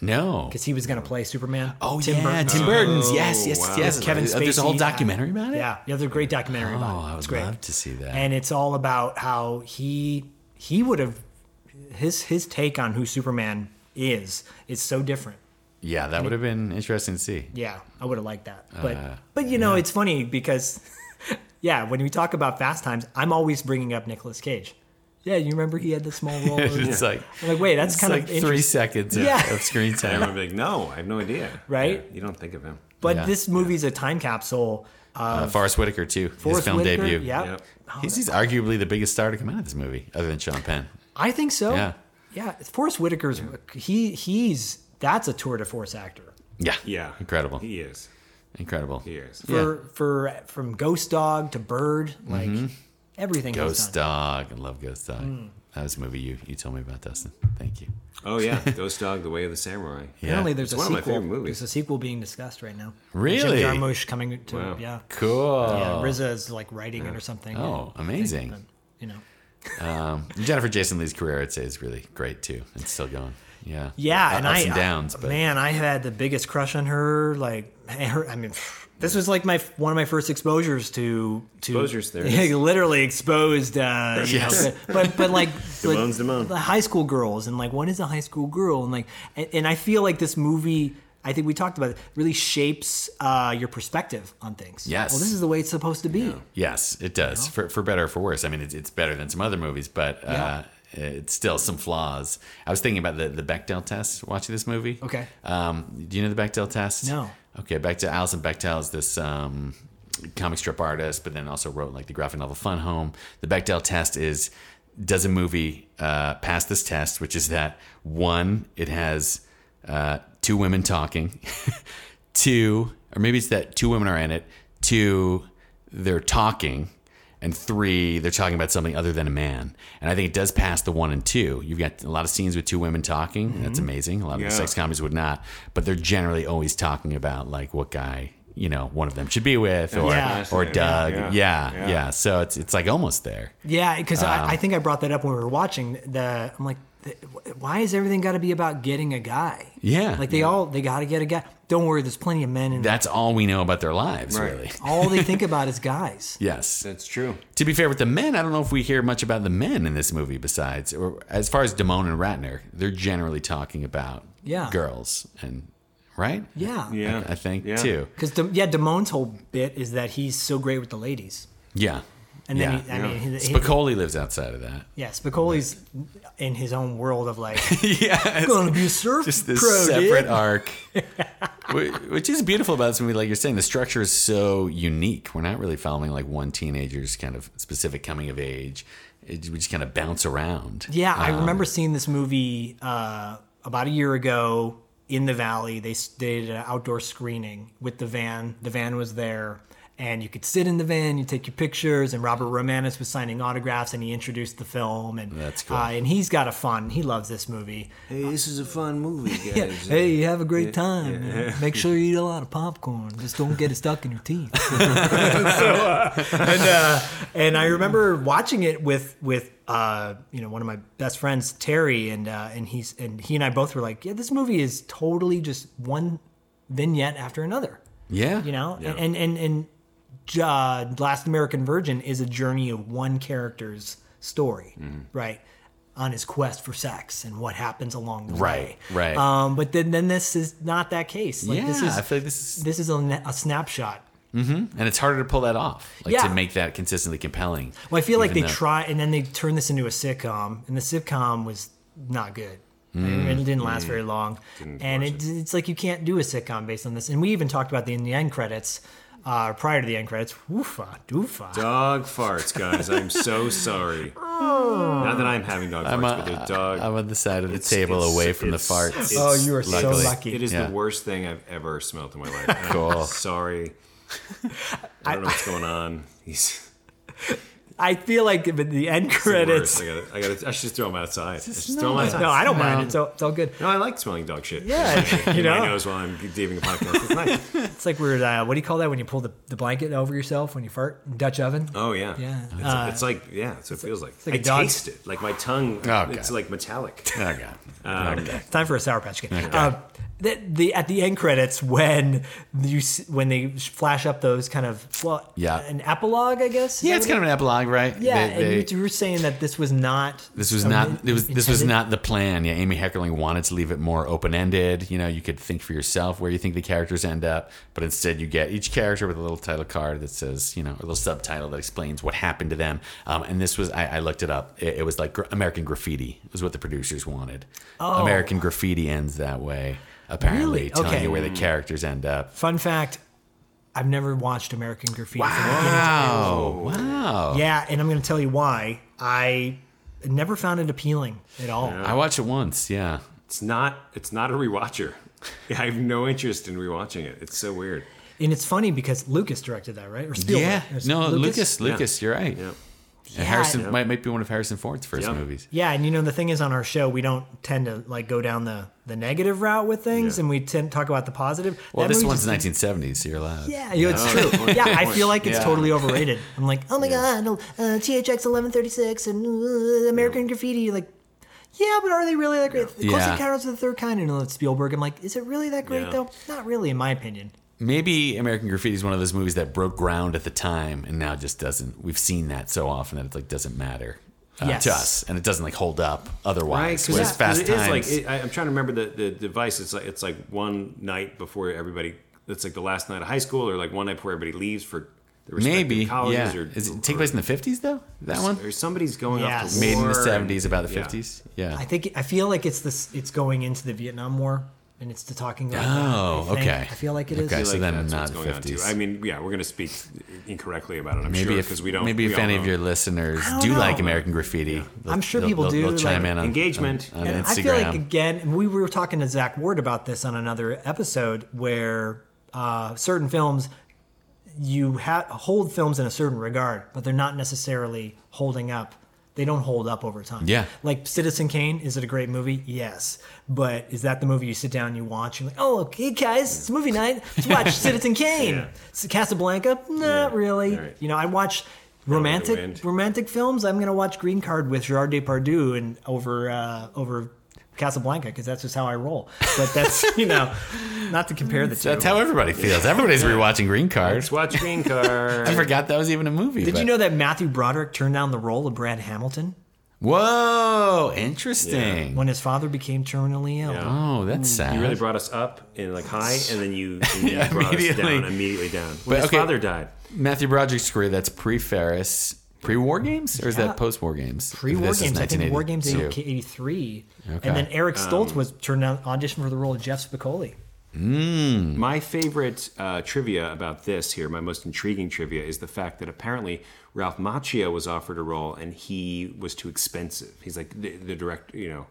S5: No.
S6: because he was going to play Superman.
S5: Oh
S6: Tim
S5: yeah,
S6: Burton.
S5: Tim Burton's. Yes, yes,
S3: wow.
S5: yes.
S6: Kevin
S5: There's a whole
S6: Spacey, uh,
S5: documentary about it.
S6: Yeah, yeah, there's a great documentary
S5: Oh,
S6: about it.
S5: I
S6: It's
S5: would
S6: great.
S5: love to see that.
S6: and it's all about how he he would have his his take on who Superman is is so different.
S5: yeah, that would have been interesting to see. (laughs)
S6: Yeah, I would have liked that. But
S5: Uh,
S6: but you know, it's funny because (laughs) yeah, when we talk about Fast Times, I'm always bringing up Nicolas Cage. Yeah, you remember he had the
S5: (laughs)
S6: small role.
S5: It's like
S6: I'm like, wait, that's
S5: it's
S6: kind
S5: like
S6: of
S5: three seconds of,
S6: Yeah.
S5: of screen
S3: And
S5: time.
S3: I'm like, no, I have no idea.
S5: (laughs)
S6: Right?
S3: Yeah, you don't think of him.
S6: But
S5: Yeah.
S6: this movie's a time capsule. Uh,
S5: Uh, Forrest Whitaker too.
S6: Forrest
S5: his film
S6: Whitaker,
S5: debut.
S6: Yeah,
S3: Yep.
S5: He's, he's arguably the biggest star to come out of this movie, other than Sean Penn.
S6: I think so.
S5: Yeah.
S6: yeah. Forrest Whitaker's he he's that's a tour de force actor.
S5: Yeah.
S3: Yeah.
S5: Incredible.
S3: He is.
S5: Incredible.
S3: He is.
S6: for for from Ghost Dog to Bird, like everything.
S5: Mm-hmm. Ghost
S6: Ghost Dog. Mm.
S5: Dog. I love Ghost Dog. That was a movie you you told me about, Dustin. Thank you.
S3: Oh
S5: (laughs)
S3: yeah, Ghost Dog: The Way of the Samurai.
S5: Yeah.
S6: Apparently, there's a
S3: one of my
S6: sequel.
S3: favorite movies.
S6: There's a sequel being discussed right now.
S5: Really?
S6: Jim Jarmusch coming to
S3: Wow.
S6: yeah.
S5: Cool.
S6: Yeah, RZA is like writing it or something.
S5: Oh,
S6: I think,
S5: amazing.
S6: but, you know.
S5: Jennifer Jason Lee's career, I'd say, is really great too. It's still going. Yeah.
S6: Yeah,
S5: Uh,
S6: and
S5: ups
S6: I
S5: and downs,
S6: I-
S5: but
S6: man, I had the biggest crush on her. Like, her, I mean, this was like my one of my first exposures to to
S3: Exposures,
S6: (laughs)
S3: there it is.
S6: literally exposed. Uh, you know,
S5: Yes.
S6: but
S3: (laughs)
S6: but like like,
S3: Damone's Damone.
S6: the high school girls and like what is a high school girl and like and, and I feel like this movie. I think we talked about it. Really shapes uh, your perspective on things.
S5: Yes.
S6: Well, this is the way it's supposed to be.
S5: yes, it does for for better or for worse. I mean, it's, it's better than some other movies, but uh, it's still some flaws. I was thinking about the the Bechdel test watching this movie.
S6: Okay.
S5: Um, do you know the Bechdel test?
S6: No.
S5: Okay, back to Alison Bechdel is this um, comic strip artist, but then also wrote like the graphic novel Fun Home. The Bechdel test is does a movie uh, pass this test, which is that one, it has uh, two women talking, (laughs) two, or maybe it's that two women are in it, two, they're talking, and three, they're talking about something other than a man. And I think it does pass the one and two. You've got a lot of scenes with two women talking. That's amazing. A lot of the sex comedies would not, but they're generally always talking about like what guy you know one of them should be with, or
S6: Yeah.
S5: or Doug. Yeah.
S3: Yeah.
S5: Yeah. So it's it's like almost there.
S6: Yeah, because I,
S5: Um,
S6: I think I brought that up when we were watching. The I'm like, th- why is everything got to be about getting a guy?
S5: Yeah.
S6: Like they all they got to get a guy. Don't worry, there's plenty of men, and
S5: That's all we know about their lives,
S3: Right.
S5: really.
S6: all
S5: (laughs)
S6: they think about is guys.
S5: Yes.
S3: That's true.
S5: To be fair with the men, I don't know if we hear much about the men in this movie besides, or as far as Damone and Ratner, they're generally talking about
S6: Yeah.
S5: girls and right?
S6: Yeah,
S3: Yeah,
S5: I think
S3: yeah.
S5: too.
S6: Because De- yeah, Damone's whole bit is that he's so great with the ladies,
S5: Yeah.
S6: and then
S5: yeah.
S6: he, I mean, he, he-
S5: Spicoli lives outside of that.
S6: yeah, Spicoli's in his own world of like
S5: (laughs) yeah. It's
S6: gonna be a surf
S5: just this
S6: pro, dude."
S5: separate
S6: (laughs)
S5: arc. Wh- Which is beautiful about this movie, like you're saying, the structure is so unique. We're not really following like one teenager's kind of specific coming of age. It, we just kind of bounce around. Uh,
S6: Yeah, I remember
S5: Um,
S6: seeing this movie uh, about a year ago in the valley. They s- they did an outdoor screening with the van. The van was there, and you could sit in the van, you take your pictures, and Robert Romanus was signing autographs, and he introduced the film. And
S5: That's cool.
S6: Uh, and he's got a fun. He loves this movie.
S3: Hey, this is a fun
S5: (laughs)
S3: movie, guys.
S6: Hey, have a great time. Make sure you eat a lot of popcorn. Just don't get it stuck in your teeth. (laughs) so, uh, and, uh, and I remember watching it with with uh, you know one of my best friends, Terry, and uh, and he's and he and I both were like, yeah, this movie is totally just one vignette after another.
S5: Yeah.
S6: You know, and and and, and uh, Last American Virgin is a journey of one character's story,
S5: Mm-hmm.
S6: right? On his quest for sex and what happens along the
S5: Right,
S6: way,
S5: right.
S6: Um, but then, then this is not that case. Like,
S5: yeah.
S6: this is
S5: I feel like this is
S6: this is a, na- a snapshot.
S5: and it's harder to pull that off like
S6: Yeah.
S5: to make that consistently compelling
S6: Well, I feel like
S5: Even
S6: they
S5: though-
S6: try and then they turn this into a sitcom, and the sitcom was not good.
S5: Mm,
S6: it didn't last very long, and it, it's like you can't do a sitcom based on this. And we even talked about the in the end credits, uh, prior to the end credits. Woofa, doofa.
S3: Dog farts, guys. I'm so sorry. Not that I'm having dog farts, but they're dog.
S5: i'm on the side of the
S3: It's-
S5: table
S3: it's-
S5: away from the
S3: it's-
S5: farts
S3: it's-
S6: Oh, you are so
S5: Luckily.
S6: lucky.
S3: It is
S5: Yeah.
S3: the worst thing I've ever smelled in my life. And I'm
S5: Cool.
S3: sorry. I don't know what's going on. He's
S6: I feel like with the end
S3: Worst.
S6: credits.
S3: I got I got I should just throw them outside. I should just throw them
S6: (laughs)
S3: outside.
S6: No, I don't mind. It's all, it's all
S5: (laughs)
S6: good.
S3: No, I like smelling dog shit.
S6: Yeah, you
S3: I
S6: know,
S3: knows while I'm giving a podcast. It's nice.
S6: (laughs) it's like we're uh, what do you call that when you pull the, the blanket over yourself when you fart? Dutch oven.
S3: Oh yeah.
S6: Yeah. Uh,
S3: It's, it's like yeah. That's what it feels like.
S6: like a
S3: I
S6: dog-
S3: taste it. Like my tongue.
S5: Oh,
S3: It's
S5: God.
S3: like metallic.
S5: Okay.
S3: Uh,
S5: okay.
S6: It's time for a sour patch kid. Uh, the, the at the end credits when you s- when they flash up those kind of well,
S5: Yeah.
S6: an epilogue I guess.
S5: Yeah, it's kind of an epilogue, right?
S6: yeah.
S5: They-
S6: and you
S5: they-
S6: two were saying that this was not
S5: This was
S6: um,
S5: not. It was, this was
S6: intended?
S5: not the plan. Yeah, Amy Heckerling wanted to leave it more open ended. You know, you could think for yourself where you think the characters end up, but instead you get each character with a little title card that says, you know, a little subtitle that explains what happened to them. Um, and this was, I, I looked it up. It, it was like gra- American Graffiti was what the producers wanted. American Graffiti ends that way, apparently,
S6: Oh. Really?
S5: telling
S6: Okay.
S5: you where the characters end up.
S6: Fun fact: I've never watched American Graffiti. from beginning to
S3: Oh,
S5: Oh, Wow! Wow!
S6: end. Yeah, and I'm going to tell you why. I never found it appealing at all.
S5: I watched it once. Yeah.
S3: It's not. It's not a rewatcher. (laughs) Yeah, I have no interest in rewatching it. It's so weird.
S6: And it's funny because Lucas directed that, right? Or Spielberg?
S5: Yeah.
S6: It was
S5: No, Lucas. Lucas, you're right.
S3: Yeah.
S5: And Harrison might, might be one of Harrison Ford's first
S3: Yeah.
S5: movies.
S6: Yeah, and you know the thing is on our show we don't tend to like go down the the negative route with things, and we tend to talk about the positive.
S5: Well,
S6: That
S5: this
S6: movie
S5: one's
S6: just-
S5: 1970s, so you're allowed.
S6: Yeah, yeah, it's
S5: (laughs)
S3: Yeah.
S6: true.
S3: Point,
S6: Yeah,
S3: point,
S6: I feel like it's
S5: Yeah.
S6: totally overrated. I'm like, oh my god, uh, THX 1136 and uh, American Graffiti, like. Yeah, but are they really that great? Close
S5: Yeah.
S6: Encounters of the Third Kind and it's Spielberg. I'm like, is it really that great
S3: Yeah.
S6: though? Not really, in my opinion.
S5: Maybe American Graffiti is one of those movies that broke ground at the time and now just doesn't. We've seen that so often that it like doesn't matter uh,
S6: Yes.
S5: to us, and it doesn't like hold up
S3: Right,
S5: otherwise.
S3: because
S5: Whereas Fast
S3: it is
S5: Times,
S3: like it, I, I'm trying to remember the, the device. It's like it's like one night before everybody. It's like the last night of high school, or like one night before everybody leves for the respective
S5: maybe
S3: colleges,
S5: yeah.
S3: or
S5: is it take place in the 50s though? That one
S3: Or somebody's going off
S6: Yes.
S3: to
S5: made in
S3: war
S5: the
S3: and-
S5: 70s, about the
S3: yeah.
S5: 50s. Yeah.
S6: I think I feel like it's this. It's going into the Vietnam War, and it's the talking. About
S5: Oh,
S6: that, I think.
S5: okay.
S6: I feel like it is.
S5: Okay,
S3: I feel
S5: So
S3: like
S5: then
S3: that's
S5: not
S3: what's going on, too.
S5: 50s.
S3: I mean, yeah, we're gonna speak incorrectly about it. I'm
S5: Maybe
S3: sure
S5: if
S3: because we don't.
S5: maybe
S3: we
S5: if
S3: all
S5: any of
S3: don't.
S5: your listeners
S6: don't
S5: do
S6: know.
S5: like American Graffiti, they'll-
S6: I'm sure
S5: they'll-
S6: people
S5: they'll-
S6: do,
S5: They'll chime
S6: like,
S5: in on
S3: engagement.
S5: on, on
S6: And
S5: Instagram.
S6: I feel like again, and we were talking to Zach Ward about this on another episode, where uh, certain films you ha- hold films in a certain regard, but they're not necessarily holding up. They don't hold up over time.
S5: Yeah.
S6: Like Citizen Kane, is it a great movie? Yes. But is that the movie you sit down and you watch? You're like, oh, okay, guys, it's movie night. Let's watch Citizen Kane. S- Casablanca? Not really.
S3: right.
S6: You know, I watch romantic
S3: Wind.
S6: romantic films. I'm gonna watch Green Card with Gerard Depardieu and over uh, over Casablanca because that's just how I roll. But that's (laughs) you know, not to compare the two.
S5: That's how everybody
S6: (laughs)
S5: feels. Everybody's rewatching Green Card.
S3: Let's watch Green Card.
S5: (laughs) I forgot that was even a movie.
S6: Did
S5: but-
S6: you know that Matthew Broderick turned down the role of Brad Hamilton
S5: Whoa, interesting.
S6: when Mm, his father became terminally ill?
S5: Oh, that's sad.
S3: You really brought us up and like high, and then you,
S6: (laughs)
S3: and then you
S5: Yeah,
S3: brought us
S5: immediately.
S3: down immediately down. When
S5: But,
S3: his
S5: okay.
S3: father died.
S5: Matthew Broderick's career, that's pre Ferris, pre war games? Or is that post war games?
S6: Pre War
S5: This is
S6: Games, I think War Games
S5: 1982.
S6: 83. And then Eric Stoltz was turned down audition for the role of Jeff Spicoli. Mm.
S5: Hmm,
S3: My favorite uh, trivia about this here, my most intriguing trivia, is the fact that apparently Ralph Macchio was offered a role and he was too expensive. He's like the, the director, you know.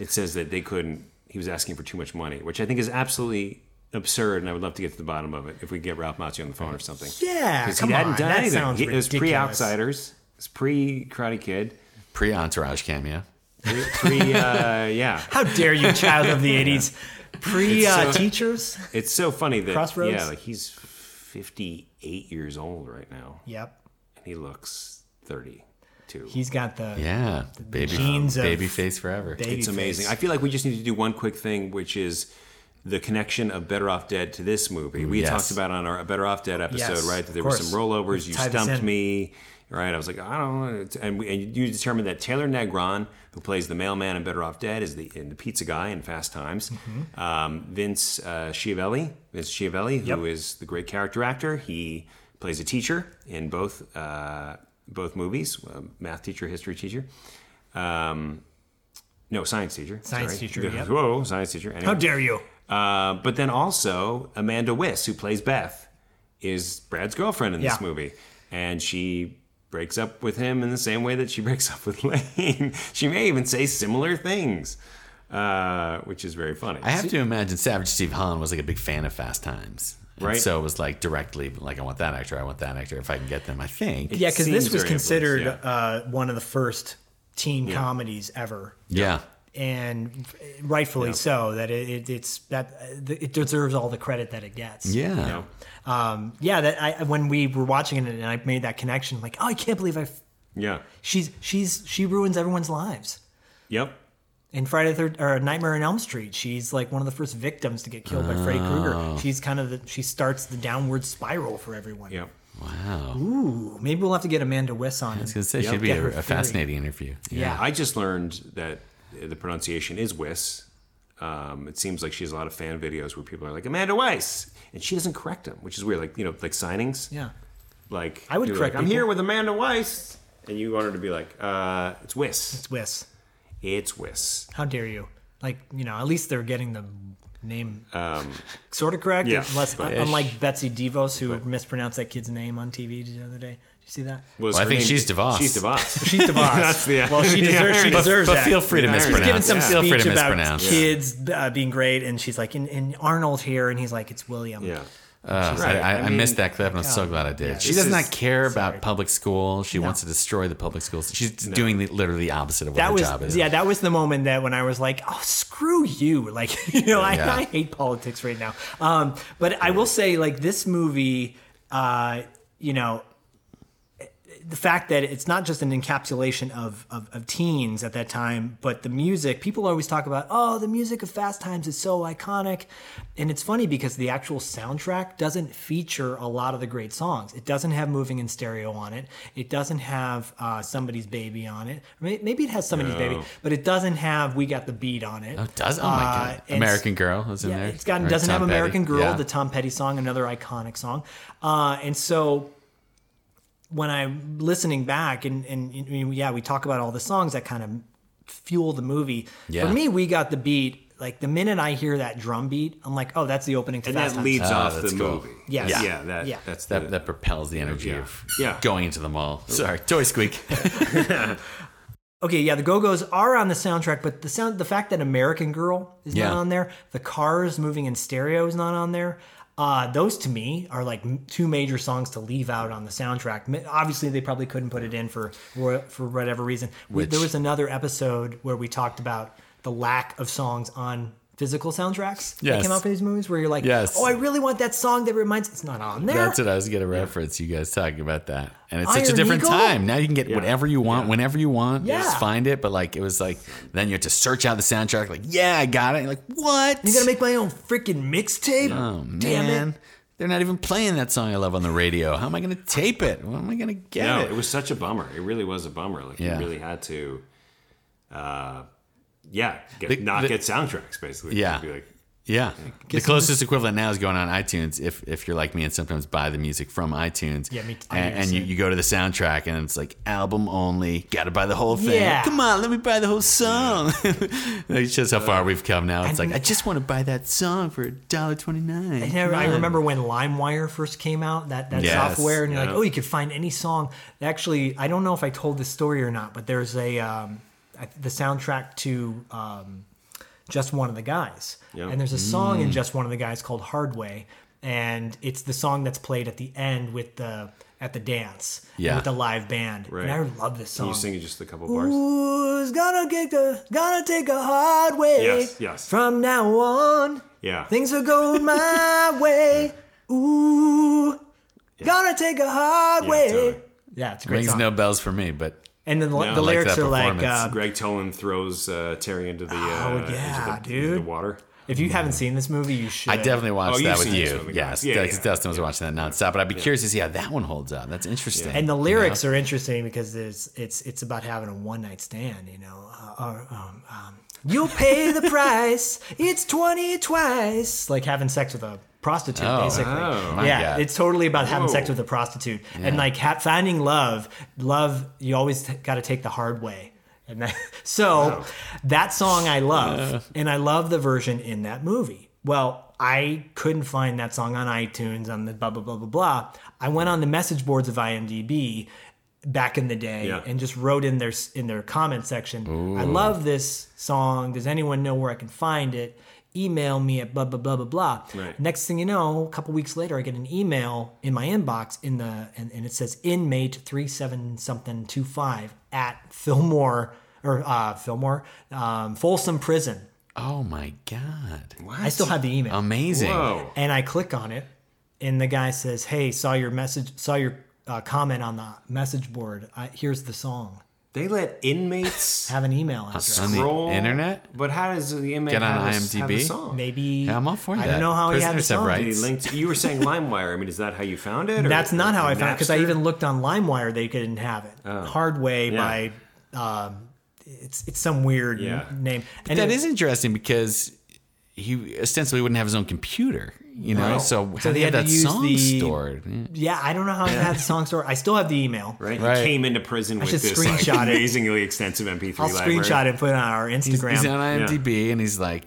S3: It says that they couldn't. He was asking for too much money, which I think is absolutely absurd, and I would love to get to the bottom of it if we could get Ralph Macchio on the phone or something.
S6: Yeah,
S3: because
S6: come
S3: he hadn't
S6: on,
S3: done
S6: that
S3: anything.
S6: sounds
S3: He- it was
S6: ridiculous.
S3: pre-Outsiders. It was pre-Karate Kid.
S5: Pre Entourage cameo.
S3: Pre, pre uh, yeah.
S6: How dare you, child
S3: (laughs)
S6: of the 80s? Pre uh, teachers?
S3: It's so funny that
S6: Crossroads?
S3: Yeah, like he's fifty-eight years old right now,
S6: Yep.
S3: and he looks thirty-two.
S6: He's got the.
S5: Yeah. Baby,
S6: genes of
S5: baby face forever.
S6: baby
S3: it's
S6: face.
S3: amazing. I feel like we just need to do one quick thing, which is the connection of Better Off Dead to this movie. We had
S5: Yes.
S3: talked about on our Better Off Dead episode,
S6: Yes,
S3: right? That there
S6: of
S3: were
S6: course.
S3: some rollovers. You
S6: Tie this
S3: stumped
S6: in.
S3: me, right? I was like, I don't. know. And, we, and you determined that Taylor Negron, who plays the mailman in Better Off Dead, is the and the pizza guy in Fast Times.
S6: Mm-hmm.
S3: Um, Vince uh, Schiavelli, Vince Schiavelli, who is the great character actor. He plays a teacher in both uh, both movies, a math teacher, history teacher. Um, no, science teacher.
S6: Science
S3: sorry. (laughs)
S6: teacher, yep.
S3: Whoa, science teacher.
S6: How
S3: Anyway.
S6: dare you?
S3: Uh, but then also Amanda Wiss, who plays Beth, is Brad's girlfriend in this
S6: Yeah.
S3: movie, and she breaks up with him in the same way that she (laughs) breaks up with Lane. she may even say similar things, uh, which is very funny.
S5: I have to imagine Savage Steve Hahn was like a big fan of Fast Times. And
S3: Right.
S5: so it was like directly like I want that actor, I want that actor. If I can get them, I think.
S6: yeah, because this
S3: seems
S6: was
S3: very
S6: considered
S3: influenced,
S6: uh, one of the first teen comedies ever,
S5: Yeah.
S6: and rightfully so. That it, it, it's that uh, th- it deserves all the credit that it gets.
S5: Yeah.
S6: um, yeah. That I when we were watching it and I made that connection, like, oh, I can't believe I.
S3: Yeah.
S6: She's she's she ruins everyone's lives.
S3: Yep.
S6: in Friday the Third or Nightmare on Elm Street, she's like one of the first victims to get killed by Freddy
S5: Oh.
S6: Krueger. She's kind of the, she starts the downward spiral for everyone.
S3: Yep.
S6: Ooh, maybe we'll have to get Amanda Wiss on.
S5: I was gonna say should be
S6: get her
S5: a, a
S6: theory.
S5: fascinating interview.
S6: yeah.
S3: I just learned that the pronunciation is Wiss. Um, it seems like she has a lot of fan videos where people are like Amanda Weiss, and she doesn't correct them, which is weird. Like you know, like signings.
S6: yeah.
S3: Like
S6: I would
S3: you're
S6: correct
S3: Like, I'm
S6: people.
S3: here with Amanda Weiss, and you want her to be like, uh, it's Wiss.
S6: It's Wiss.
S3: It's Wiss.
S6: How dare you? Like you know, at least they're getting the name sort of correct.
S3: Um, yeah,
S6: unless
S3: but-
S6: unlike Betsy DeVos who mispronounced that kid's name on TV the other day. Did you see
S5: (laughs)
S6: that?
S3: Was
S5: Well, I
S3: her
S5: think
S3: name-
S5: she's DeVos.
S3: She's DeVos.
S6: (laughs) She's DeVos.
S3: That's the- (laughs)
S6: well, she
S3: the
S6: deserves. she
S3: irony.
S5: But,
S6: deserves
S5: but
S6: that.
S5: feel free to
S3: Yeah. She's
S5: mispronounce.
S6: She's giving some
S5: Feel free
S6: speech
S5: to
S6: about
S5: mispronounce.
S6: kids uh, being great, and she's like, and, and Arnold here, and he's like, it's William.
S3: yeah.
S5: Uh,
S3: Right,
S5: I, I,
S3: I
S5: I missed that clip, and I'm so glad I did. she does
S3: is-
S5: not care about public school. She wants to destroy the public schools. She's doing the, literally the opposite of what
S6: That
S5: her job
S6: was
S5: is.
S6: yeah, that was the moment that when I was like, oh, screw you, (laughs) like you know, I,
S5: Yeah.
S6: I hate politics right now. Um, but I will say, like this movie, uh, you know, the fact that it's not just an encapsulation of, of of teens at that time, but the music. People always talk about, oh, the music of Fast Times is so iconic, and it's funny because the actual soundtrack doesn't feature a lot of the great songs. It doesn't have "Moving in Stereo" on it. It doesn't have uh, "Somebody's Baby" on it. Or may- Maybe it has "Somebody's Baby," but it doesn't have "We Got the Beat" on it.
S5: Oh, does oh my
S6: Uh,
S5: god,
S6: it's-
S5: American Girl was in
S6: yeah,
S5: there.
S6: It's got
S5: Or
S6: doesn't
S5: Tom
S6: have
S5: Petty.
S6: American Girl,
S5: Yeah.
S6: the Tom Petty song, another iconic song. Uh, and so when I'm listening back, and and I mean, yeah, we talk about all the songs that kind of fuel the movie.
S5: Yeah.
S6: For me, we got the beat. Like the minute I hear that drum beat, I'm like, oh, that's the opening to
S3: And
S6: Fast
S3: that
S6: Times.
S3: leads off the
S5: Oh, that's cool.
S3: movie.
S6: Yes.
S3: Yeah.
S6: Yeah.
S3: yeah that,
S6: Yeah.
S3: That's the,
S5: that, that propels the energy
S3: Yeah.
S5: of
S3: Yeah.
S5: going into the mall. Sorry,
S6: (laughs)
S5: toy squeak.
S6: Okay, yeah, the Go Go's are on the soundtrack, but the sound, the fact that American Girl is
S5: Yeah.
S6: not on there, the Cars moving in stereo is not on there. Uh, those to me are like m- two major songs to leave out on the soundtrack. Ma- Obviously, they probably couldn't put it in for roy- for whatever reason. We, there was another episode where we talked about the lack of songs on physical soundtracks that
S5: Yes.
S6: came out for these movies, where you're like,
S5: Yes.
S6: "Oh, I really want that song that reminds." It's not on there.
S5: That's what I was gonna reference. You guys talking about that, and it's such
S6: Iron
S5: a different
S6: Eagle?
S5: time now. You can get whatever you want, whenever you want.
S6: Yeah.
S5: Just find it. But like, it was like then you have to search out the soundtrack. Like, yeah, I got it. You're like, what?
S6: I'm gonna make my own freaking mixtape.
S5: Oh
S6: Damn it.
S5: man, they're not even playing that song I love on the radio. How am I gonna tape it? When am I gonna get
S3: no,
S5: it?
S3: it was such a bummer. It really was a bummer. Like
S5: Yeah.
S3: you really had to, uh, yeah, get,
S5: The-
S3: not
S5: the-
S3: get soundtracks basically.
S5: Yeah.
S3: Be like,
S5: Yeah. The closest equivalent now is going on iTunes if if you're like me and sometimes buy the music from iTunes.
S6: Yeah, me too. I do
S5: And,
S6: the
S5: and you,
S6: same.
S5: you go to the soundtrack and it's like album only. Gotta buy the whole thing.
S6: Yeah.
S5: Come on, let me buy the whole song. (laughs) it shows how far we've come now. It's like I just want to buy that song for $1.29.
S6: I, never, I remember when LimeWire first came out, that, that
S5: Yes.
S6: software, and you're like, oh, you could find any song. Actually, I don't know if I told this story or not, but there's a um, I- the soundtrack to um, Just One of the Guys, and there's a song in Just One of the Guys called Hard Way, and it's the song that's played at the end with the at the dance and
S5: Yeah.
S6: with the live band.
S3: Right.
S6: And I love this
S3: can
S6: song.
S3: you sing just a couple bars?
S6: Who's gonna take the gonna take a hard way?
S3: Yes, yes.
S6: From now on,
S3: Yeah.
S6: things will go my way. Ooh, gonna take a hard
S3: Yeah,
S6: way.
S3: totally.
S6: Yeah, it's a great
S5: Rings
S6: song.
S5: no bells for me, but
S6: and then the,
S3: I
S6: the
S5: like
S6: lyrics
S5: that
S6: are like,
S5: performance.
S6: uh,
S3: Greg Tolan throws uh, Terry into the uh,
S6: Oh,
S3: into
S6: yeah,
S3: the- into the
S6: dude.
S3: water.
S6: if you haven't seen this movie, you should.
S5: I definitely watched
S3: Oh, you've
S5: that with
S3: seen this
S5: you.
S3: movie.
S5: Yes,
S3: Yeah,
S5: Dex-
S3: yeah.
S5: Dustin was watching that nonstop, but I'd be curious to see how that one holds up. That's interesting.
S6: And the lyrics are interesting because it's it's it's about having a one night stand, you know. Uh, or, um, um, You'll pay
S5: (laughs)
S6: the price. It's twenty twice. Like having sex with a prostitute,
S5: Oh.
S6: basically.
S3: Oh,
S5: my
S6: yeah,
S5: God.
S6: it's totally about having sex
S3: Whoa.
S6: with a prostitute and like ha- finding love. Love, you always got to take the hard way. And that, (laughs) so that song I love, and I love the version in that movie. Well, I couldn't find that song on iTunes on the blah blah blah blah blah. I went on the message boards of IMDb back in the day
S3: Yeah.
S6: and just wrote in their in their comment section, "I love this song. Does anyone know where I can find it?" email me at blah blah blah blah blah.
S3: Right.
S6: Next thing you know, a couple weeks later, I get an email in my inbox in the and, and it says inmate three seven something two five at Fillmore or uh, Fillmore um, Folsom Prison.
S5: Oh my god!
S6: I still have the email
S5: Amazing.
S3: Whoa.
S6: and I click on it, and the guy says, "Hey, saw your message, saw your uh, comment on the message board. I, here's the song.
S3: They let
S5: (laughs)
S3: inmates
S6: Have an email address.
S5: On
S3: roll.
S5: the internet?
S3: But how does the inmate
S5: Get on
S3: have, a- have a
S5: IMDb?
S3: song?
S6: Maybe
S5: Yeah, I'm all for
S6: I
S5: that.
S6: don't know how
S5: Prisoners
S6: he
S5: have
S6: had the song.
S5: rights.
S3: Did he link to- you were saying LimeWire. I mean, is that how you found it? or-
S6: That's not how I
S3: or
S6: found it because I
S3: Napster? Oh.
S6: even looked on LimeWire. They couldn't have it. Hard way by um, it's it's some weird
S3: Yeah.
S6: n- name.
S5: But
S6: And
S5: that
S6: it-
S5: is interesting because he ostensibly wouldn't have his own computer, you know. So how
S6: they
S5: do you have
S6: had
S5: that
S6: to use
S5: song
S6: the-
S5: stored? Yeah.
S6: yeah. I don't know how I had the song stored. I still have the email.
S3: Right?
S5: Right.
S3: He came into prison with
S6: should
S3: this
S6: screenshot
S3: like,
S6: it.
S3: amazingly extensive MP3
S6: I'll
S3: library.
S6: screenshot it and put it on our Instagram.
S5: He's on IMDb and he's like,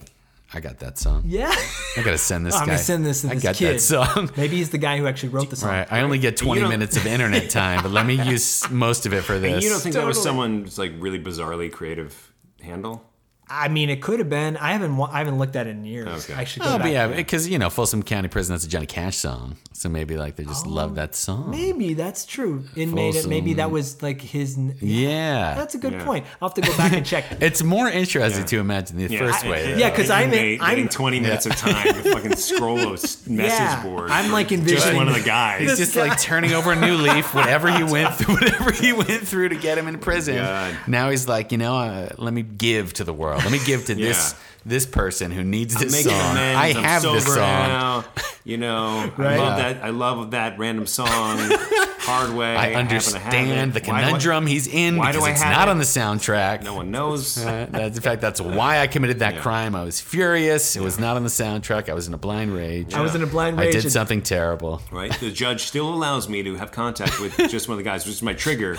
S5: "I got that song. (laughs)
S6: yeah. Oh,
S5: I gotta send this
S6: I'm
S5: guy.
S6: gonna send this to
S5: I
S6: this
S5: got
S6: kid. (laughs)
S5: that song."
S6: Maybe he's the guy who actually wrote the song.
S5: Right. I only get 20
S3: don't-
S5: minutes
S3: (laughs)
S5: of internet time, but let me use most of it for this.
S3: You don't think that was someone's like really bizarrely creative handle?
S6: I mean, it could have been. I haven't. wa- I haven't looked at it in years.
S3: Okay.
S6: I should go
S5: Oh,
S6: back.
S5: but yeah, because you know Folsom County Prison. That's a Johnny Cash song, so maybe like they just love that song.
S6: Oh. Maybe that's true. Inmate. It, maybe that was like his. n-
S5: Yeah,
S6: That's a good point. I'll have to go back and
S5: (laughs)
S6: check.
S5: it's more interesting to imagine the first
S3: I-
S5: way.
S6: yeah, 'cause I'm-
S3: Inmate
S6: I'm-
S3: getting 20 minutes of time to fucking scroll a s- message
S6: Yeah,
S3: board.
S6: I'm, like,
S3: just
S6: envisioning-
S3: one of the guys.
S5: He's just like turning over a
S3: (laughs)
S5: new leaf. Whatever he went through, whatever he went through to get him in prison.
S3: God.
S5: Now he's like, you know, uh, let me give to the world. Let me give to this
S3: Yeah.
S5: this person who needs this
S3: making
S5: song.
S3: amends.
S5: I have
S3: am
S5: this
S3: sober
S5: song.
S3: Now. You know, I love that. I love that random song. Hard way.
S5: I
S3: happen to have
S5: understand
S3: it.
S5: the
S3: Why do I-
S5: conundrum he's in
S3: why do
S5: because
S3: I
S5: it's
S3: have
S5: not
S3: it?
S5: on the soundtrack.
S3: no one knows.
S5: Uh,
S3: (laughs)
S5: that's, in fact, that's why I committed that crime. I was furious. It was not on the soundtrack. I was in a blind rage.
S6: I was in a blind
S5: I
S6: rage.
S5: did
S6: and-
S5: something terrible.
S3: Right. The judge still allows me to have contact with just one of the guys, which is my trigger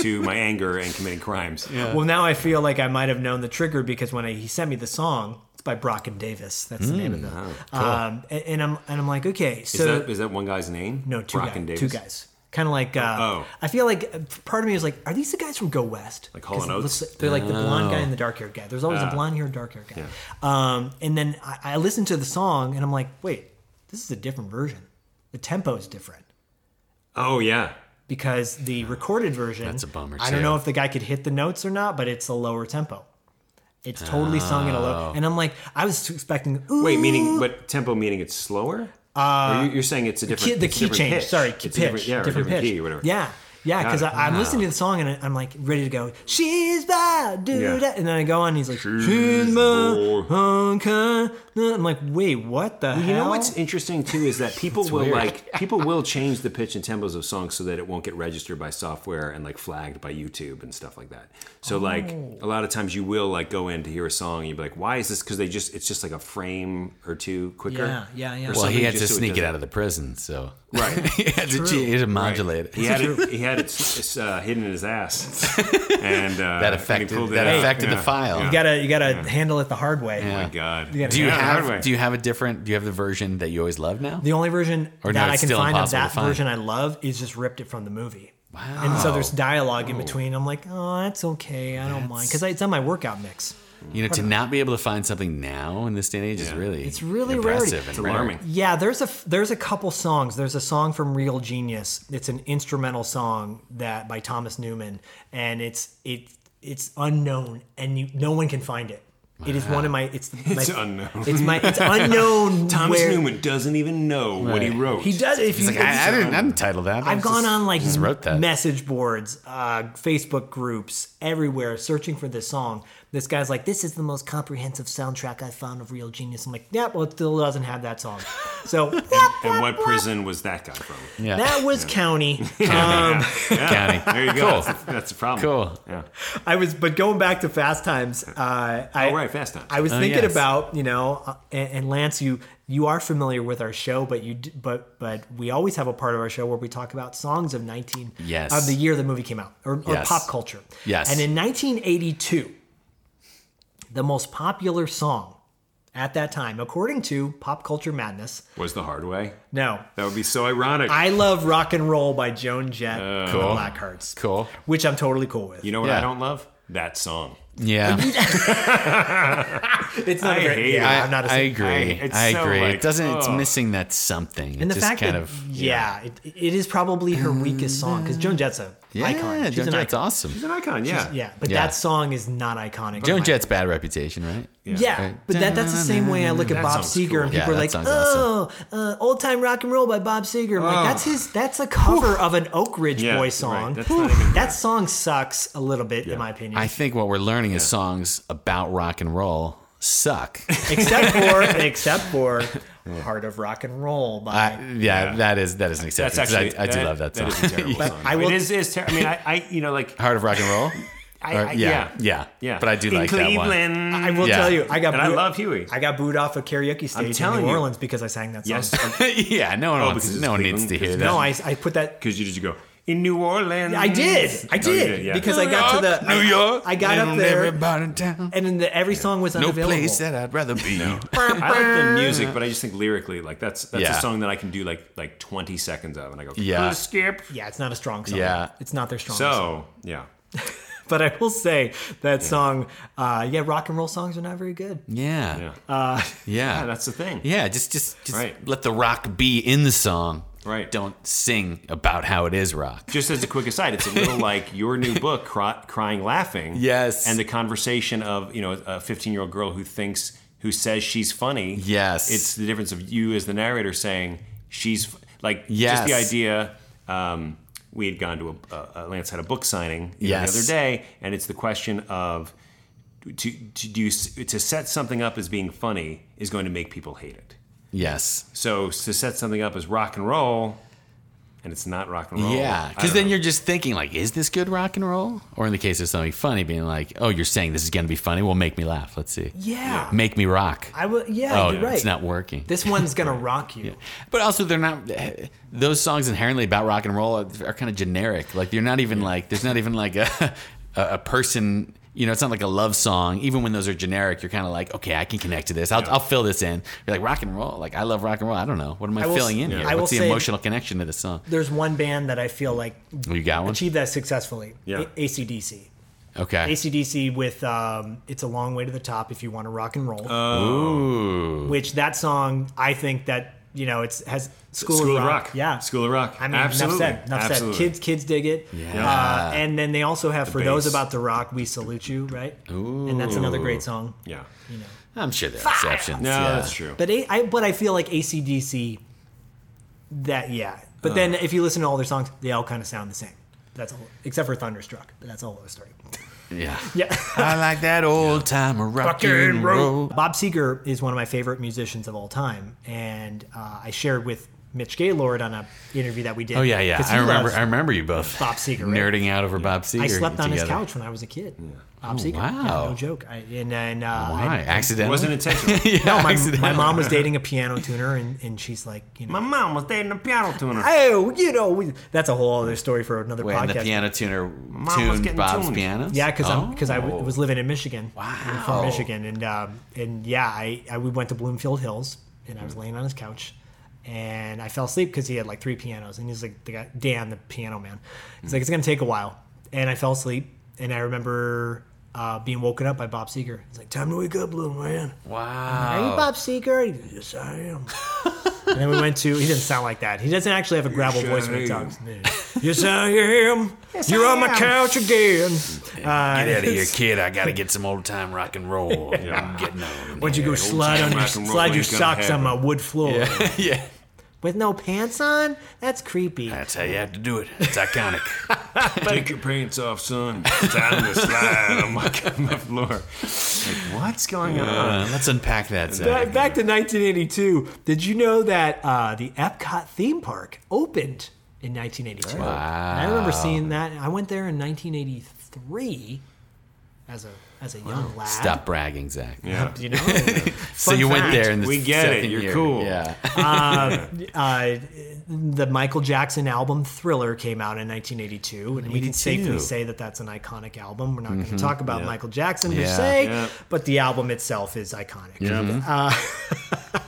S3: to my anger and committing crimes.
S6: Well, now I feel like I might have known the trigger because when I, he sent me the song, it's by Brock and Davis. That's the name of the. Um, and, and I'm and I'm like, okay,
S3: Mm, Is
S6: so
S3: that is that one guy's name?
S6: no, two
S3: Brock
S6: guys,
S3: and Davis.
S6: two guys. Kind of like, uh,
S3: Oh.
S6: I feel like uh, part of me is like, are these the guys from Go West?
S3: Like Hall and
S6: 'Cause
S3: Oates?
S6: it
S3: Oh. Ah.
S6: looks like- They're like the blonde guy and the dark haired guy. There's always a blonde haired, dark haired guy. Um, and then I, I listen to the song and I'm like, wait, this is a different version. The tempo is different
S3: Oh yeah.
S6: because the recorded version. That's
S5: a bummer,
S6: I don't
S5: too.
S6: know if the guy could hit the notes or not, but it's a lower tempo. It's totally sung at a low. And I'm like, I was expecting. Ooh,
S3: Oh. Wait, meaning but tempo meaning it's slower? Uh, you're saying it's a different
S6: key, the
S3: it's a
S6: key
S3: different
S6: change.
S3: pitch.
S6: Sorry, key
S3: It's a
S6: pitch.
S3: different, yeah, or a different,
S6: pitch.
S3: key or whatever.
S6: Yeah, yeah. Because
S3: Got it.
S6: I'm listening to the song and I- I'm like ready to go. She's bad, dude.
S3: Yeah.
S6: And then I go on. and He's like,
S3: She's
S6: She's my
S3: bad.
S6: hunk of-" I'm like, wait, what the hell?
S3: You know what's interesting too is
S6: (laughs)
S3: that people will like people will change the pitch and tempos of songs so that it won't get registered by software and like flagged by YouTube and stuff like that. So like
S6: Oh.
S3: a lot of times you will like go in to hear a song and you'll be like, why is this? Because they just it's just like a frame or two quicker.
S6: Yeah, yeah, yeah.
S3: or
S5: Well, he
S3: something
S5: had to
S3: just so
S5: sneak it
S3: doesn't-
S5: out of the prison, so
S3: Right.
S5: (laughs) he had to, he had to modulate it.
S3: He had it, he had it s- s- uh, hidden in his
S6: (laughs)
S3: ass, and uh,
S5: That
S3: and he
S5: affected
S3: pulled it
S5: that
S3: out.
S5: affected
S3: Yeah.
S5: the file.
S6: You gotta, you gotta handle it the hard way.
S3: Oh my god!
S6: You gotta-
S5: Do you
S3: Yeah, hard way.
S5: have Do you have a different Do you have the version that you always love now?
S6: The only version
S5: Or no,
S6: that I
S5: it's
S6: can
S5: still
S6: find of
S5: impossible to
S6: that
S5: find.
S6: version I love is just ripped it from the movie.
S5: Wow.
S6: And so there's dialogue in between. I'm like, oh, that's okay. I don't mind because it's on my workout mix.
S5: you know to not be able to find something now in this day and age is really
S6: It's really
S5: impressive
S6: rarity.
S5: and
S3: It's alarming.
S6: Yeah, there's a there's a couple songs. There's a song from Real Genius. It's an instrumental song that by Thomas Newman, and it's it it's unknown, and you, no one can find it. It is one of my it's my,
S3: (laughs) It's unknown.
S6: It's my it's unknown.
S3: (laughs) Thomas
S6: where-
S3: Newman doesn't even know what he
S5: Right.
S3: wrote.
S6: He does. If you,
S5: It's like I, I didn't I didn't title that. I
S6: um, I've
S5: was
S6: gone
S5: just-
S6: on like
S5: just wrote that.
S6: message boards, uh, Facebook groups, everywhere, searching for this song. This guy's like, "This is the most comprehensive soundtrack I found of Real Genius." I'm like, "Yeah, well, it still doesn't have that song."
S5: (laughs)
S6: So
S3: And what prison was that guy from?
S5: yeah. (laughs) Um,
S6: that Um, was county.
S5: county.
S3: There you go. That's, that's the problem.
S5: Cool.
S3: Yeah.
S6: I was, but going back to Fast Times, uh, I,
S3: All right, fast time.
S6: I was thinking
S5: Oh, yes.
S6: about you know, uh, and, and Lance, you you are familiar with our show, but you d- but but we always have a part of our show where we talk about songs of nineteen
S5: Yes.
S6: of the year the movie came out or, or
S5: Yes.
S6: pop culture.
S5: Yes.
S6: and in nineteen eighty two, the most popular song at that time, according to Pop Culture Madness,
S3: was the hard way.
S6: no,
S3: That would be so ironic.
S6: I love Rock and Roll by Joan Jett and the Blackhearts,
S5: Cool.
S6: which I'm totally cool with.
S3: you know what
S5: Yeah.
S3: I don't love? That song.
S5: Yeah.
S6: It's not a
S3: I
S6: very,
S3: hate
S6: (laughs) yeah,
S3: it.
S6: I'm not a
S5: I agree.
S3: I-
S5: I,
S3: it's so,
S5: agree.
S3: like,
S5: it doesn't. It's
S3: ugh.
S5: missing that something.
S6: oh. And the
S5: it just
S6: fact
S5: kind
S6: that,
S5: of.
S6: yeah, it, it is probably her weakest song because Joan Jett's a
S5: Yeah,
S6: icon. She's
S5: Joan
S6: an
S5: Jett's
S6: icon.
S5: awesome.
S3: She's an icon, yeah.
S6: Yeah, but
S5: Yeah.
S6: that song is not iconic.
S5: Joan Jett's bad reputation, right?
S6: Yeah, but that, that's the same way I look at
S3: That
S6: Bob
S3: song's
S6: Seger
S3: cool.
S6: and
S5: Yeah,
S6: people are
S5: that
S6: like,
S5: song's
S6: "Oh, uh, old time rock and roll by Bob Seger." I'm like, that's his. That's a cover of an Oak Ridge
S3: Oh. Yeah,
S6: Boy
S3: right.
S6: song.
S3: That's not even-
S6: that song sucks a little bit, in my opinion.
S5: I think what we're learning is songs about rock and roll
S3: (laughs)
S5: suck.
S6: (laughs) except for except
S5: (laughs)
S6: for Heart of Rock and Roll by.
S5: I, yeah, that is that is an
S3: That's
S5: exception. 'cause
S3: actually
S5: I, I do
S3: that-
S5: love that song. (laughs)
S3: That is a terrible song.
S6: I will-
S3: it is, is ter- I mean, I, I you know like
S5: Heart of Rock and Roll.
S3: (laughs) I,
S5: Or-
S3: I-
S5: yeah,
S3: yeah,
S5: yeah,
S3: yeah.
S5: But I do
S3: In
S5: like that one.
S3: Cleveland.
S6: I will
S5: Yeah.
S6: tell you, I got
S3: And I
S6: booed-
S3: love Huey.
S6: I got booed off a karaoke stage in
S3: telling
S6: New
S3: you.
S6: Orleans because I sang that song.
S3: Yes,
S5: (laughs) yeah, no one wants,
S3: Oh, because it's
S5: no one needs to
S3: Cleveland.
S5: hear that.
S6: No, I, I put that.
S3: because you just go in New Orleans.
S6: I did. I
S3: No, you
S6: did.
S3: did, yeah.
S6: Because I got to the. I-
S5: New York.
S6: I got up
S5: and
S6: there.
S5: Everybody in town.
S6: And then the, every song was
S5: No
S6: unavailable.
S5: place that I'd rather be.
S3: I like the music, but I just think lyrically, like that's that's
S5: Yeah.
S3: a song that I can do like like twenty seconds of, and I go
S5: Yeah.
S3: "Could skip.
S6: yeah, it's not a strong song.
S5: Yeah.
S6: It's not their strong song.
S3: So yeah,
S6: But I will say that song, uh, yeah, rock and roll songs are not very good.
S5: Yeah. Yeah.
S3: Yeah, that's the thing.
S5: Yeah, just just just
S3: Right.
S5: let the rock be in the song.
S3: Right.
S5: Don't sing about how it is rock.
S3: Just as a quick aside, it's a
S5: (laughs)
S3: little like your new book, Cry, "Crying Laughing."
S5: Yes.
S3: and the conversation of you know a fifteen-year-old girl who thinks who says she's funny.
S5: Yes.
S3: it's the difference of you as the narrator saying she's f- like just
S5: Yes.
S3: the idea. Um, we had gone to a uh, Lance had a book signing you know,
S5: Yes.
S3: the other day, and it's the question of to, to do s- to set something up as being funny is going to make people hate it.
S5: Yes.
S3: So to set something up as rock and roll, and it's not rock and roll.
S5: Yeah,
S3: I
S5: because
S3: don't
S5: then
S3: know.
S5: you're just thinking like, is this good rock and roll? Or in the case of something funny, being like, oh, you're saying this is gonna be funny. Well, make me laugh. Let's see.
S6: Yeah.
S5: Make me rock.
S6: I will, yeah,
S5: oh,
S6: you're right.
S5: it's not working.
S6: This one's
S5: (laughs)
S6: going to rock you.
S5: But also, they're not. Those songs inherently about rock and roll are, are kind of generic. Like you're not even like there's not even like a (laughs) a, a person. You know, it's not like a love song. Even when those are generic, you're kind of like, okay, I can connect to this. I'll, I'll fill this in. You're like rock and roll. Like I love rock and roll. I don't know what am I,
S6: I will
S5: filling
S6: s-
S5: in
S6: yeah.
S5: here.
S6: I will
S5: What's the
S6: say-
S5: emotional connection to this song?
S6: There's one band that I feel like
S5: Oh, You got one.
S6: achieved that successfully
S3: Yeah.
S6: A- ACDC.
S5: Okay.
S6: ACDC with um, It's a Long Way to the Top if you want to rock and roll.
S3: Oh.
S6: Which that song, I think that, you know, it's has School,
S3: School
S6: of
S3: of
S6: Rock.
S3: Rock.
S6: Yeah.
S3: School of Rock.
S6: I mean,
S3: Absolutely.
S6: enough said. Enough
S3: Absolutely.
S6: said. Kids, kids dig it. Yeah. Uh, and then they also have For Those
S3: bass.
S6: About the Rock, We Salute You, right? Ooh. And that's another great song.
S3: yeah.
S5: I'm sure there are exceptions.
S3: No,
S5: yeah.
S3: that's true.
S6: But a, I, but I feel like ACDC, that, yeah. But then
S3: Uh.
S6: if you listen to all their songs, they all kind of sound the same. That's all, except for Thunderstruck. But that's all other story.
S5: Yeah.
S6: Yeah.
S5: I like that old time rock, and roll.
S6: Bob Seger is one of my favorite musicians of all time, and uh, I shared with Mitch Gaylord on a interview that we did.
S5: Oh yeah, yeah.
S6: 'Cause he
S5: I remember.
S6: loves-
S5: I remember you both.
S6: Bob Seger, right?
S5: Nerding out over Bob Seger.
S6: I slept on his
S5: together.
S6: couch when I was a kid. Bob
S5: Oh,
S6: Seger,
S5: wow.
S6: yeah, no joke. I, and then uh,
S5: Why?
S6: I-
S3: It
S5: Accidentally?
S3: wasn't
S6: (laughs)
S5: (laughs)
S3: intentional.
S5: yeah,
S6: no, my, my
S5: accidentally.
S6: mom was dating a piano tuner, and, and she's like, you know,
S3: My mom was dating a piano tuner.
S6: oh, you know, we, that's a whole other story for another
S5: Wait, and
S6: podcast.
S5: the piano tuner
S3: was
S5: tuned
S3: getting
S5: Bob's
S3: tuned.
S5: pianos?
S6: Yeah, because I'm
S5: Oh.
S6: because I w- was living in Michigan. I'm
S5: Wow.
S6: from Michigan, and um, and yeah, I, I we went to Bloomfield Hills, and I was laying on his couch, and I fell asleep because he had like three pianos, and he's like the guy Dan, the piano man. He's like, it's gonna take a while, and I fell asleep, and I remember. Uh, being woken up by Bob Seger. He's like, "Time to wake up, little man. Are you
S5: Wow.
S6: Bob Seger?" He goes, "Yes, I am." and then we went to. He doesn't sound like that. He doesn't actually have a gravel voice when he
S3: I am.
S6: talks. yes, I am. You're on my couch again. Uh,
S5: Get out
S6: (laughs)
S5: of here, kid. I got to get some old time rock and roll. I'm getting on.
S6: Why don't you go slide on your,
S3: rock and roll
S6: slide your
S3: ain't gonna
S6: socks on
S3: happen.
S6: my wood floor
S5: (laughs) yeah.
S6: (laughs) with no pants on? That's creepy.
S5: That's how you have to do it.
S6: (laughs)
S5: It's iconic.
S3: Take your pants off, son. Time to slide on my, (laughs) on the floor. Like, what's going on?
S5: Uh, let's unpack that.
S6: Back,
S5: Zach.
S6: back to 1982. Did you know that uh, the Epcot theme park opened in 1982? And I remember seeing that. I went there in 1983 as a as a young lad.
S5: Stop bragging, Zach.
S3: Yeah.
S6: You know.
S5: So you went
S6: fact.
S5: there in the
S3: We get it.
S5: second
S3: You're
S5: year.
S3: cool.
S6: (laughs)
S5: Yeah.
S6: uh, the Michael Jackson album Thriller came out in 1982, and we can
S5: 82.
S6: safely say that that's an iconic album. We're not going to talk about Michael Jackson per
S5: Mm-hmm. Yeah.
S6: se,
S3: Yeah.
S6: but the album itself is iconic. Uh,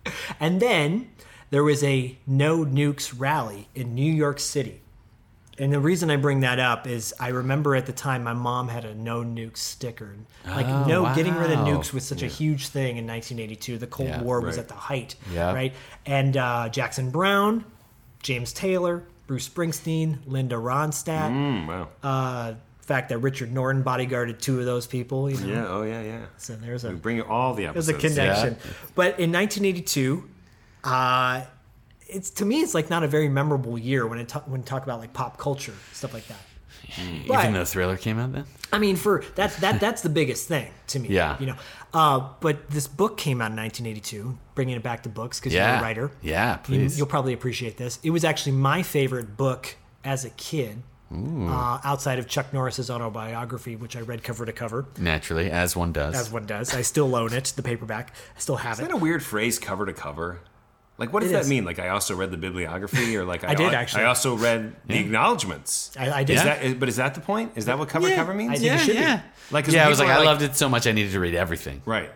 S6: (laughs) and then there was a No Nukes rally in New York City And the reason I bring that up is I remember at the time my mom had a no nukes sticker. Like
S5: Oh,
S6: no getting rid of
S5: wow.
S6: nukes was such a huge thing in 1982. The Cold
S5: Yeah,
S6: War was
S3: right.
S6: at the height,
S5: Yeah.
S6: right? And uh, Jackson Brown, James Taylor, Bruce Springsteen, Linda Ronstadt.
S3: Mm, wow.
S6: Uh, fact that Richard Norton bodyguarded two of those people, you know.
S3: yeah. Oh yeah. Yeah.
S6: So there's a
S3: Bring you all the
S6: there's
S3: episodes.
S6: a connection. But in 1982, uh, it's to me it's like not a very memorable year when it ta- when talk about like pop culture stuff like that.
S5: Hmm. Even
S6: But-
S5: though Thriller came out then?
S6: I mean, for that's that that's the biggest thing to me.
S5: Yeah.
S6: you know. Uh, but this book came out in 1982, bringing it back to books because
S5: Yeah.
S6: you're a writer.
S3: Mm,
S5: Yeah,
S6: You-
S5: please.
S6: you'll probably appreciate this. It was actually my favorite book as a kid. Uh, outside of Chuck Norris's autobiography, which I read cover to cover,
S5: Naturally, as one does.
S6: as one does, I still own it, the paperback. I still have
S3: Isn't
S6: it.
S3: that a weird phrase, cover to cover? Like, what does
S6: It
S3: that
S6: is.
S3: mean? Like, I also read the bibliography, or like I,
S6: (laughs) I did,
S3: al-
S6: actually.
S3: I also read the acknowledgments.
S6: I- I did.
S3: Is
S6: Yeah.
S3: that, is, but is that the point? Is that what cover to cover means?
S6: I think it should be.
S3: Like, 'cause
S5: yeah,
S3: when
S5: I was like,
S3: people are
S5: I
S3: like-
S5: loved it so much, I needed to read everything.
S3: Right.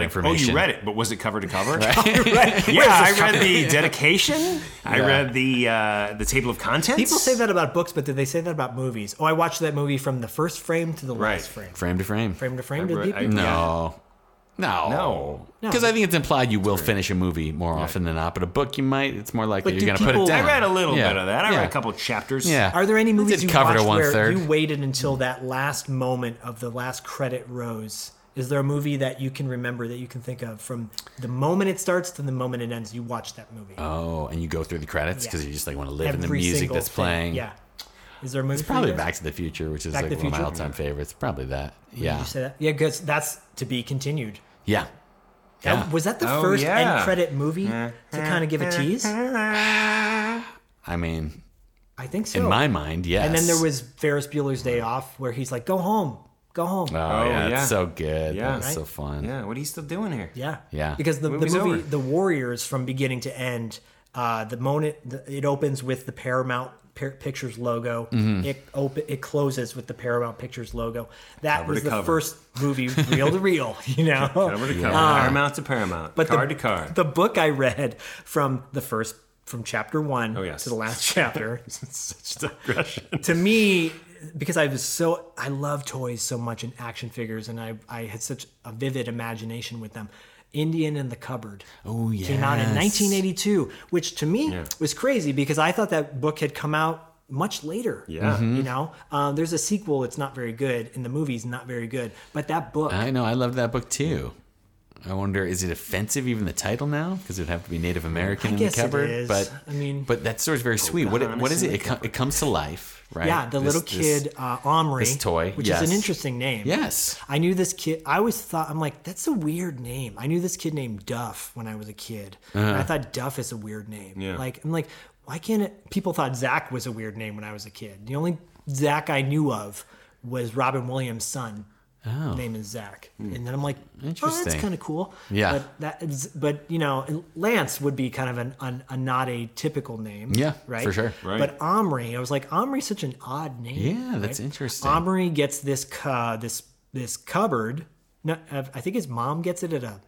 S3: Like, oh,
S5: information.
S3: you read it, but was it cover to
S5: (laughs)
S3: cover? (laughs) Yeah, I read the dedication. I read the uh, the table of contents.
S6: People say that about books, but do they say that about movies? Oh, I watched that movie from the first frame to the
S3: Right.
S6: last frame.
S5: Frame to frame.
S6: Frame to frame to
S3: Right,
S6: the
S3: I-
S5: No. No.
S3: No.
S5: Because I think it's implied you will finish a movie more often than not, but a book you might. It's more likely
S6: Like,
S5: you're going
S6: do
S5: to put it
S6: people-
S5: down.
S3: I read a little
S5: Yeah.
S3: bit of that. I
S5: yeah.
S3: read a couple chapters.
S5: Yeah.
S6: Are there any movies
S5: did
S6: you
S5: cover
S6: watched
S5: to one
S6: where
S5: third.
S6: you waited until that last moment of the last credit rose? Is there a movie that you can remember that you can think of from the moment it starts to the moment it ends? You watch that movie.
S5: Oh, and you go through the credits because
S6: Yeah.
S5: you just like want to live in the music
S6: single
S5: that's
S6: thing.
S5: playing.
S6: Yeah. Is there a movie?
S5: It's probably
S6: for you guys?
S5: Back to the Future, which is
S6: Back to
S5: like
S6: the
S5: one of my
S6: Future?
S5: all-time favorites. Probably that. Yeah.
S6: Did you say that? Yeah, because that's to be continued.
S5: Yeah.
S6: That-
S5: Yeah.
S6: was that the
S3: Oh,
S6: first
S3: yeah.
S6: end credit movie to kind of give a tease? I
S5: I mean,
S6: think so.
S5: in my mind, yes.
S6: And then there was Ferris Bueller's Day Off, where he's like, "Go home, go home."
S5: Oh,
S3: Oh,
S5: yeah,
S3: yeah.
S5: it's so good. Yeah,
S3: Yeah.
S5: that was so fun.
S3: Yeah. What are you still doing here?
S6: yeah,
S5: Yeah.
S6: Because the, the
S3: Movie's
S6: movie,
S3: over.
S6: The Warriors, from beginning to end, uh, the moment the, it opens with the Paramount Par- Pictures logo,
S5: Mm-hmm.
S6: it open it closes with the Paramount Pictures logo. That was
S3: to
S6: the
S3: cover.
S6: first movie, reel to reel. (laughs) You know, Um,
S3: Cover to cover.
S5: Ah.
S3: Paramount to Paramount.
S6: but
S3: card
S6: the,
S3: to card.
S6: the book I read from the first from chapter one
S3: Oh, yes.
S6: to the last
S3: (laughs)
S6: chapter
S3: Such digression.
S6: to me because i was so i love toys so much and action figures and i i had such a vivid imagination with them indian in the cupboard oh yeah came out in 1982 which to me was crazy because i thought that book had come out much later
S3: Yeah. Mm-hmm.
S6: you know uh, there's a sequel it's not very good and the movie's not very good but that book
S5: I know. I loved that book too. I wonder, is it offensive even the title now? Because it would have to be Native American in
S6: guess it
S5: the cupboard.
S6: is.
S5: But
S6: I mean-
S5: but that story's
S3: Oh,
S5: very sweet. What it- what is it? It, com- it comes to life, right?
S6: yeah the
S5: This-
S6: little
S5: this-
S6: kid uh, omri
S5: this toy,
S6: which
S5: yes.
S6: is an interesting name
S5: yes.
S6: I knew this kid. I always thought I'm like that's a weird name. I knew this kid named Duff when I was a kid.
S5: Uh-huh.
S6: And I thought Duff is a weird name.
S3: Yeah.
S6: Like I'm like why can't it? People thought Zach was a weird name when I was a kid. The only Zach I knew of was Robin Williams' son.
S5: Oh.
S6: Name is Zach, and then I'm like, oh, that's
S5: Interesting.
S6: kind of cool.
S5: Yeah.
S6: but that is, but you know, Lance would be kind of an, an a not a typical name.
S5: Yeah,
S6: right,
S5: for sure.
S3: Right.
S6: But Omri, I was like, Omri's such an odd name.
S5: Yeah, that's interesting.
S6: Omri gets this cu- this this cupboard. No, uh, I think his mom gets it at a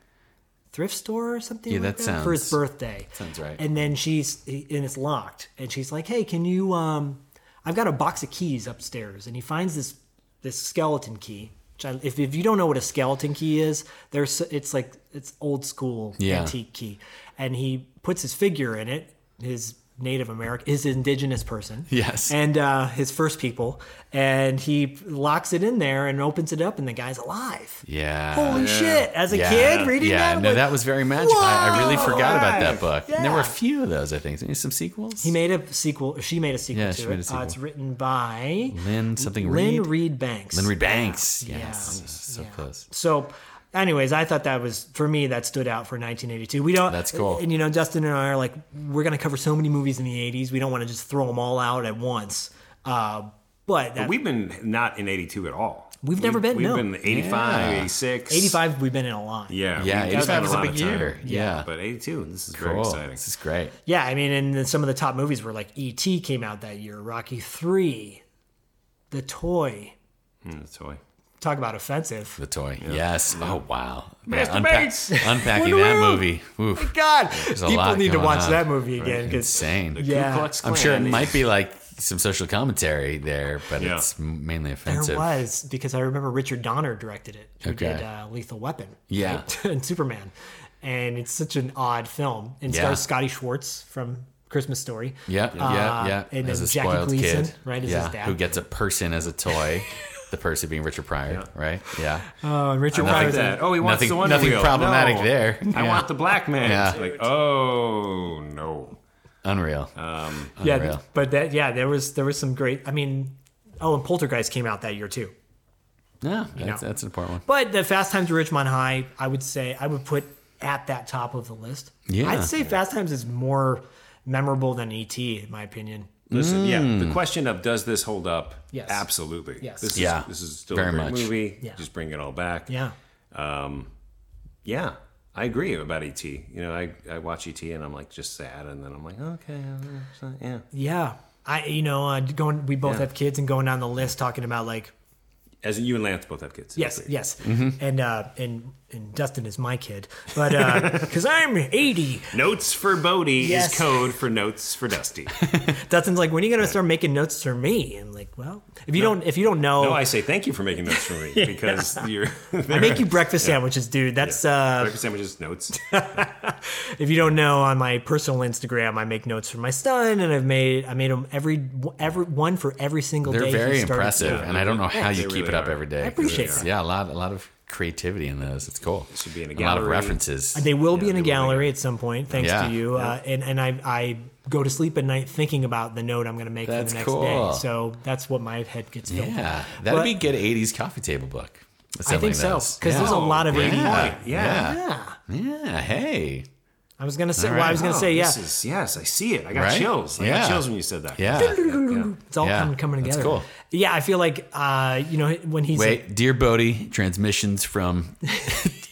S6: thrift store or something.
S5: Yeah,
S6: like
S5: that
S6: for his
S5: sounds-
S6: birthday.
S5: sounds right.
S6: And then she's and it's locked, and she's like, "Hey, can you? Um, I've got a box of keys upstairs." And he finds this this skeleton key. Which I, if if you don't know what a skeleton key is, there's it's like it's old school
S5: Yeah.
S6: antique key, and he puts his figure in it. His Native American, his indigenous person
S5: Yes.
S6: and uh, his first people, and he locks it in there and opens it up, and the guy's alive.
S5: Yeah.
S6: Holy shit! As a
S5: Yeah.
S6: kid reading
S5: yeah,
S6: that, I'm
S5: no,
S6: like-
S5: that was very magical. I, I really
S6: "Whoa,
S5: forgot about
S6: alive."
S5: that book. And there were a
S6: Yeah.
S5: few of those, I think. Didn't you- Some sequels.
S6: he made a sequel. She made a sequel
S5: Yeah,
S6: to
S5: she
S6: it.
S5: made a
S6: Uh,
S5: sequel.
S6: it's written by
S5: Lynn something
S6: Lynn
S5: Reed.
S6: Reed Banks.
S5: Lynn Reed Banks. Yes.
S6: Yeah.
S5: So close.
S6: So, anyways, I thought that was for me that stood out for 1982. We don't.
S5: That's cool.
S6: And you know, Justin and I are like, we're gonna cover so many movies in the 80s. We don't want to just throw them all out at once. Uh, but that,
S3: We've been not in 82 at all.
S6: We've never been,
S3: We've
S6: no.
S3: been 85, 86.
S6: 85, we've been in a lot.
S3: Yeah.
S5: Yeah,
S3: we've done
S5: 85 was a
S3: lot
S5: big
S3: of time.
S5: year. Yeah.
S3: But 82, this is very
S5: Cool.
S3: exciting.
S5: This is great.
S6: Yeah, I mean, and then some of the top movies were like E.T. came out that year, Rocky Three, The Toy.
S3: Mm, the toy.
S6: Talk about offensive.
S5: The toy. Yes. Oh wow. Man,
S3: Mr.
S5: unpack-
S3: Bates!
S5: unpacking that movie. Oof.
S6: (laughs) God,
S5: a
S6: people
S5: lot
S6: need to
S5: going
S6: watch
S5: on.
S6: that movie again because
S5: Insane.
S6: yeah,
S3: Ku Klux
S5: I'm sure it
S3: Klan.
S5: might be like some social commentary there, but
S3: Yeah.
S5: it's mainly
S6: There
S5: offensive.
S6: was because I remember Richard Donner directed it. Who
S5: Okay.
S6: did uh, Lethal Weapon?
S5: Yeah.
S6: right? (laughs) and Superman, and it's such an odd film. And
S5: Yeah.
S6: stars Scotty Schwartz from Christmas Story.
S5: Yeah, yeah, yeah.
S6: Uh, and
S5: as
S6: then
S5: a
S6: Jackie
S5: spoiled
S6: Gleason,
S5: kid,
S6: right, is
S5: yeah,
S6: his dad.
S5: who gets a person as
S6: (laughs)
S5: a toy. the person being Richard Pryor, right? Yeah,
S6: Oh, and Richard
S3: I
S6: Pryor.
S3: like that. Oh, he wants
S5: nothing,
S3: the Wonder
S5: nothing
S3: Wheel.
S5: problematic
S3: No.
S5: there.
S3: I
S5: Yeah.
S3: want the black man.
S5: Yeah.
S3: It's Like, oh no.
S5: Unreal.
S3: Uh,
S6: yeah,
S5: Unreal.
S6: but that yeah, there was there was some great. I mean, oh, and Poltergeist came out that year too.
S5: yeah, that's, that's an important one.
S6: But the Fast Times at Richmond High, I would say I would put at that top of the list.
S5: Yeah.
S6: I'd say Fast Times is more memorable than ET, in my opinion.
S3: Listen, yeah.
S5: Hmm.
S3: The question of does this hold up?
S6: Yes.
S3: Absolutely.
S6: Yes.
S3: This is,
S5: Yeah.
S3: This is still
S5: Very
S3: a great
S5: much.
S3: movie.
S6: Yeah.
S3: Just bring it all back.
S6: Yeah.
S3: Yeah. I agree about ET. You know, I, I watch ET and I'm like just sad, and then I'm like, okay, uh, yeah.
S6: Yeah. I you know, uh, going we both have kids and going down the list talking about like
S3: As you and Lance both have kids.
S6: yes, yes.
S3: Mm-hmm.
S6: And uh and and Dustin is my kid.
S3: (laughs)
S6: But uh cuz I'm 80.
S3: Notes for Bodie
S6: Yes.
S3: is code for notes for Dusty.
S6: (laughs) Dustin's like when are you going to start making notes for me? And like, well, if you don't if you don't know
S3: no, I say thank you for making notes for
S6: (laughs)
S3: me because you're. (laughs)
S6: I
S5: (laughs)
S6: make you breakfast sandwiches, dude. That's uh
S3: breakfast sandwiches, notes.
S6: If you don't know, on my personal Instagram, I make notes for my son, and I've made I made them every every one for every single
S5: They're
S6: day. he
S5: very
S6: started.
S5: impressive, and I don't know how you
S3: They
S5: keep it
S3: really
S5: up
S3: are.
S5: every day.
S6: I appreciate
S5: 'cause it's-
S6: that.
S5: Yeah, a lot, a lot of creativity in those. It's cool.
S3: should be in a
S5: lot of
S3: gallery.
S5: references.
S6: They will be in a gallery at some point, thanks
S5: Yeah.
S6: to you. Uh, and and I I go to sleep at night thinking about the note I'm going to make
S5: That's
S6: for the next
S5: cool.
S6: day. So that's what my head gets filled. with.
S5: yeah, that'd
S6: But-
S5: be a good '80s coffee table book.
S6: I think so because there's a lot of
S3: Great
S6: 80.
S3: point. Yeah.
S6: Yeah,
S5: Yeah. Hey.
S6: I was gonna say. Well, I was gonna
S3: Oh,
S6: say yeah.
S3: This is, yes, I see it. I got
S5: Right?
S3: chills. I
S5: Yeah.
S3: got chills when you said that.
S5: Yeah.
S6: It's all
S5: Yeah,
S6: kind of coming
S5: that's
S6: together.
S5: cool.
S6: Yeah, I feel like uh, you know when he's
S5: Wait, dear Bodie, transmissions
S6: (laughs)
S5: from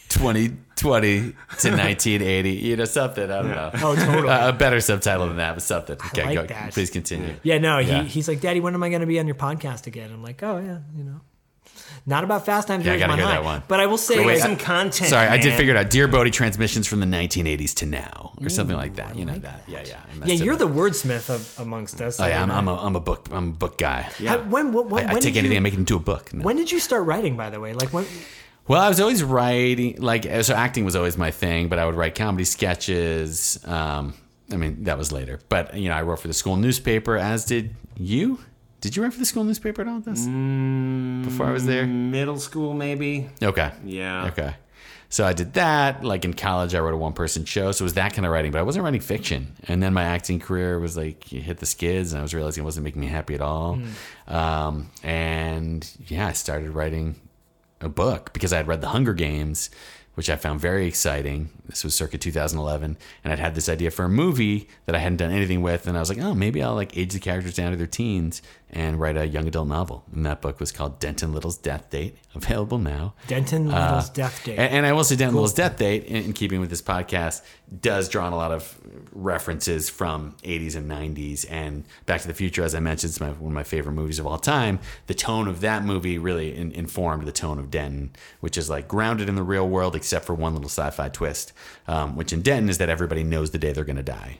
S5: 2020 to 1980. You know something. I don't know.
S6: oh totally.
S5: Uh, a better subtitle than that, but something. Okay,
S6: like
S5: go.
S6: that.
S5: Please continue.
S6: Yeah, no,
S5: Yeah.
S6: He, he's like, Daddy, when am I going to be on your podcast again? I'm like, oh, yeah, you know. Not about Fast Times.
S5: Yeah, I
S6: Here's
S5: gotta
S6: My
S5: hear
S6: High.
S5: that one.
S6: But I will say,
S5: Wait,
S6: like,
S5: I-
S3: content.
S5: Sorry, I did figure it out. Dear Bodie, transmissions from the 1980s to now, or something like that. You know that. Yeah, yeah. I messed
S6: yeah,
S5: it
S6: you're
S5: up.
S6: the wordsmith of, amongst us.
S5: Oh, yeah, I'm, I'm, a, I'm a book. I'm a book guy. Yeah.
S6: How- when, when, when,
S5: I, I
S6: did
S5: take anything,
S6: you,
S5: I make it into a book. No.
S6: When did you start writing, by the way? Like, when?
S5: Well, I was always writing, like, so acting was always my thing, but I would write comedy sketches. Um, I mean, that was later. But, you know, I wrote for the school newspaper, as did you. Did you write for the school newspaper at all this? Before I was
S3: (laughs)
S5: there?
S3: Middle school, maybe.
S5: Okay.
S3: Yeah.
S5: Okay. So I did that. Like in college, I wrote a one person show. So it was that kind of writing, but I wasn't writing fiction. And then my acting career was like, you hit the skids, and I was realizing it wasn't making me happy at all. Um, and yeah, I started writing a book because I had read The Hunger Games, which I found very exciting. This was circa 2011, and I'd had this idea for a movie that I hadn't done anything with, and I was like, oh, maybe I'll like age the characters down to their teens and write a young adult novel. And that book was called Denton Little's Death Date, available now.
S6: Denton Little's death date.
S5: Uh, And, and I will say, Dan Little's death date, in, in keeping with this podcast, does draw on a lot of references from 80s and 90s and Back to the Future, as I mentioned, it's my, one of my favorite movies of all time. The tone of that movie really in, informed the tone of Denton, which is like grounded in the real world, except for one little sci fi twist, um, which in Denton is that everybody knows the day they're going to die.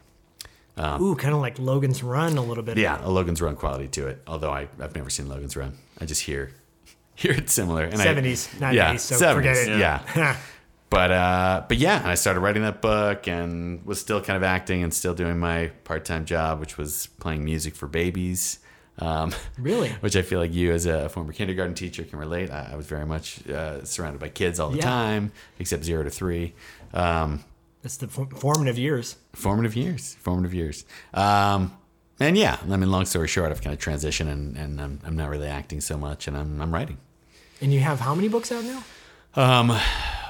S6: Ooh, kind of like Logan's Run a little bit.
S5: Yeah, a Logan's Run quality to it. Although I, I've never seen Logan's Run, I just hear (laughs) hear it similar. And I-
S6: 70s, not 80s, so forget it.
S5: Yeah. but uh, but yeah, and I started writing that book and was still kind of acting and still doing my part time job, which was playing music for babies. Um,
S6: (laughs)
S5: (laughs)
S6: Really?
S5: which I feel like you, as a former kindergarten teacher, can relate. I, I was very much uh, surrounded by kids all the
S6: Yeah.
S5: time, except zero to three. Um,
S6: That's the for- formative years.
S5: formative years formative years um and yeah i mean long story short i've kind of transitioned and, and I'm, I'm not really acting so much and i'm, I'm writing
S6: And you have how many books out now?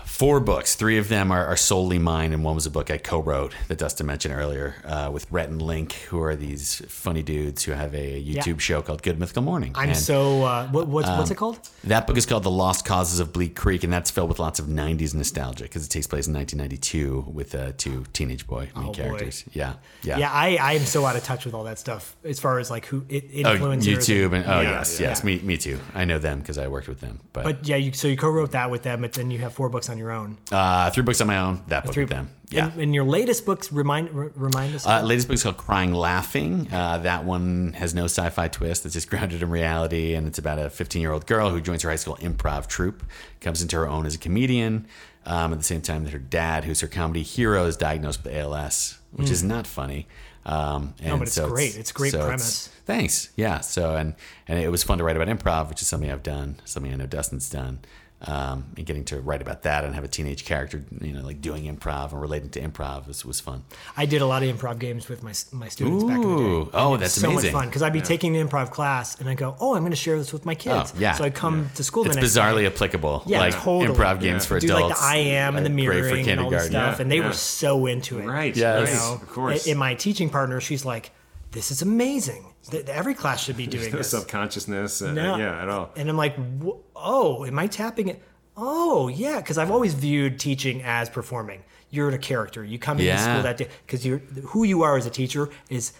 S5: four books three of them are, are solely mine and one was a book i co-wrote that dustin mentioned earlier uh, with rhett and link who are these funny dudes who have a youtube show called good mythical morning
S6: I'm
S5: And um,
S6: so. Uh, what, what's, what's it called?
S5: that book is called the lost causes of bleak creek and that's filled with lots of 90s nostalgia because it takes place in 1992 with uh, two teenage boy main characters yeah yeah
S6: Oh, Yeah, I, I am so out of touch with all that stuff as far as like who it
S5: Oh,
S6: influencers.
S5: YouTube and oh yes,
S6: yeah.
S5: yes, me me too. I know them because I worked with them. But,
S6: But yeah, you, so you co-wrote that with them, but then you have four books on your your own?
S5: Uh, three books on my own. That book with them. Yeah.
S6: And, and your latest books remind r- remind us.
S5: Uh, latest book's called Crying Laughing. Uh, that one has no sci fi twist. It's just grounded in reality. And it's about a 15 year old girl who joins her high school improv troupe, comes into her own as a comedian. Um, at the same time that her dad, who's her comedy hero, is diagnosed with ALS, which is not funny. Um, and
S6: Hmm. but it's
S5: so
S6: great. It's a great
S5: so
S6: premise.
S5: thanks. Yeah. So, and, and it was fun to write about improv, which is something I've done, something I know Dustin's done. Um, and getting to write about that and have a teenage character, you know, like doing improv and relating to improv was, was fun.
S6: I did a lot of improv games with my my students back in the day.
S5: Ooh, oh, that's
S6: so
S5: amazing.
S6: much fun because I'd be taking an improv class and I go, oh, I'm going to share this with my kids.
S5: yeah.
S6: So I come to school.
S5: It's
S6: the next
S5: bizarrely
S6: day.
S5: applicable.
S6: Yeah,
S5: like
S6: totally.
S5: improv games for
S6: do like
S5: adults.
S6: the I am and the
S5: are great for
S6: mirroring and all this
S5: kindergarten.
S6: stuff,
S3: Yeah,
S6: and they
S3: yeah.
S6: were so into it.
S3: Right.
S5: Yes.
S6: You know?
S3: Of course.
S6: And my teaching partner, she's like, "This is amazing. Th- Every class should be doing
S3: No
S6: this."
S3: subconsciousness. Uh,
S6: No.
S3: Yeah, at all.
S6: And I'm like, "Wh- oh, am I tapping it? Oh, yeah, because I've always viewed teaching as performing. You're a character. You come into
S5: Yeah.
S6: school that day because you're who you are as a teacher is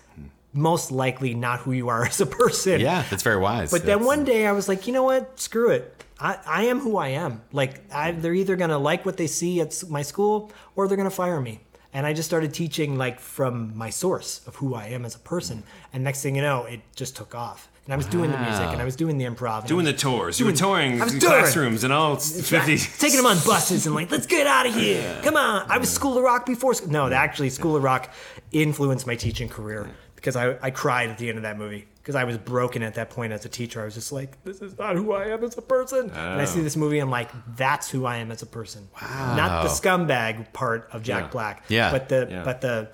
S6: most likely not who you are (laughs) as a person.
S5: Yeah, that's very wise.
S6: But then one day I was like, you know what? Screw it. I, I am who I am. Like I, they're either gonna like what they see at s- my school or they're gonna fire me. And I just started teaching like from my source of who I am as a person. And next thing you know, it just took off. And I was doing the music and I was doing the improv. and I
S3: Doing
S6: was
S3: the tours. You were touring
S6: I was
S3: in
S6: touring.
S3: classrooms and all 50.
S6: taking them on buses and like, let's get out of here. Come on. I was School of Rock before. Sc- No, actually, School of Rock influenced my teaching career because I, I cried at the end of that movie because I was broken at that point as a teacher. I was just like, this is not who I am as a person. And I see this movie, I'm like, that's who I am as a person. Wow. Not the scumbag part of Jack
S3: Yeah.
S6: Black.
S5: Yeah.
S6: But the
S3: Yeah.
S6: but the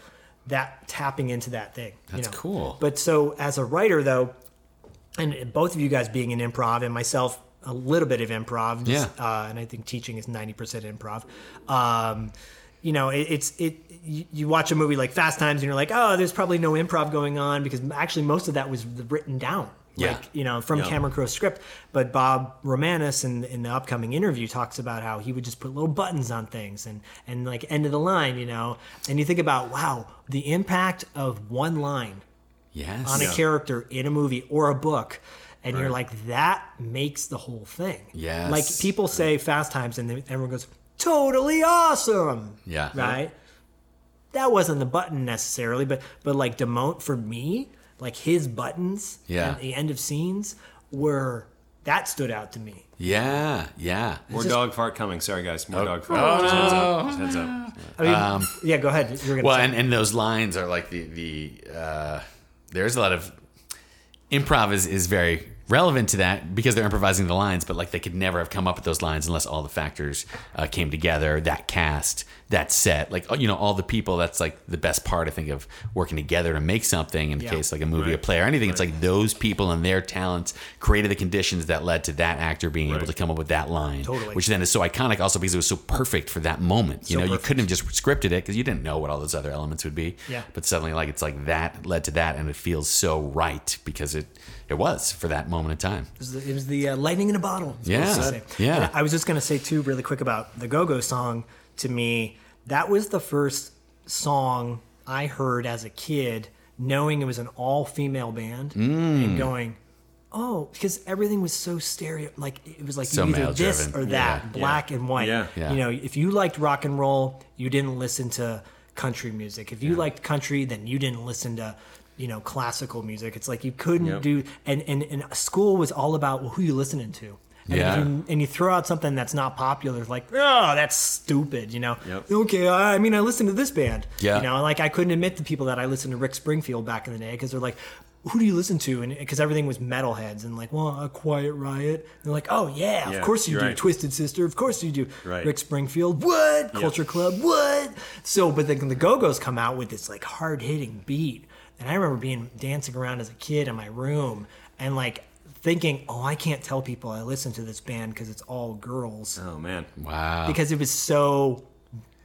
S6: that tapping into that thing.
S5: That's cool.
S6: But so as a writer though, and both of you guys being in improv and myself a little bit of improv
S5: Yeah.
S6: uh, and i think teaching is 90% improv um, you know it, it's it you, you watch a movie like fast times and you're like oh there's probably no improv going on because actually most of that was written down
S5: Yeah.
S6: like you know from cameron crowe's script but bob romanis in, in the upcoming interview talks about how he would just put little buttons on things and and like end of the line you know and you think about wow the impact of one line
S5: yes.
S6: on a character in a movie or a book and you're like that makes the whole thing
S5: Yes.
S6: like people say fast times and then everyone goes totally awesome
S5: Yeah.
S6: right that wasn't the button necessarily but but like demont for me like his buttons
S5: Yeah.
S6: at the end of scenes were that stood out to me
S5: Yeah. Yeah.
S3: More dog fart coming. Sorry, guys.
S5: Oh.
S3: More dog fart.
S6: Oh,
S3: Just Heads up. Just Heads up.
S6: i mean yeah go ahead you're gonna
S5: Um, Well,
S6: say
S5: and, and those lines are like the the uh, there's a lot of improv is, is very relevant to that because they're improvising the lines, but like they could never have come up with those lines unless all the factors uh, came together. That cast, that set, like you know, all the people. That's like the best part I think of working together to make something. In case like a movie, a play, or anything, it's like those people and their talents created the conditions that led to that actor being able to come up with that line,
S6: Totally.
S5: which then is so iconic also because it was so perfect for that moment. You know, you couldn't have just scripted it because you didn't know what all those other elements would be.
S6: Yeah.
S5: But suddenly, like it's like that led to that, and it feels so right because it it was for that moment in time.
S6: It was the, it was the uh, lightning in a bottle. is what I was
S5: Yeah.
S6: gonna say.
S5: Yeah.
S6: And I was just gonna say too, really quick about the Go Go song. To me, that was the first song I heard as a kid, knowing it was an all-female band,
S5: Mm.
S6: and going, "Oh," because everything was so stereo. Like it was like
S5: So
S6: either this
S5: male-driven.
S6: or that,
S5: Yeah.
S6: black and white.
S3: Yeah.
S5: Yeah.
S6: You know, if you liked rock and roll, you didn't listen to country music. If you liked country, then you didn't listen to you know classical music. It's like you couldn't do and, and and school was all about well, who you listening to. And
S5: Yeah.
S6: if you, and you throw out something that's not popular, it's like, oh, that's stupid, you know.
S3: Yep.
S6: Okay, I I mean, I listened to this band.
S5: Yeah.
S6: You know, like I couldn't admit to people that I listened to Rick Springfield back in the day because they're like, who do you listen to? And because everything was metalheads and like, well, a Quiet Riot. And they're like, oh yeah,
S3: Yeah,
S6: of course you
S3: you're
S6: do.
S3: right.
S6: Twisted Sister, of course you do.
S3: Right.
S6: Rick Springfield, what? Culture Club, what? So, but then the Go Go's come out with this like hard hitting beat, and I remember being dancing around as a kid in my room and like thinking, oh, I can't tell people I listen to this band because it's all girls
S3: Oh, man.
S5: Wow.
S6: because it was so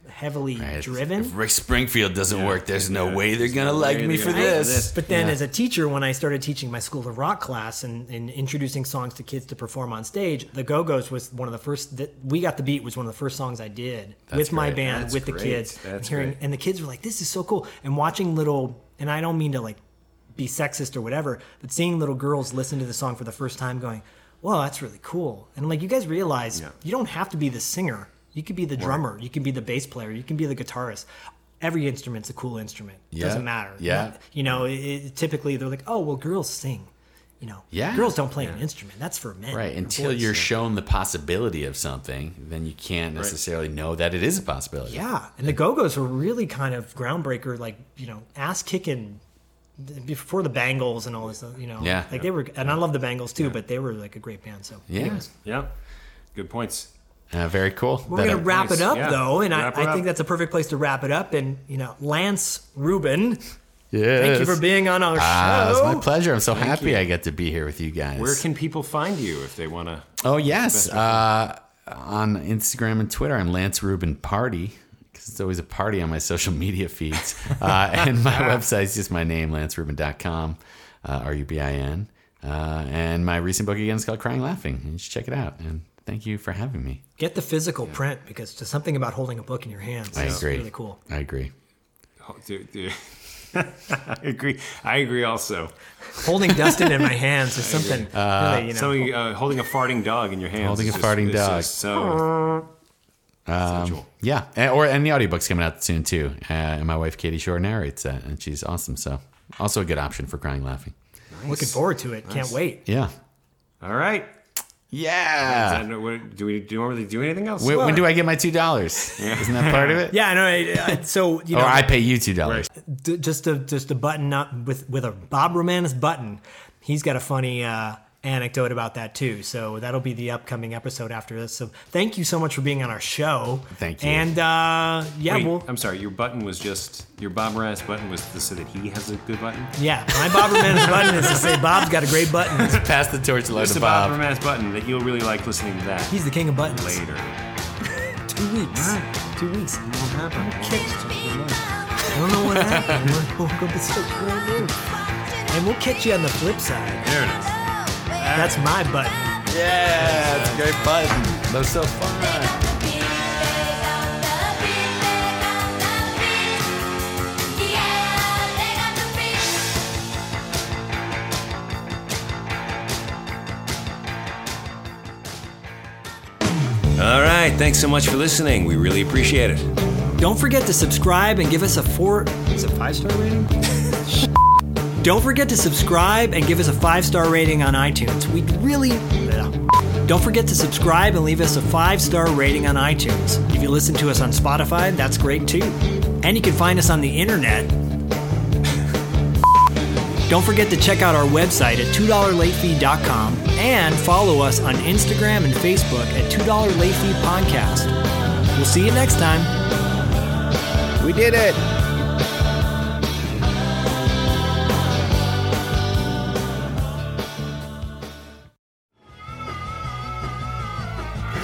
S6: heavily
S5: It's- If
S6: driven.
S5: Rick Springfield doesn't work, there's no way they're gonna
S3: no
S5: like
S3: way
S5: me
S3: they're
S5: for
S3: gonna like
S5: this.
S3: this.
S6: But then, as a teacher, when I started teaching my School of Rock class and, and introducing songs to kids to perform on stage, the Go Go's was one of the first that we got the beat was one of the first songs I did with my
S5: great.
S6: band
S3: That's
S6: with the
S3: great.
S6: kids. and
S3: That's
S6: hearing
S3: great.
S6: and the kids were like, "This is so cool!" And watching little and I don't mean to like be sexist or whatever, but seeing little girls listen to the song for the first time, going, "Wow, that's really cool!" And like you guys realize, you don't have to be the singer. You You could be the drummer. You can be the bass player. You can be the guitarist. Every instrument's a cool instrument. It
S5: Yeah.
S6: Doesn't matter.
S5: Yeah.
S6: Not- you know, it, it- typically they're like, oh, well, girls sing. You know,
S5: Yeah.
S6: girls don't play an instrument. That's for men.
S5: Right.
S6: or
S5: Until
S6: boys.
S5: you're shown the possibility of something, then you can't necessarily know that it is a possibility.
S6: Yeah, and the Go Go's were really kind of groundbreaker, like you know, ass kicking before the Bangles and all this. You know,
S5: Yeah.
S6: like they were, and I love the Bangles too, but they were like a great band. So
S5: Yeah.
S3: Yeah. Good points.
S5: Uh, very cool.
S6: We're going to wrap
S3: nice.
S6: it up
S3: Yeah.
S6: though, and I,
S3: Wrap her
S6: I
S3: up.
S6: think that's a perfect place to wrap it up. And you know, Lance Rubin,
S5: Yes.
S6: thank you for being on our
S5: Ah, it's
S6: show.
S5: my pleasure. I'm so happy I get to be here with you guys.
S3: Where can people find you if they want to?
S5: oh yes, uh, on Instagram and Twitter, I'm Lance Rubin Party because it's always a party on my social
S6: (laughs)
S5: media feeds. uh, and my website's just my name, LanceRubin.com, uh, R-U-B-I-N. Uh, and my recent book again is called Crying Laughing. And you should check it out. And thank you for having me.
S6: Get the physical print because there's something about holding a book in your hands.
S5: I
S6: It's
S5: agree.
S6: really cool.
S5: I agree.
S3: Oh, dude, dude. (laughs) I agree. I agree also.
S6: Holding Dustin
S5: (laughs)
S6: in my hands is something really, you know.
S3: Something uh, holding a farting dog in your hands.
S5: Holding
S3: is
S5: a farting
S3: is
S5: dog.
S3: just So. Um,
S5: Yeah, and, or and the audiobook's coming out soon too. Uh, and my wife Katie Shore narrates that, and she's awesome. So also a good option for crying laughing.
S6: Looking forward to it. Can't wait.
S5: Yeah,
S3: All right.
S5: yeah.
S3: I don't know, what, do we do we normally uh, do anything else?
S5: When, when do I get my two dollars? Isn't that part of
S6: (laughs)
S5: it?
S6: Yeah, I know. I- I- So you know,
S5: Or Oh, I pay you two dollars.
S6: d- just a just a button up with with a Bob Romanis button. He's got a funny uh, anecdote about that too. So that'll be the upcoming episode after this. So thank you so much for being on our show.
S5: Thank you.
S6: And uh, yeah,
S3: Wait,
S6: well,
S3: I'm sorry. Your button was just your Bob Moranis button was to say that he has a good button.
S6: yeah, my Bob Romanis button is to say Bob's got a great button.
S5: Pass the torch along
S3: Just
S5: to
S3: a Bob
S5: Bob.
S3: Moranis button that you'll really like listening to that
S6: He's the king of buttons.
S3: later.
S6: Two weeks. Two weeks.
S3: What happened?
S6: I don't know what happened. We're- we're gonna be so brand new. And we'll catch you on the flip side.
S3: There it is.
S6: That's my button.
S5: Yeah, it's a great button. That's so fun.
S3: All right. Thanks so much for listening. We really appreciate it.
S6: Don't forget to subscribe and give us a four. Is it five star rating? (laughs) Don't forget to subscribe and give us a five star rating on iTunes. We really. Don't forget to subscribe and leave us a five star rating on iTunes. If you listen to us on Spotify, that's great too. And you can find us on the internet. (laughs) Don't forget to check out our website at $2LateFee.com and follow us on Instagram and Facebook at $2 Late Fee Podcast. We'll see you next time.
S7: We did it.